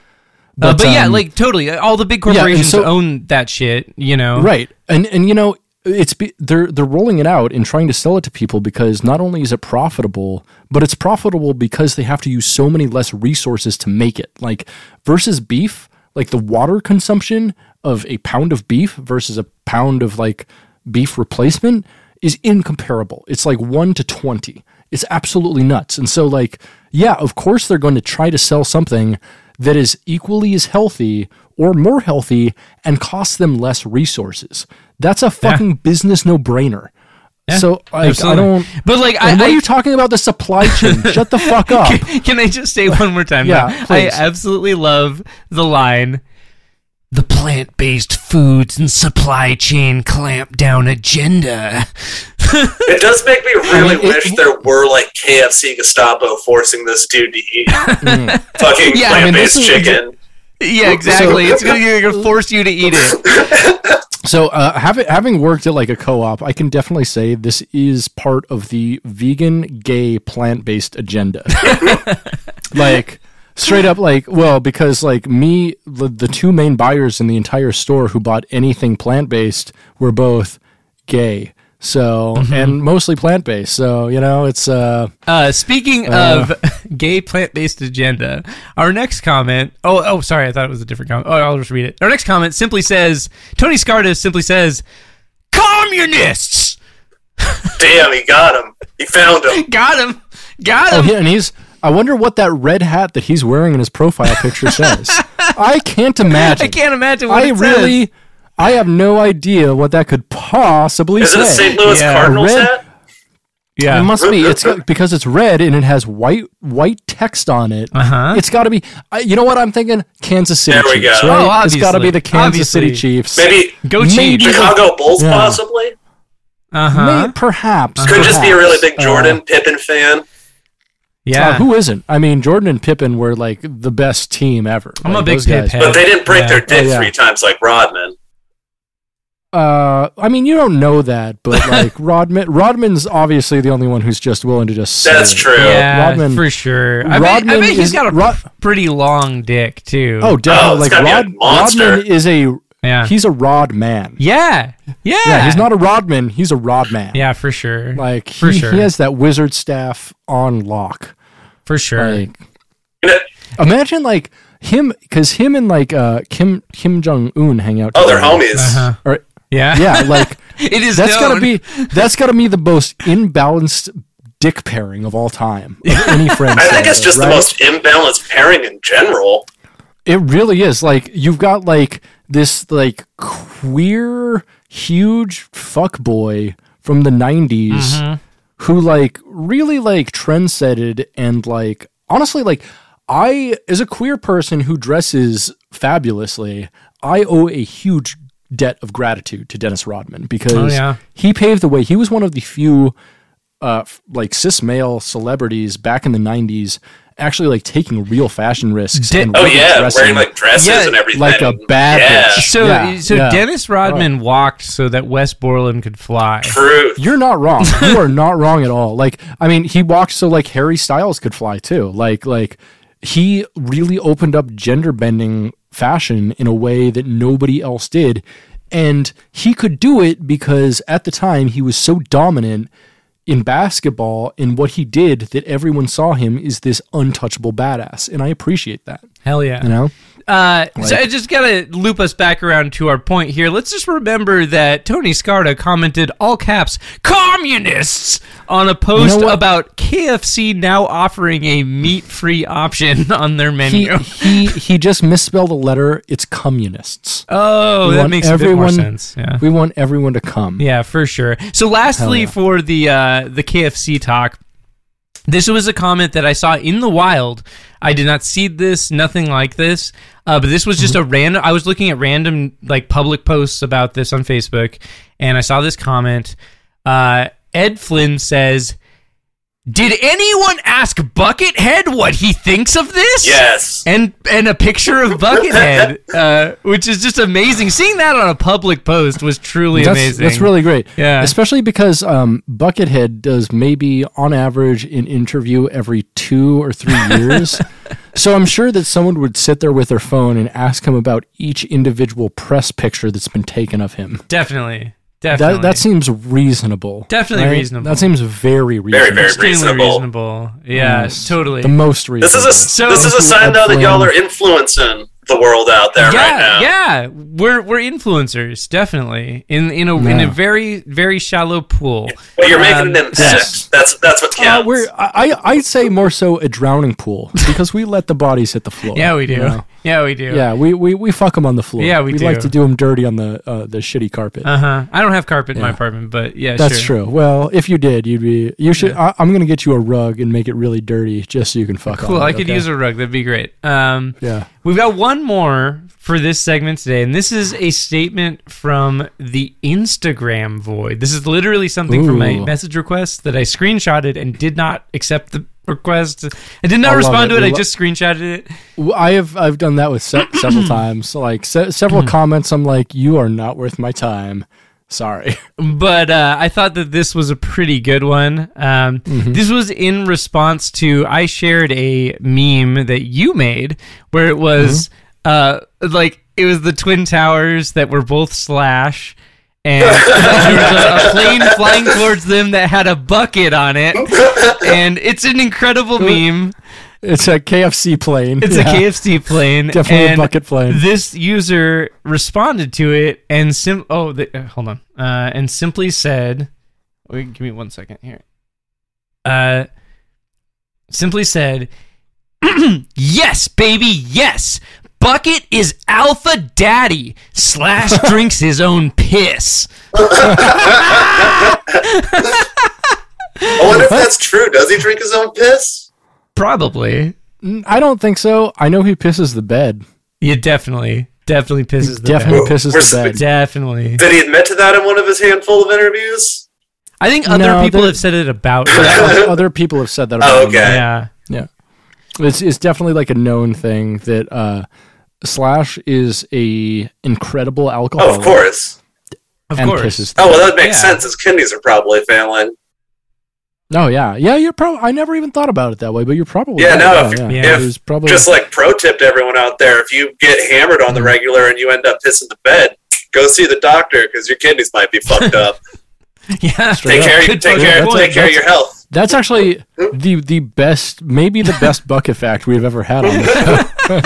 Speaker 2: But,
Speaker 1: But, but yeah,
Speaker 2: um,
Speaker 1: like totally, uh, all the big corporations
Speaker 2: so-
Speaker 1: own that shit. You know,
Speaker 2: Right, and and you know it's be, they're they're rolling it out and trying to sell it to people because not only is it profitable, but it's profitable because they have to use so many less resources to make it. Like versus beef, like the water consumption of a pound of beef versus a pound of like beef replacement is incomparable. It's like one to twenty. It's absolutely nuts. And so like yeah, of course they're going to try to sell something that is equally as healthy or more healthy and costs them less resources. That's a fucking business no brainer. so like, I
Speaker 1: Absolutely.
Speaker 2: don't.
Speaker 1: But like,
Speaker 2: and
Speaker 1: I,
Speaker 2: why
Speaker 1: I
Speaker 2: are you talking about the supply chain? Shut the fuck up.
Speaker 1: can I just say one more time?
Speaker 2: Yeah,
Speaker 1: though? I
Speaker 2: please.
Speaker 1: absolutely love the line. The plant-based foods and supply chain clampdown agenda.
Speaker 3: It does make me really
Speaker 2: mean, it-
Speaker 3: wish there were like KFC Gestapo forcing this dude to eat
Speaker 2: Mm.
Speaker 3: fucking
Speaker 1: Yeah, I
Speaker 3: plant
Speaker 1: mean,
Speaker 2: this
Speaker 3: based
Speaker 2: is-
Speaker 3: chicken.
Speaker 1: yeah, exactly. it's gonna, you're gonna force you to eat it.
Speaker 2: So, uh, having having worked at like a co-op, I can definitely say this is part of the vegan, gay, plant-based agenda. like straight up, like well, because like me, the, the two main buyers in the entire store who bought anything plant-based were both gay. So,
Speaker 1: Mm-hmm.
Speaker 2: and mostly plant-based. So, you know, it's uh,
Speaker 1: Uh, speaking of gay plant-based agenda, our next comment. Oh, oh, sorry, I thought it was a different comment. Oh, I'll just read it. Our next comment simply says, "Tony Scarda simply says, communists."
Speaker 3: Damn, he got him. He found him.
Speaker 1: Got him. Got
Speaker 2: oh,
Speaker 1: him.
Speaker 2: he- and he's. I wonder what that red hat that he's wearing in his profile picture says. I can't imagine.
Speaker 1: I can't imagine what
Speaker 2: I
Speaker 1: it
Speaker 2: really,
Speaker 1: says.
Speaker 2: I have no idea what that could possibly
Speaker 3: Is it a
Speaker 2: say.
Speaker 3: St. Louis
Speaker 1: Yeah,
Speaker 3: Cardinals
Speaker 2: red-
Speaker 3: hat?
Speaker 1: Yeah.
Speaker 2: It must be. It's because it's red and it has white white text on it.
Speaker 1: Uh-huh.
Speaker 2: It's got to be. I, you know what I'm thinking? Kansas City
Speaker 3: There we
Speaker 2: Chiefs.
Speaker 3: go.
Speaker 2: Right?
Speaker 1: Oh,
Speaker 2: it's got to be
Speaker 1: obviously.
Speaker 2: the Kansas City
Speaker 1: Obviously.
Speaker 2: Chiefs.
Speaker 3: Maybe
Speaker 1: Go
Speaker 2: Maybe-
Speaker 1: Chiefs.
Speaker 3: Chicago Bulls,
Speaker 2: Yeah.
Speaker 3: possibly?
Speaker 1: Uh
Speaker 2: May-
Speaker 1: huh.
Speaker 2: perhaps.
Speaker 3: Could just be a really big
Speaker 2: perhaps.
Speaker 3: Jordan Pippen fan.
Speaker 1: Yeah.
Speaker 2: Uh, who isn't? I mean, Jordan and Pippen were like the best team ever.
Speaker 1: I'm
Speaker 2: Like,
Speaker 1: a big
Speaker 2: those
Speaker 1: Pip
Speaker 2: guys-
Speaker 1: head.
Speaker 3: But they didn't break
Speaker 1: Yeah.
Speaker 3: their dick
Speaker 2: Oh, yeah.
Speaker 3: three times like Rodman.
Speaker 2: Uh, I mean, you don't know that, but like Rodman, Rodman's obviously the only one who's just willing to just. say
Speaker 3: That's
Speaker 2: it.
Speaker 3: true.
Speaker 1: yeah,
Speaker 2: Rodman-
Speaker 1: for sure. I bet, I
Speaker 2: Rodman
Speaker 1: bet he's
Speaker 2: is-
Speaker 1: got a
Speaker 2: Rod-
Speaker 1: pretty long dick too.
Speaker 2: Oh,
Speaker 3: Oh,
Speaker 2: definitely.
Speaker 3: it's gotta be a
Speaker 2: like Rod,
Speaker 3: monster.
Speaker 2: Rodman is a
Speaker 1: yeah,
Speaker 2: he's a Rod man.
Speaker 1: yeah, yeah.
Speaker 2: Yeah, he's not a Rodman. He's a Rod man.
Speaker 1: Yeah, for sure.
Speaker 2: like
Speaker 1: For
Speaker 2: he,
Speaker 1: sure.
Speaker 2: he has that wizard staff on lock.
Speaker 1: for sure.
Speaker 2: Like,
Speaker 3: You know,
Speaker 2: imagine like him because him and like uh Kim Kim Jong Un hang out.
Speaker 3: oh, they're
Speaker 2: together.
Speaker 3: homies.
Speaker 1: Uh-huh.
Speaker 2: Or-
Speaker 1: Yeah.
Speaker 2: yeah, like
Speaker 1: It is
Speaker 2: that's gotta
Speaker 1: known.
Speaker 2: be that's gotta be the most imbalanced dick pairing of all time of any friend.
Speaker 3: I think it's
Speaker 2: saga,
Speaker 3: just
Speaker 2: right?
Speaker 3: the most imbalanced pairing in general.
Speaker 2: It really is. Like you've got like this like queer huge fuck boy from the 90s
Speaker 3: Mm-hmm.
Speaker 2: who like really like trendsetted and like honestly like I as a queer person who dresses fabulously, I owe a huge debt of gratitude to Dennis Rodman because
Speaker 1: Oh, yeah.
Speaker 2: he paved the way. He was one of the few uh, f- like cis male celebrities back in the 90s actually like taking real fashion risks
Speaker 1: Did-
Speaker 2: and
Speaker 3: Oh
Speaker 2: really
Speaker 3: yeah,
Speaker 2: dressing
Speaker 3: wearing like dresses
Speaker 1: Yeah,
Speaker 3: and everything.
Speaker 2: like a bad
Speaker 3: yeah,
Speaker 2: bitch.
Speaker 1: So,
Speaker 2: Yeah,
Speaker 1: so
Speaker 2: yeah. Oh.
Speaker 1: Dennis Rodman walked so that Wes Borland could fly.
Speaker 3: Truth.
Speaker 2: You're not wrong. You are not wrong at all. Like, I mean, he walked so like Harry Styles could fly too. Like, like he really opened up gender bending fashion in a way that nobody else did, and he could do it because at the time he was so dominant in basketball in what he did that everyone saw him is this untouchable badass, and I appreciate that.
Speaker 1: Hell yeah.
Speaker 2: You know,
Speaker 1: Uh, so I just gotta loop us back around to our point here. Let's just remember that Tony Scarda commented all caps "communists" on a post
Speaker 2: what?
Speaker 1: about KFC now offering a meat-free option on their
Speaker 2: he
Speaker 1: menu.
Speaker 2: he he just misspelled a letter. It's communists.
Speaker 1: oh,
Speaker 2: We
Speaker 1: that
Speaker 2: want
Speaker 1: makes a bit more sense. Yeah.
Speaker 2: We want everyone to come.
Speaker 1: Yeah, for sure. So, lastly, for the uh, the KFC talk, this was a comment that I saw in the wild. I did not see this, nothing like this. Uh, but this was just
Speaker 2: Mm-hmm.
Speaker 1: a random. I was looking at random like public posts about this on Facebook, and I saw this comment. Uh, Ed Flynn says, "Did anyone ask Buckethead what he thinks of this?"
Speaker 3: Yes.
Speaker 1: and and a picture of Buckethead, uh, which is just amazing. Seeing that on a public post was truly
Speaker 2: That's,
Speaker 1: amazing.
Speaker 2: that's really great.
Speaker 1: Yeah.
Speaker 2: Especially because um, Buckethead does maybe on average an interview every two or three years. so I'm sure that someone would sit there with their phone and ask him about each individual press picture that's been taken of him.
Speaker 1: definitely, definitely.
Speaker 2: That, that seems reasonable.
Speaker 1: Definitely reasonable.
Speaker 2: That seems very
Speaker 3: very
Speaker 2: reasonable.
Speaker 3: very
Speaker 1: extremely
Speaker 3: reasonable.
Speaker 1: reasonable. Yeah,
Speaker 2: Yes.
Speaker 1: totally.
Speaker 2: Mm. The most
Speaker 3: This
Speaker 2: reasonable.
Speaker 3: is a
Speaker 1: So-
Speaker 3: this is a sign though that y'all are influencing the world out there
Speaker 1: yeah,
Speaker 3: right now.
Speaker 1: yeah, we're we're influencers, definitely in in a in
Speaker 2: Yeah.
Speaker 1: a very very shallow pool.
Speaker 3: But you're
Speaker 1: Um,
Speaker 3: making them
Speaker 2: yes.
Speaker 3: sick. That's that's what
Speaker 2: Uh,
Speaker 3: counts.
Speaker 2: we're, I, I- I'd say more so a drowning pool because we let the bodies hit the floor.
Speaker 1: Yeah, we do.
Speaker 2: you know?
Speaker 1: Yeah, we do.
Speaker 2: Yeah, we, we, we fuck them on the floor.
Speaker 1: Yeah, we do.
Speaker 2: like to do them dirty on the uh, the shitty carpet.
Speaker 1: Uh huh. I don't have carpet in my
Speaker 2: Yeah.
Speaker 1: apartment, but yeah,
Speaker 2: That's
Speaker 1: sure.
Speaker 2: true. Well, if you did, you'd be you should. I, I'm gonna get you a rug and make it really dirty just so you can fuck.
Speaker 1: Cool.
Speaker 2: on it,
Speaker 1: I could
Speaker 2: okay?
Speaker 1: use a rug. That'd be great. Um,
Speaker 2: Yeah.
Speaker 1: We've got one more for this segment today, and this is a statement from the Instagram void. This is literally something from my
Speaker 2: Ooh.
Speaker 1: message request that I screenshotted and did not accept the request. I did not
Speaker 2: I love
Speaker 1: respond
Speaker 2: it.
Speaker 1: to it.
Speaker 2: We
Speaker 1: I
Speaker 2: lo-
Speaker 1: just screenshotted it.
Speaker 2: Well, I have I've done that with se- several times. So, Like se-
Speaker 1: Mm.
Speaker 2: several comments, I'm like, you are not worth my time. Sorry.
Speaker 1: but uh, I thought that this was a pretty good one. Um, This was in response to I shared a meme that you made where it was uh, like it was the twin towers that were both slash. And there was a, a plane flying towards them that had a bucket on it, and it's an incredible meme.
Speaker 2: It's a KFC plane.
Speaker 1: It's
Speaker 2: Yeah.
Speaker 1: a KFC plane,
Speaker 2: Definitely a
Speaker 1: and
Speaker 2: bucket plane.
Speaker 1: This user responded to it and sim. Oh, the, uh, hold on. Uh, and simply said, wait, "Give me one second here." Uh, simply said, "Yes, baby, yes. Bucket is alpha daddy slash drinks his own piss."
Speaker 3: I wonder if that's true. Does he drink his own piss?
Speaker 1: Probably.
Speaker 2: Mm, I don't think so. I know he pisses the bed.
Speaker 1: Yeah, definitely. Definitely pisses the
Speaker 2: Definitely
Speaker 1: bed.
Speaker 2: pisses
Speaker 3: Where's
Speaker 2: the
Speaker 3: the-
Speaker 2: bed.
Speaker 1: Definitely.
Speaker 3: Did he admit to that in one of his handful of interviews?
Speaker 1: I think other
Speaker 2: No,
Speaker 1: people
Speaker 2: they're-
Speaker 1: have said it about.
Speaker 2: Other other people have said that. About
Speaker 3: Oh,
Speaker 2: him.
Speaker 3: okay.
Speaker 1: yeah.
Speaker 2: It's it's definitely like a known thing that uh, Slash is a incredible alcoholic.
Speaker 3: Oh, of course.
Speaker 1: Of
Speaker 2: and
Speaker 1: course.
Speaker 2: pisses.
Speaker 3: Oh, well, that makes
Speaker 1: Yeah.
Speaker 3: sense. His kidneys are probably failing.
Speaker 2: Oh yeah, yeah. You're probably. I never even thought about it that way, but you're probably.
Speaker 3: Yeah,
Speaker 2: right.
Speaker 3: no, if-
Speaker 2: Yeah,
Speaker 1: yeah.
Speaker 2: There's probably
Speaker 3: Just like pro tip to everyone out there, if you get hammered on
Speaker 1: Mm.
Speaker 3: the regular and you end up pissing the bed, go see the doctor because your kidneys might be fucked up.
Speaker 1: Yeah.
Speaker 2: Straight
Speaker 3: take
Speaker 2: up.
Speaker 3: care,
Speaker 1: Good
Speaker 3: take
Speaker 1: fucking
Speaker 3: care,
Speaker 1: point.
Speaker 3: take care of your health.
Speaker 2: that's actually the the best, maybe the best bucket fact we've ever had on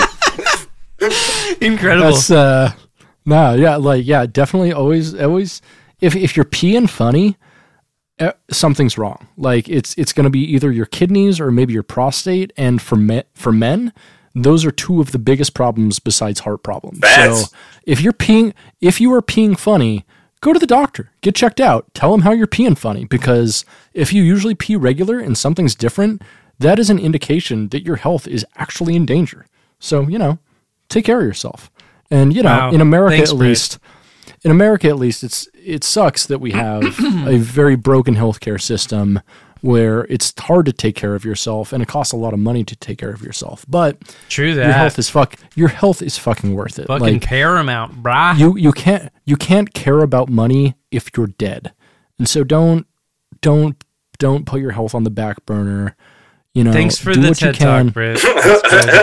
Speaker 2: this.
Speaker 1: Incredible.
Speaker 2: That's uh, no, yeah, like yeah, definitely always always. If if you're peeing funny, eh, something's wrong. Like it's it's going to be either your kidneys or maybe your prostate. And for me, for men, those are two of the biggest problems besides heart problems.
Speaker 3: Facts.
Speaker 2: So if you're peeing, if you are peeing funny. Go to the doctor, get checked out, tell him how you're peeing funny because if you usually pee regular and something's different, that is an indication that your health is actually in danger. So, you know, take care of yourself. And you know,
Speaker 1: Wow.
Speaker 2: in America
Speaker 1: Thanks,
Speaker 2: at
Speaker 1: Brett.
Speaker 2: least, in America at least, it's it sucks that we have a very broken healthcare system where it's hard to take care of yourself and it costs a lot of money to take care of yourself. But
Speaker 1: True
Speaker 2: your
Speaker 1: that.
Speaker 2: health is fuck your health is fucking worth it.
Speaker 1: Fucking
Speaker 2: like
Speaker 1: paramount, brah.
Speaker 2: you you can't you can't care about money if you're dead. And so don't don't don't put your health on the back burner. You know,
Speaker 1: Thanks for
Speaker 2: do
Speaker 1: the
Speaker 2: what you
Speaker 1: TED
Speaker 2: can
Speaker 1: Talk, Britt.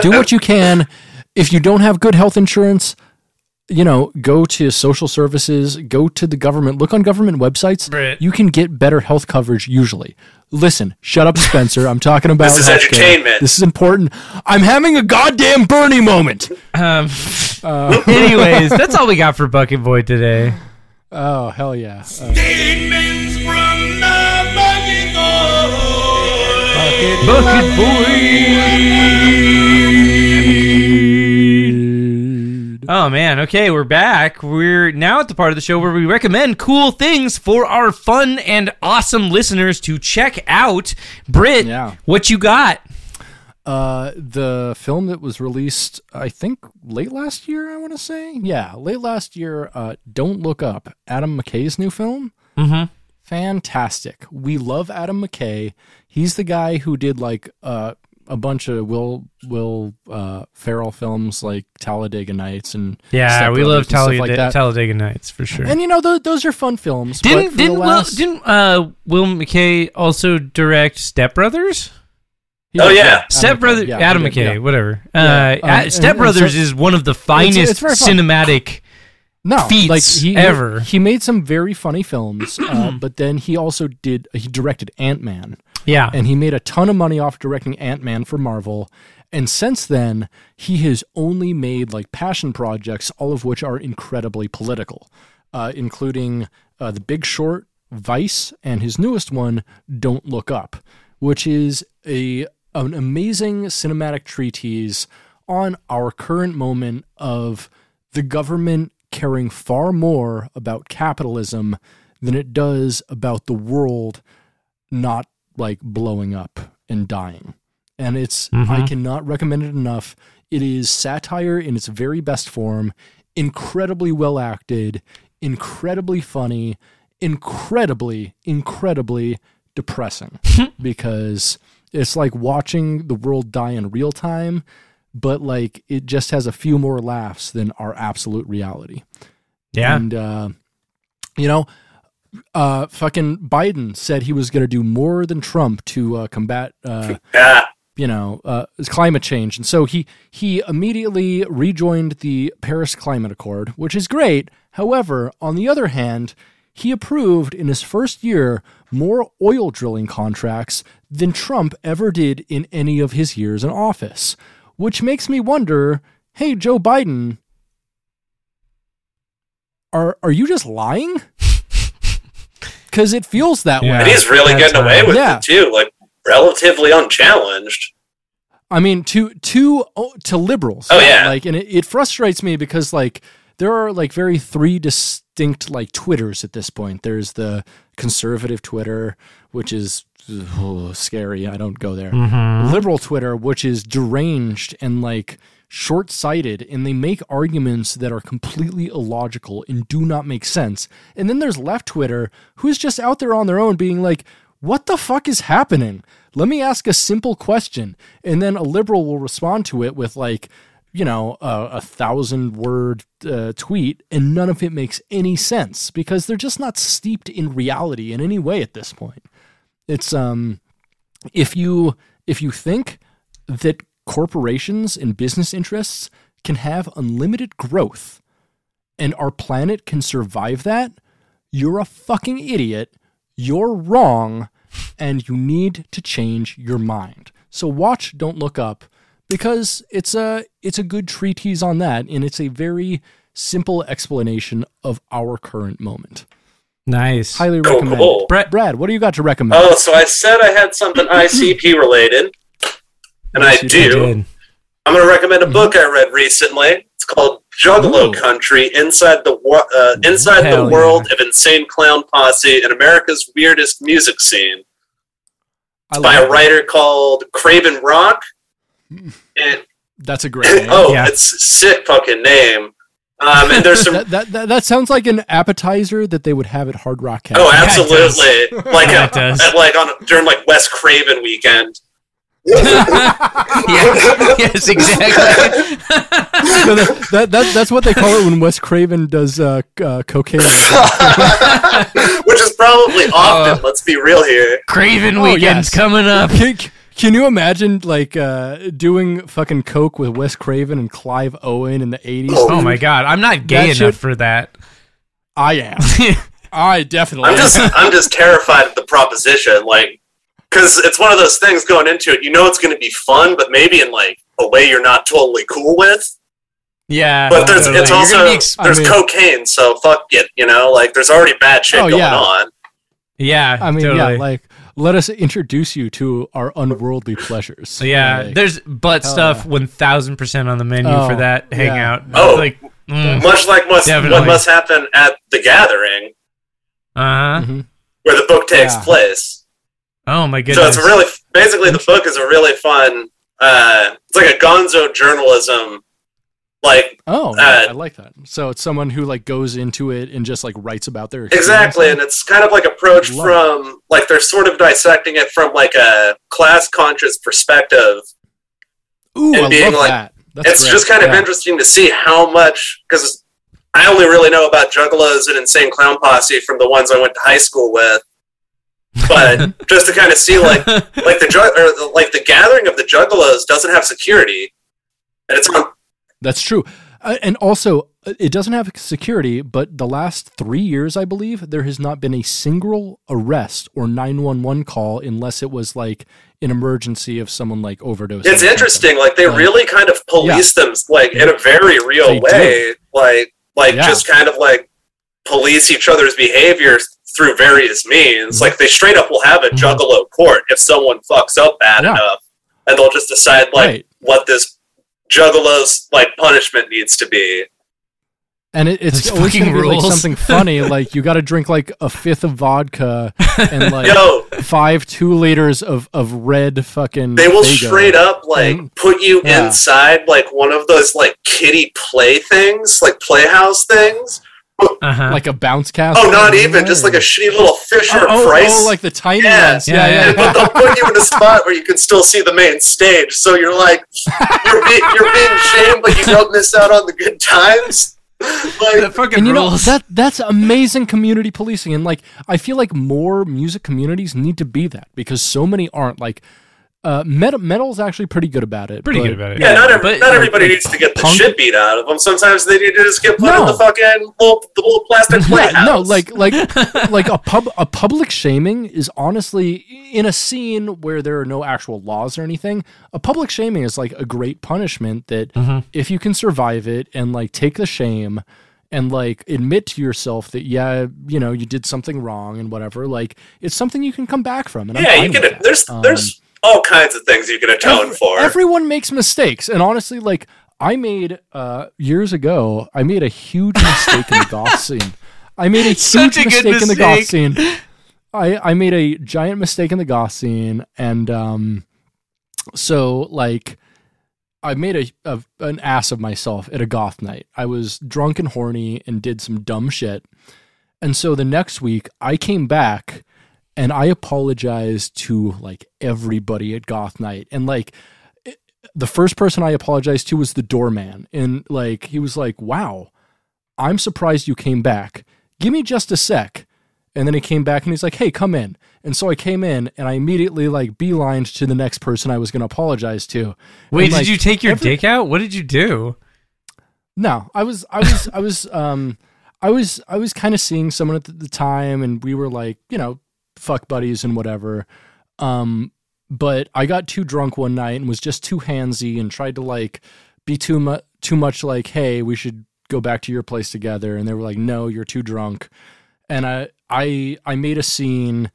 Speaker 2: do what you can. If you don't have good health insurance, you know, go to social services, go to the government, look on government websites.
Speaker 1: Brit.
Speaker 2: You can get better health coverage usually. Listen, shut up, Spencer. I'm talking about
Speaker 3: This is
Speaker 2: healthcare.
Speaker 3: entertainment.
Speaker 2: This is important. I'm having a goddamn Bernie moment.
Speaker 1: Um,
Speaker 2: Uh,
Speaker 1: anyways, that's all we got for Bucket Boy today.
Speaker 2: Oh hell yeah! Uh,
Speaker 4: Statements from the bucket boy.
Speaker 1: Bucket Boy. Oh man, okay, we're back. We're now at the part of the show where we recommend cool things for our fun and awesome listeners to check out. Britt,
Speaker 2: Yeah.
Speaker 1: what you got?
Speaker 2: uh, the film that was released, I think, late last year. I want to say, yeah, late last year. Uh, Don't look up. Adam McKay's new film.
Speaker 1: Mm-hmm.
Speaker 2: fantastic. We love Adam McKay. He's the guy who did like uh, a bunch of Will Will uh, Ferrell films like Talladega Nights and
Speaker 1: Yeah,
Speaker 2: Step
Speaker 1: we
Speaker 2: Brothers
Speaker 1: love
Speaker 2: and stuff
Speaker 1: Talladega,
Speaker 2: like that.
Speaker 1: Talladega Nights for sure.
Speaker 2: and you know tho- those are fun films. but for
Speaker 1: didn't
Speaker 2: the
Speaker 1: didn't
Speaker 2: last-
Speaker 1: Will didn't uh, Will McKay also direct Step Brothers?
Speaker 2: he
Speaker 3: Oh,
Speaker 2: did,
Speaker 3: yeah.
Speaker 2: Adam
Speaker 1: Step
Speaker 2: McKay,
Speaker 1: Brother
Speaker 2: yeah,
Speaker 1: Adam
Speaker 2: he did,
Speaker 1: McKay,
Speaker 2: yeah.
Speaker 1: whatever.
Speaker 2: Yeah,
Speaker 1: uh,
Speaker 2: um,
Speaker 1: at- Step
Speaker 2: and- and
Speaker 1: Brothers
Speaker 2: so-
Speaker 1: is one of the
Speaker 2: it's
Speaker 1: finest
Speaker 2: very fun.
Speaker 1: cinematic.
Speaker 2: No,
Speaker 1: feats
Speaker 2: like he,
Speaker 1: ever.
Speaker 2: He made some very funny films, uh, but then he also did he directed Ant Man.
Speaker 1: Yeah,
Speaker 2: and he made a ton of money off directing Ant-Man for Marvel. And since then, he has only made like passion projects, all of which are incredibly political, uh, including uh, The Big Short, Vice, and his newest one, Don't Look Up, which is a an amazing cinematic treatise on our current moment of the government caring far more about capitalism than it does about the world not like blowing up and dying. And it's, I cannot recommend it enough. It is satire in its very best form, incredibly well acted, incredibly funny, incredibly, incredibly depressing because it's like watching the world die in real time, but like it just has a few more laughs than our absolute reality.
Speaker 1: yeah.
Speaker 2: And uh, you know, uh, fucking Biden said he was going to do more than Trump to uh, combat, uh,
Speaker 3: Yeah.
Speaker 2: you know, uh, climate change, and so he he immediately rejoined the Paris Climate Accord, which is great. However, on the other hand, he approved in his first year more oil drilling contracts than Trump ever did in any of his years in office, which makes me wonder, hey Joe Biden, are are you just lying? Because it feels that
Speaker 1: Yeah.
Speaker 2: way.
Speaker 3: And he's really
Speaker 1: That's
Speaker 3: getting away
Speaker 1: right.
Speaker 3: with
Speaker 2: Yeah.
Speaker 3: it too, like relatively unchallenged.
Speaker 2: I mean, to to oh, to liberals.
Speaker 3: Oh, yeah.
Speaker 2: Like, and it, it frustrates me because like there are like very three distinct like Twitters at this point. There's the conservative Twitter, which is oh, scary. I don't go there. Liberal Twitter, which is deranged and like short sighted, and they make arguments that are completely illogical and do not make sense. And then there's left Twitter, who's just out there on their own being like, what the fuck is happening? Let me ask a simple question. And then a liberal will respond to it with, like, you know, a, a thousand word uh, tweet, and none of it makes any sense because they're just not steeped in reality in any way at this point. It's, um, if you if you think that corporations and business interests can have unlimited growth and our planet can survive that, you're a fucking idiot. You're wrong and you need to change your mind. So watch Don't Look Up because it's a it's a good treatise on that and it's a very simple explanation of our current moment.
Speaker 1: Nice.
Speaker 2: Highly
Speaker 3: Cool,
Speaker 2: recommend.
Speaker 3: cool.
Speaker 2: Brad, Brad, what do you got to
Speaker 1: Mm.
Speaker 2: recommend?
Speaker 3: Oh, so I said I had something ICP related, and I
Speaker 2: Yes, you
Speaker 3: do. I'm going to recommend a book I read recently. It's called Juggalo
Speaker 2: Mm-hmm. Ooh.
Speaker 3: Country: Inside the Wo- uh, Inside
Speaker 1: Hell
Speaker 3: the World of Insane Clown Posse and America's Weirdest Music Scene
Speaker 2: I
Speaker 3: by
Speaker 2: love
Speaker 3: a writer called Craven Rock. And,
Speaker 2: Hmm. That's a great name.
Speaker 3: oh,
Speaker 1: Yeah.
Speaker 3: it's a sick fucking name. Um, and there's some
Speaker 2: that, that, that, that sounds like an appetizer that they would have at Hard Rock Cafe.
Speaker 3: Oh,
Speaker 1: Yeah, it does.
Speaker 3: absolutely! Like
Speaker 1: Yeah,
Speaker 3: a,
Speaker 1: it does.
Speaker 3: at, like on during like Wes Craven weekend.
Speaker 1: yes, yes, exactly.
Speaker 2: No, that, that, that- that's what they call it when Wes Craven does uh, c- uh, cocaine.
Speaker 3: Oh, Which is probably
Speaker 2: Uh,
Speaker 3: often. let's be real here.
Speaker 1: Craven
Speaker 2: Oh,
Speaker 1: weekend's
Speaker 2: yes.
Speaker 1: coming up.
Speaker 2: can, can you imagine like uh, doing fucking coke with Wes Craven and Clive Owen in the eighties?
Speaker 1: Oh my god, I'm not gay enough
Speaker 2: That should-
Speaker 1: for that.
Speaker 2: I am. I definitely.
Speaker 3: I'm just I'm just terrified of the proposition, like because it's one of those things going into it. You know, it's going to be fun, but maybe in like a way you're not totally cool with.
Speaker 1: yeah,
Speaker 3: But there's
Speaker 1: totally.
Speaker 3: it's
Speaker 1: You're
Speaker 3: also
Speaker 1: gonna be ex-
Speaker 2: I
Speaker 3: there's
Speaker 2: mean-
Speaker 3: cocaine, so fuck it. You know, like there's already bad shit
Speaker 2: Oh,
Speaker 3: going
Speaker 2: yeah.
Speaker 3: on.
Speaker 1: yeah.
Speaker 2: I mean,
Speaker 1: totally.
Speaker 2: yeah. Like, let us introduce you to our unworldly pleasures.
Speaker 1: yeah,
Speaker 2: Like,
Speaker 1: there's butt
Speaker 2: hell
Speaker 1: stuff one thousand percent on the menu
Speaker 2: Oh,
Speaker 1: for that
Speaker 2: yeah.
Speaker 1: hangout.
Speaker 3: Oh.
Speaker 1: like mm,
Speaker 3: Much like must, what
Speaker 1: Definitely.
Speaker 3: must happen at the gathering
Speaker 1: uh huh.
Speaker 2: mhm.
Speaker 3: where the book takes
Speaker 2: Yeah.
Speaker 3: place.
Speaker 1: Oh my goodness.
Speaker 3: So it's really basically the book is a really fun. Uh, it's like a Gonzo journalism, like
Speaker 2: Oh,
Speaker 3: Uh,
Speaker 2: I like that. So it's someone who like goes into it and just like writes about their experience.
Speaker 3: exactly, and it's kind of like approached
Speaker 2: Love
Speaker 3: from like they're sort of dissecting it from like a class conscious perspective.
Speaker 2: Ooh, I
Speaker 3: and
Speaker 2: love
Speaker 3: being like-
Speaker 2: that. That's
Speaker 3: it's
Speaker 2: great.
Speaker 3: just kind of
Speaker 2: Yeah.
Speaker 3: interesting to see how much because I only really know about Juggalos and Insane Clown Posse from the ones I went to high school with. But just to kind of see like like the jug or the, like the gathering of the Juggalos doesn't have security, and it's on
Speaker 2: That's true. Uh, and also, uh, it doesn't have security, but the last three years, I believe, there has not been a single arrest or 911 call unless it was like an emergency of someone like overdosing.
Speaker 3: It's interesting. Like they
Speaker 2: Like-
Speaker 3: really kind of police them, like in a very real
Speaker 2: They do.
Speaker 3: way. Like, like
Speaker 2: Yeah.
Speaker 3: just kind of like police each other's behavior through various
Speaker 2: Mm-hmm.
Speaker 3: means. Like they straight up will have a
Speaker 1: Mhm.
Speaker 3: juggalo court if someone fucks up bad
Speaker 2: Yeah.
Speaker 3: enough, and they'll just decide like
Speaker 2: Right.
Speaker 3: what this juggalo's like punishment needs to be.
Speaker 2: And it, it's
Speaker 1: Those
Speaker 2: always
Speaker 1: fucking
Speaker 2: going to be like
Speaker 1: rules.
Speaker 2: something funny. like you got to drink like a fifth of vodka and like
Speaker 3: Yo,
Speaker 2: five two liters of of red fucking.
Speaker 3: they will
Speaker 2: Faygo.
Speaker 3: straight up like
Speaker 2: Mhm.
Speaker 3: put you
Speaker 2: Yeah.
Speaker 3: inside like one of those like kitty play things, like playhouse things.
Speaker 1: uh huh.
Speaker 2: like a bounce castle.
Speaker 3: Oh, not even just like a shitty little Fisher
Speaker 2: oh, oh,
Speaker 3: Price.
Speaker 2: oh, like the tiny
Speaker 3: Yeah.
Speaker 2: ones.
Speaker 1: Yeah,
Speaker 2: Yeah,
Speaker 1: yeah.
Speaker 2: yeah.
Speaker 3: but they'll put you in a spot where you can still see the main stage. So you're like, you're, be- you're being shamed, but you don't miss out on the good times.
Speaker 1: that
Speaker 3: Like,
Speaker 1: fucking
Speaker 2: and you know
Speaker 1: rules.
Speaker 2: that that's amazing community policing and like i feel like more music communities need to be that because so many aren't like uh metal metal's actually pretty good about it
Speaker 1: Pretty
Speaker 2: but-
Speaker 1: good about it.
Speaker 3: yeah, not, every,
Speaker 1: But-
Speaker 3: not everybody needs to get the
Speaker 2: punk-
Speaker 3: shit beat out of them. Sometimes they need to just get put in
Speaker 2: No.
Speaker 3: the fucking little, the little plastic playhouse.
Speaker 2: yeah, no, like like like a pub a public shaming is honestly in a scene where there are no actual laws or anything. A public shaming is like a great punishment that
Speaker 3: Mm-hmm.
Speaker 2: if you can survive it and like take the shame and like admit to yourself that yeah, you know, you did something wrong and whatever, like it's something you can come back from. And I'm
Speaker 3: yeah,
Speaker 2: fine
Speaker 3: you
Speaker 2: with
Speaker 3: can.
Speaker 2: that.
Speaker 3: There's
Speaker 2: Um,
Speaker 3: there's all kinds of things you can atone
Speaker 2: Every-
Speaker 3: for.
Speaker 2: Everyone makes mistakes, and honestly, like I made uh, years ago. I made a huge mistake in the goth scene. I made a huge
Speaker 1: Such a good
Speaker 2: mistake, in the goth
Speaker 1: mistake.
Speaker 2: scene. I I made a giant mistake in the goth scene, and um, so like. I made a, a an ass of myself at a goth night. I was drunk and horny and did some dumb shit. And so the next week I came back and I apologized to like everybody at Goth Night. And like it- the first person I apologized to was the doorman. And like he was like, Wow, I'm surprised you came back. Give me just a sec. And then he came back and he's like, Hey, come in. And so I came in and I immediately like beelined to the next person I was gonna apologize to.
Speaker 1: Wait,
Speaker 2: And, like,
Speaker 1: did you take your
Speaker 2: every-
Speaker 1: dick out? What did you do?
Speaker 2: No, I was, I was, I was, um, I was, I was kind of seeing someone at the, the time, and we were like, you know, fuck buddies and whatever. Um, but I got too drunk one night and was just too handsy and tried to like be too much, too much like, hey, we should go back to your place together, and they were like, no, you're too drunk. And I, I, I made a scene,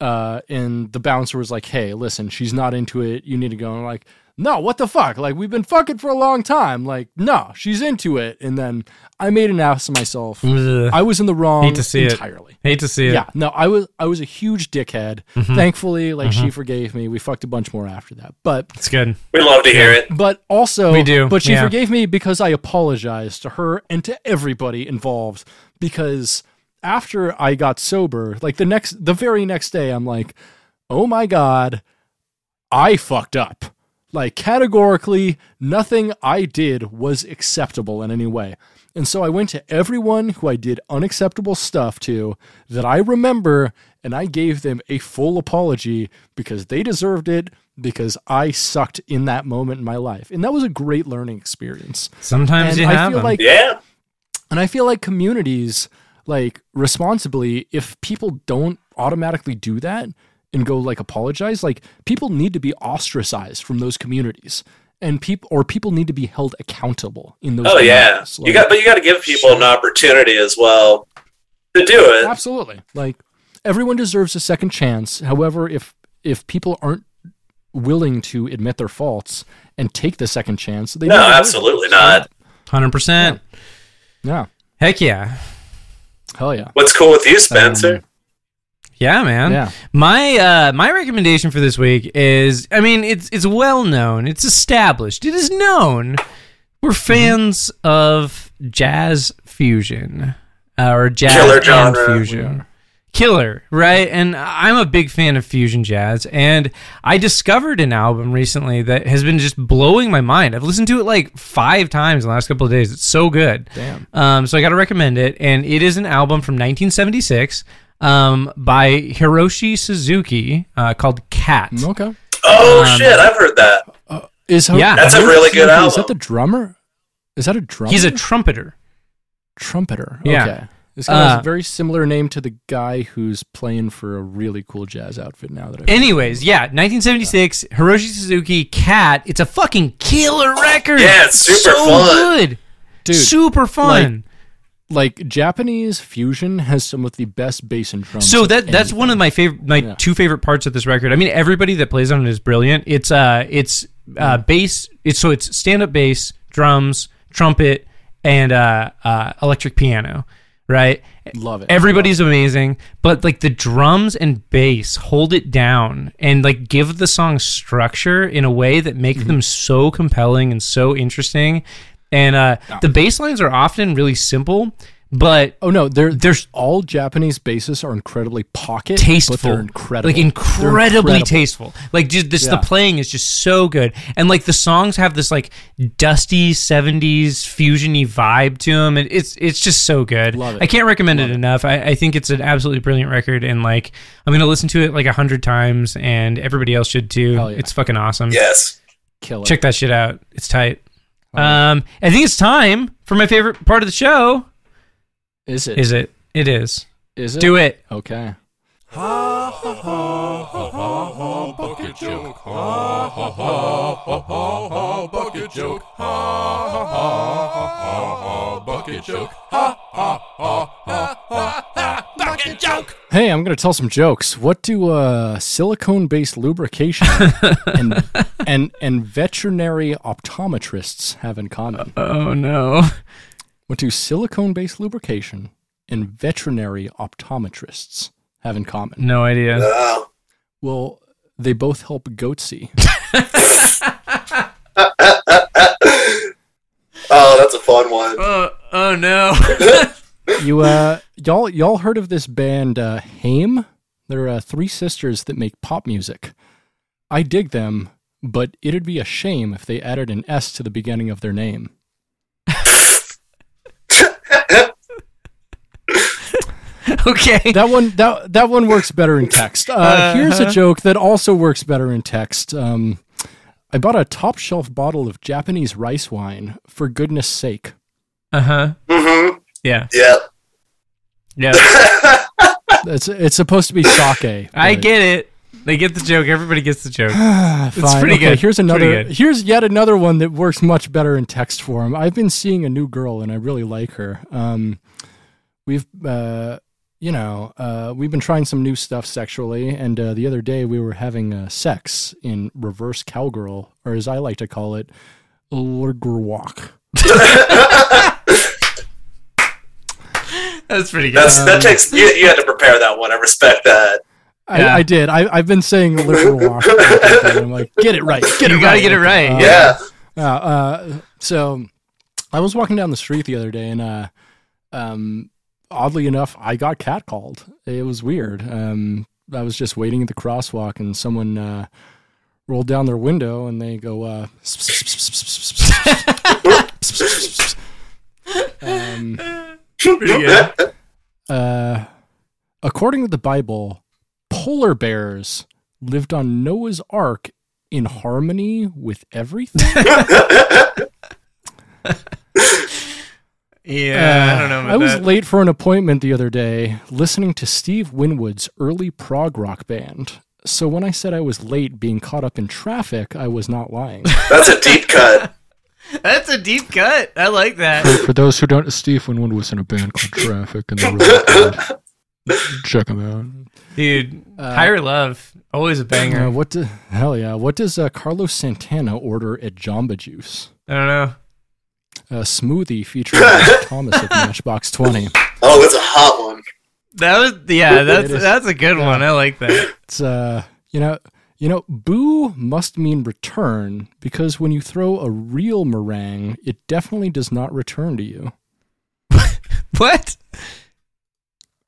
Speaker 2: uh, and the bouncer was like, hey, listen, she's not into it. You need to go. And I'm like, no, what the fuck? Like, we've been fucking for a long time. Like, no, she's into it. And then I made an ass of myself.
Speaker 1: Ugh.
Speaker 2: I was in the wrong
Speaker 1: Hate Mm. to see it.
Speaker 2: entirely.
Speaker 1: Hate to see
Speaker 2: Yeah.
Speaker 1: it.
Speaker 2: no, I was I was a huge dickhead.
Speaker 1: Mm-hmm.
Speaker 2: Thankfully, like she forgave me. We fucked a bunch more after that, but
Speaker 1: It's good.
Speaker 3: We love to hear it.
Speaker 2: but also
Speaker 1: We do,
Speaker 2: But she
Speaker 1: yeah.
Speaker 2: forgave me because I apologized to her and to everybody involved because after I got sober, like the next the very next day, I'm like, oh my god, I fucked up. Like categorically, nothing I did was acceptable in any way. And so I went to everyone who I did unacceptable stuff to that I remember and I gave them a full apology because they deserved it because I sucked in that moment in my life. And that was a great learning experience.
Speaker 1: Sometimes
Speaker 2: And
Speaker 1: you
Speaker 2: I
Speaker 1: have
Speaker 2: feel
Speaker 1: them.
Speaker 2: like
Speaker 3: Yeah.
Speaker 2: and I feel like communities, like responsibly, if people don't automatically do that and go like apologize, like people need to be ostracized from those communities, and people or people need to be held accountable in those.
Speaker 3: Oh yeah.
Speaker 2: communities.
Speaker 3: You
Speaker 2: Like,
Speaker 3: got, but you got to give people an opportunity as well to do it.
Speaker 2: absolutely like everyone deserves a second chance. However, if if people aren't willing to admit their faults and take the second chance, they
Speaker 3: No,
Speaker 2: never will.
Speaker 3: absolutely not.
Speaker 1: 100%.
Speaker 2: Yeah,
Speaker 1: Heck yeah.
Speaker 2: hell yeah,
Speaker 3: What's cool with you, Spencer?
Speaker 1: Yeah, man.
Speaker 2: Yeah.
Speaker 1: My uh, my recommendation for this week is I mean, it's it's well known, it's established, it is known. We're fans of jazz fusion. Uh, or jazz
Speaker 3: Killer
Speaker 1: and
Speaker 3: genre.
Speaker 1: fusion. Killer, right? And I'm a big fan of fusion jazz and I discovered an album recently that has been just blowing my mind. I've listened to it like 5 times in the last couple of days. It's so good.
Speaker 2: damn.
Speaker 1: Um, so I got to recommend it, and it is an album from 1976 um, by Hiroshi Suzuki uh, called Cat.
Speaker 2: Okay,
Speaker 3: Oh shit, I've heard that.
Speaker 2: is
Speaker 1: Yeah. That's
Speaker 3: a really good
Speaker 2: Is that
Speaker 3: album.
Speaker 2: the drummer? Is that a drummer?
Speaker 1: He's a trumpeter.
Speaker 2: trumpeter.
Speaker 1: Yeah.
Speaker 2: Okay. This guy has
Speaker 1: Uh,
Speaker 2: a very similar name to the guy who's playing for a really cool jazz outfit now that I
Speaker 1: Anyways, yeah, 1976, Hiroshi Suzuki, Cat. It's a fucking killer record.
Speaker 3: Yeah, it's super
Speaker 1: so
Speaker 3: fun.
Speaker 1: good.
Speaker 2: Dude,
Speaker 1: super fun.
Speaker 2: like Japanese fusion has some of the best bass and drums.
Speaker 1: so
Speaker 2: of
Speaker 1: that that's
Speaker 2: anything.
Speaker 1: one of my favorite, my
Speaker 2: Yeah.
Speaker 1: two favorite parts of this record. I mean, everybody that plays on it is brilliant. It's uh, it's
Speaker 2: Mm.
Speaker 1: uh, bass. It's so it's stand up bass, drums, trumpet, and uh, uh, electric piano, right?
Speaker 2: love it.
Speaker 1: Everybody's amazing, but like the drums and bass hold it down and like give the song structure in a way that make
Speaker 2: Mm-hmm.
Speaker 1: them so compelling and so interesting. And uh, the bass lines are often really simple, but
Speaker 2: oh no, they're
Speaker 1: There's-
Speaker 2: there's all Japanese basses are incredibly pocket,
Speaker 1: tasteful,
Speaker 2: but they're incredible,
Speaker 1: like
Speaker 2: They're
Speaker 1: incredibly
Speaker 2: incredible.
Speaker 1: tasteful. Like just this, the
Speaker 2: Yeah.
Speaker 1: playing is just so good, and like the songs have this like dusty '70s fusiony vibe to them, and it's it's just so good.
Speaker 2: Love it.
Speaker 1: I can't recommend it, enough. I, I think it's an absolutely brilliant record, and like I'm gonna listen to it like a hundred times, and everybody else should too.
Speaker 2: Hell yeah.
Speaker 1: It's fucking awesome.
Speaker 3: Yes.
Speaker 2: Killer.
Speaker 1: Check that shit out. It's tight. Um, I think it's time for my favorite part of the show.
Speaker 2: Is it?
Speaker 1: Is it? It is.
Speaker 2: Is it?
Speaker 1: Do it.
Speaker 2: Okay.
Speaker 4: Bucket joke. Ha ha ha ha ha ha. Bucket joke. Ha ha ha ha ha ha. Bucket joke. Ha ha ha ha ha. Bucket joke.
Speaker 2: Hey, I'm going to tell some jokes. What do uh, silicone-based lubrication and, and and veterinary optometrists have in common?
Speaker 1: Oh no.
Speaker 2: What do silicone-based lubrication and veterinary optometrists have in common?
Speaker 1: No idea.
Speaker 3: Uh,
Speaker 2: Well, they both help goat see.
Speaker 3: oh, that's a fun one.
Speaker 1: Oh, oh no.
Speaker 2: you uh, y'all y'all heard of this band uh, Haim? They're uh, three sisters that make pop music. I dig them, but it'd be a shame if they added an S to the beginning of their name.
Speaker 1: okay.
Speaker 2: that one that that one works better in text. Uh, Here's a joke that also works better in text. Um, I bought a top shelf bottle of Japanese rice wine for goodness sake.
Speaker 1: Uh huh.
Speaker 3: Mm-hmm.
Speaker 1: Yeah.
Speaker 3: Yeah.
Speaker 1: Yeah.
Speaker 2: It's it's supposed to be sake.
Speaker 1: I
Speaker 2: but-
Speaker 1: get it. They get the joke. Everybody gets the joke.
Speaker 2: Ah, fine.
Speaker 1: pretty
Speaker 2: Okay,
Speaker 1: good.
Speaker 2: Here's
Speaker 1: It's pretty
Speaker 2: another.
Speaker 1: good.
Speaker 2: Here's yet another one that works much better in text form. I've been seeing a new girl, and I really like her. Um, we've, uh, you know, uh, we've been trying some new stuff sexually, and uh, the other day we were having uh, sex in reverse cowgirl, or as I like to call it, lurgerwalk.
Speaker 1: That's pretty good.
Speaker 3: That's that takes you. You had to prepare that one. I respect that.
Speaker 2: I,
Speaker 1: Yeah.
Speaker 2: I did. I, I've been saying lurgerwalk. I'm like, get it right. Get
Speaker 1: you
Speaker 2: it
Speaker 1: gotta
Speaker 2: right.
Speaker 1: get it right.
Speaker 2: Uh,
Speaker 3: Yeah.
Speaker 2: Uh, uh, so I was walking down the street the other day, and uh, um, oddly enough, I got catcalled. It was weird. Um, I was just waiting at the crosswalk, and someone uh, rolled down their window, and they go, uh, um,
Speaker 1: pretty good.
Speaker 2: uh, according to the Bible, polar bears lived on Noah's Ark in harmony with everything.
Speaker 1: Yeah. I
Speaker 2: Uh,
Speaker 1: don't know. About
Speaker 2: I was
Speaker 1: that.
Speaker 2: late for an appointment the other day listening to Steve Winwood's early prog rock band. So when I said I was late being caught up in traffic, I was not lying.
Speaker 3: That's a deep cut.
Speaker 1: That's a deep cut. I like that.
Speaker 2: for those who don't know, Steve Winwood was in a band called Traffic and the Check him out.
Speaker 1: Dude,
Speaker 2: Uh,
Speaker 1: higher love. Always a banger.
Speaker 2: Uh, what do, hell yeah. What does uh, Carlos Santana order at Jamba Juice?
Speaker 1: I don't know.
Speaker 2: A smoothie featuring Rob Thomas of Matchbox 20.
Speaker 3: Oh, that's a hot one.
Speaker 1: That was yeah, that's
Speaker 2: It is.
Speaker 1: that's a good one. I like that.
Speaker 2: It's uh, you know, you know, boo must mean return because when you throw a real meringue, it definitely does not return to you.
Speaker 1: What?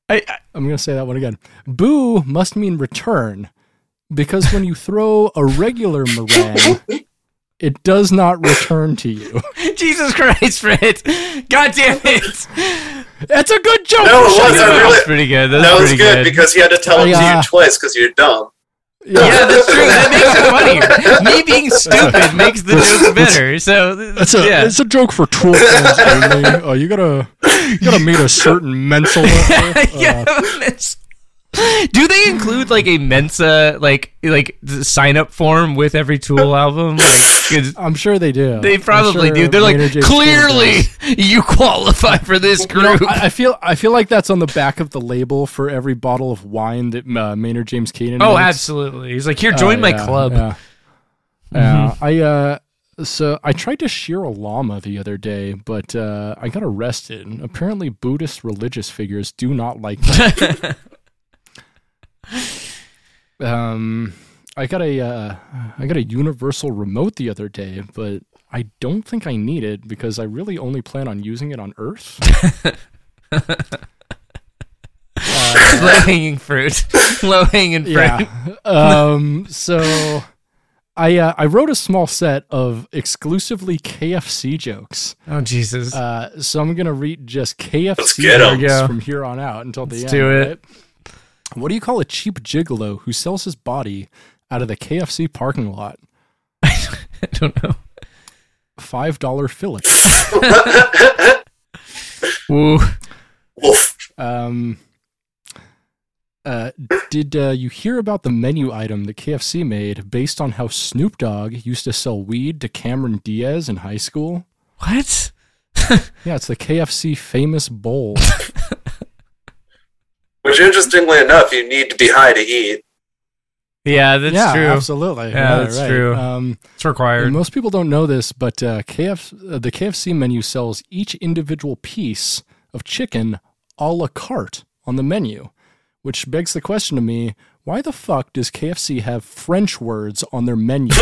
Speaker 1: I, I
Speaker 2: I'm gonna say that one again. Boo must mean return because when you throw a regular meringue, it does not return to you.
Speaker 1: Jesus Christ, Fred. God damn it.
Speaker 2: That's a good joke.
Speaker 3: No, it
Speaker 2: Shut
Speaker 3: wasn't.
Speaker 2: your mouth.
Speaker 1: that
Speaker 3: really-
Speaker 1: was pretty good. That was,
Speaker 3: That was
Speaker 1: pretty
Speaker 3: good, because he had to tell him to
Speaker 2: Yeah.
Speaker 3: you twice because you're dumb.
Speaker 1: yeah, that's true. That makes it funnier. Me being stupid makes the jokes better. So
Speaker 2: That's a
Speaker 1: yeah.
Speaker 2: it's a joke for tool fans only. Oh, you gotta you gotta meet a certain mental. level.
Speaker 1: yeah,
Speaker 2: Oh.
Speaker 1: that's- do they include like a Mensa like like sign up form with every Tool album? Like, 'cause
Speaker 2: I'm sure they do.
Speaker 1: they
Speaker 2: I'm
Speaker 1: probably
Speaker 2: sure
Speaker 1: do. They're like
Speaker 2: Maynard James Keenan
Speaker 1: clearly
Speaker 2: does.
Speaker 1: you qualify for this
Speaker 2: No,
Speaker 1: group.
Speaker 2: I, I feel I feel like that's on the back of the label for every bottle of wine that uh, Maynard James Keenan.
Speaker 1: oh,
Speaker 2: makes.
Speaker 1: absolutely. He's like, here,
Speaker 2: Uh,
Speaker 1: join my
Speaker 2: yeah,
Speaker 1: club. Mm-hmm.
Speaker 2: Yeah. Yeah, I uh, so I tried to shear a llama the other day, but uh, I got arrested. Apparently, Buddhist religious figures do not like that. um, I got a uh, I got a universal remote the other day, but I don't think I need it because I really only plan on using it on Earth.
Speaker 1: Low hanging fruit. Low hanging fruit.
Speaker 2: Yeah. um, so I uh, I wrote a small set of exclusively KFC jokes.
Speaker 1: Oh Jesus.
Speaker 2: Uh, so I'm gonna read just KFC
Speaker 3: Let's get 'em.
Speaker 2: jokes
Speaker 1: Yeah.
Speaker 2: from here on out until the
Speaker 1: Let's
Speaker 2: end.
Speaker 1: do it.
Speaker 2: right? What do you call a cheap gigolo who sells his body out of the KFC parking lot?
Speaker 1: I don't know.
Speaker 2: Five dollar fillet.
Speaker 1: Ooh.
Speaker 3: Wolf.
Speaker 2: Um, uh, did uh, you hear about the menu item that KFC made based on how Snoop Dogg used to sell weed to Cameron Diaz in high school?
Speaker 1: What?
Speaker 2: Yeah, it's the KFC famous bowl.
Speaker 3: Which, interestingly enough, you need to be high to eat.
Speaker 1: Yeah, that's
Speaker 2: yeah,
Speaker 1: true.
Speaker 2: absolutely.
Speaker 1: Yeah, that's
Speaker 2: right.
Speaker 1: true.
Speaker 2: Um,
Speaker 1: It's required.
Speaker 2: and most people don't know this, but uh, KF, uh, the KFC menu sells each individual piece of chicken a la carte on the menu, which begs the question to me: Why the fuck does KFC have French words on their menu?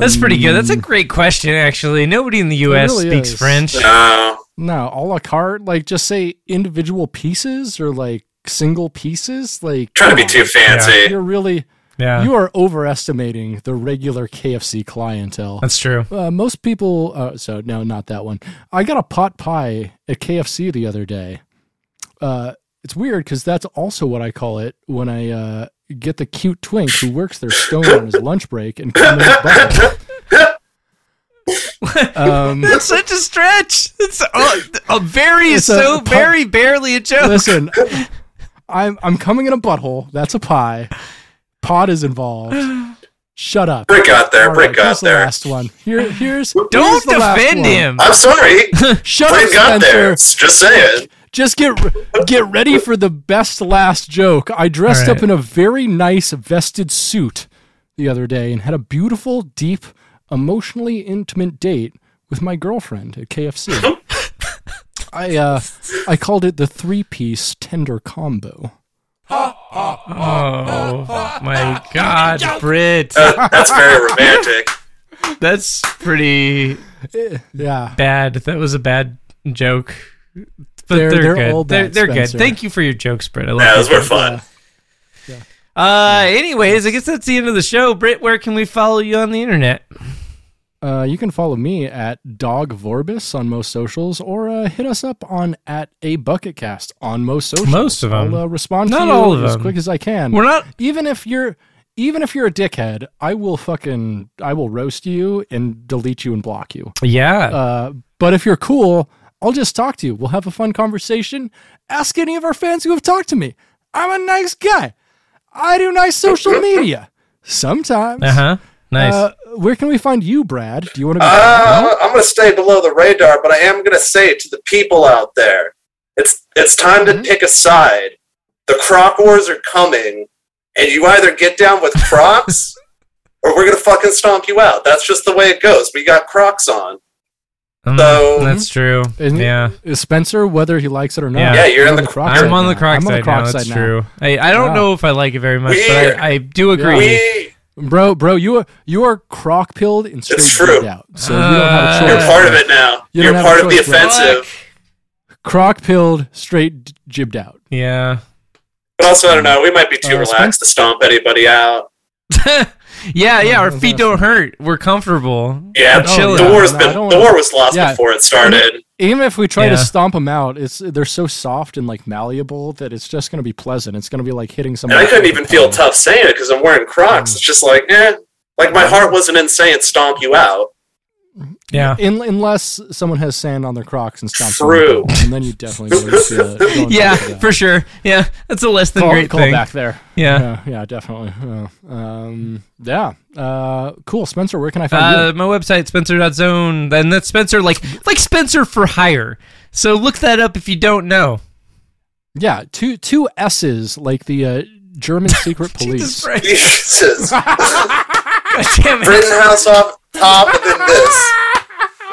Speaker 1: That's pretty good. That's a great question, actually. Nobody in the U.S.
Speaker 2: really
Speaker 1: speaks
Speaker 2: is.
Speaker 1: French.
Speaker 3: No.
Speaker 2: No, a la carte. Like, just say individual pieces or like single pieces. Like,
Speaker 3: Trying to be too fancy.
Speaker 2: You're really
Speaker 1: Yeah,
Speaker 2: you are overestimating the regular KFC clientele.
Speaker 1: that's true.
Speaker 2: Uh, most people. Uh, so no, not that one. I got a pot pie at KFC the other day. Uh, it's weird because that's also what I call it when I uh, get the cute twink who works their stone on his lunch break and come in his bucket. Um,
Speaker 1: That's such a stretch. It's a, a very
Speaker 2: It's a
Speaker 1: so
Speaker 2: pub-
Speaker 1: very barely a joke.
Speaker 2: Listen, I'm I'm coming in a butthole. That's a pie. Pot is involved. Shut up.
Speaker 3: Brick got there.
Speaker 2: All
Speaker 3: Brick
Speaker 2: right,
Speaker 3: got
Speaker 2: here's the
Speaker 3: there.
Speaker 2: last one. Here, here's. here's
Speaker 1: Don't
Speaker 2: the last
Speaker 1: defend
Speaker 2: one.
Speaker 1: him.
Speaker 3: I'm sorry. Brick
Speaker 2: Shut up,
Speaker 3: got there.
Speaker 2: Spencer.
Speaker 3: Just saying.
Speaker 2: Just get get ready for the best last joke. I dressed
Speaker 1: All right.
Speaker 2: up in a very nice vested suit the other day and had a beautiful, deep, emotionally intimate date with my girlfriend at KFC. I uh, I called it the three piece tender combo.
Speaker 1: Oh my God, Brit.
Speaker 3: That's very romantic.
Speaker 1: That's pretty
Speaker 2: Eh, Yeah.
Speaker 1: bad. That was a bad joke. But
Speaker 2: They're-
Speaker 1: they're,
Speaker 2: they're
Speaker 1: good.
Speaker 2: all
Speaker 1: they're
Speaker 2: bad,
Speaker 1: they're good.
Speaker 2: Spencer.
Speaker 1: Thank you for your jokes, Brit. I love
Speaker 3: Yeah,
Speaker 1: you.
Speaker 3: those were fun.
Speaker 1: Uh, anyways, I guess that's the end of the show. Britt, where can we follow you on the internet?
Speaker 2: Uh, you can follow me at Dog Vorbis on most socials, or uh, hit us up on at a Bucketcast on most socials.
Speaker 1: Most of 'em.
Speaker 2: I'll uh, respond
Speaker 1: Not
Speaker 2: to you
Speaker 1: all of
Speaker 2: as
Speaker 1: them.
Speaker 2: quick as I can.
Speaker 1: We're not.
Speaker 2: even if you're even if you're a dickhead, I will fucking I will roast you and delete you and block you.
Speaker 1: Yeah,
Speaker 2: Uh, but if you're cool, I'll just talk to you. We'll have a fun conversation. Ask any of our fans who have talked to me. I'm a nice guy. I do nice social media sometimes.
Speaker 1: uh huh. Nice.
Speaker 2: Uh, where can we find you, Brad? Do you want to be?
Speaker 3: Uh, I'm going to stay below the radar, but I am going to say to the people out there, it's it's time
Speaker 2: Mm-hmm.
Speaker 3: to pick a side. The Croc Wars are coming, and you either get down with Crocs, or we're going to fucking stomp you out. That's just the way it goes. We got Crocs on.
Speaker 1: Mm,
Speaker 3: so-
Speaker 1: that's true.
Speaker 2: Isn't-
Speaker 1: yeah.
Speaker 2: is Spencer, whether he likes it or not.
Speaker 1: Yeah.
Speaker 3: Yeah, you're in the-
Speaker 2: Croc
Speaker 1: I'm
Speaker 2: side
Speaker 1: on the
Speaker 2: now.
Speaker 1: croc side now.
Speaker 2: Croc
Speaker 1: That's
Speaker 2: side
Speaker 1: true. I, I don't
Speaker 2: Yeah.
Speaker 1: know if I like it very much,
Speaker 3: Weird.
Speaker 1: but I, I do agree.
Speaker 3: We
Speaker 2: bro. Bro, you are you are croc pilled and straight
Speaker 3: true.
Speaker 2: dicked out, so you don't have
Speaker 1: Uh,
Speaker 2: a
Speaker 3: you're
Speaker 2: choice.
Speaker 1: Yeah.
Speaker 3: part of it now.
Speaker 2: You
Speaker 3: You are
Speaker 2: don't have a
Speaker 3: part of the
Speaker 2: choice, right?
Speaker 3: offensive.
Speaker 2: Croc pilled, straight d- jibbed out.
Speaker 1: Yeah.
Speaker 3: But also, I don't know. We might be too
Speaker 2: Uh,
Speaker 3: relaxed to stomp anybody out.
Speaker 1: yeah, yeah. Our feet don't hurt. We're comfortable.
Speaker 3: Yeah,
Speaker 1: Oh,
Speaker 3: the
Speaker 1: yeah.
Speaker 3: war's
Speaker 2: No, I
Speaker 3: been
Speaker 2: don't
Speaker 3: the
Speaker 2: wanna-
Speaker 3: war was lost
Speaker 2: Yeah.
Speaker 3: before it started.
Speaker 2: Even if we try
Speaker 1: Yeah.
Speaker 2: to stomp them out, it's they're so soft and like malleable that it's just going to be pleasant. It's going to be like hitting
Speaker 3: And
Speaker 2: somebody.
Speaker 3: I couldn't
Speaker 2: with a
Speaker 3: even feel
Speaker 2: paddle.
Speaker 3: tough saying it because I'm wearing Crocs.
Speaker 2: Mm.
Speaker 3: It's just like, eh. Like my heart wasn't in saying stomp you out.
Speaker 1: Yeah.
Speaker 2: Un- unless someone has sand on their Crocs and stomps. them
Speaker 3: True.
Speaker 2: down, and then you definitely really feel it. Going
Speaker 1: Yeah,
Speaker 2: back to that.
Speaker 1: for sure. Yeah, that's a less than
Speaker 2: call,
Speaker 1: great
Speaker 2: call
Speaker 1: thing.
Speaker 2: back there.
Speaker 1: Yeah.
Speaker 2: yeah, yeah, definitely. Yeah. Um, yeah. Uh, cool, Spencer. Where can I find
Speaker 1: Uh, my website spencer.zone and that's spencer like like spencer for hire so look that up if you don't know
Speaker 2: you? Yeah, two two S's like the uh, German secret police.
Speaker 1: Christ.
Speaker 3: Jesus.
Speaker 1: God damn it.
Speaker 3: Rittenhouse off top and then this.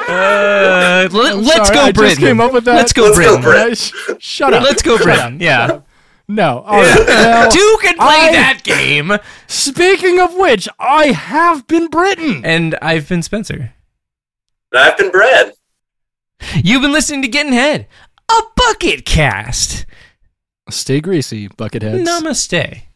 Speaker 1: Uh, let, us
Speaker 2: sorry,
Speaker 1: go
Speaker 2: I just
Speaker 1: britain
Speaker 2: came up with that.
Speaker 1: let's go
Speaker 3: Let's
Speaker 1: britain
Speaker 3: go, Britain.
Speaker 2: Uh, sh- shut up.
Speaker 1: let's go britain yeah
Speaker 2: No. All right. Well,
Speaker 1: two can play
Speaker 2: I-
Speaker 1: that game
Speaker 2: speaking of which, I have been Britain.
Speaker 1: and i've been spencer
Speaker 3: And I've been bred.
Speaker 1: you've been listening to getting head a bucket cast
Speaker 2: Stay greasy, bucketheads.
Speaker 1: namaste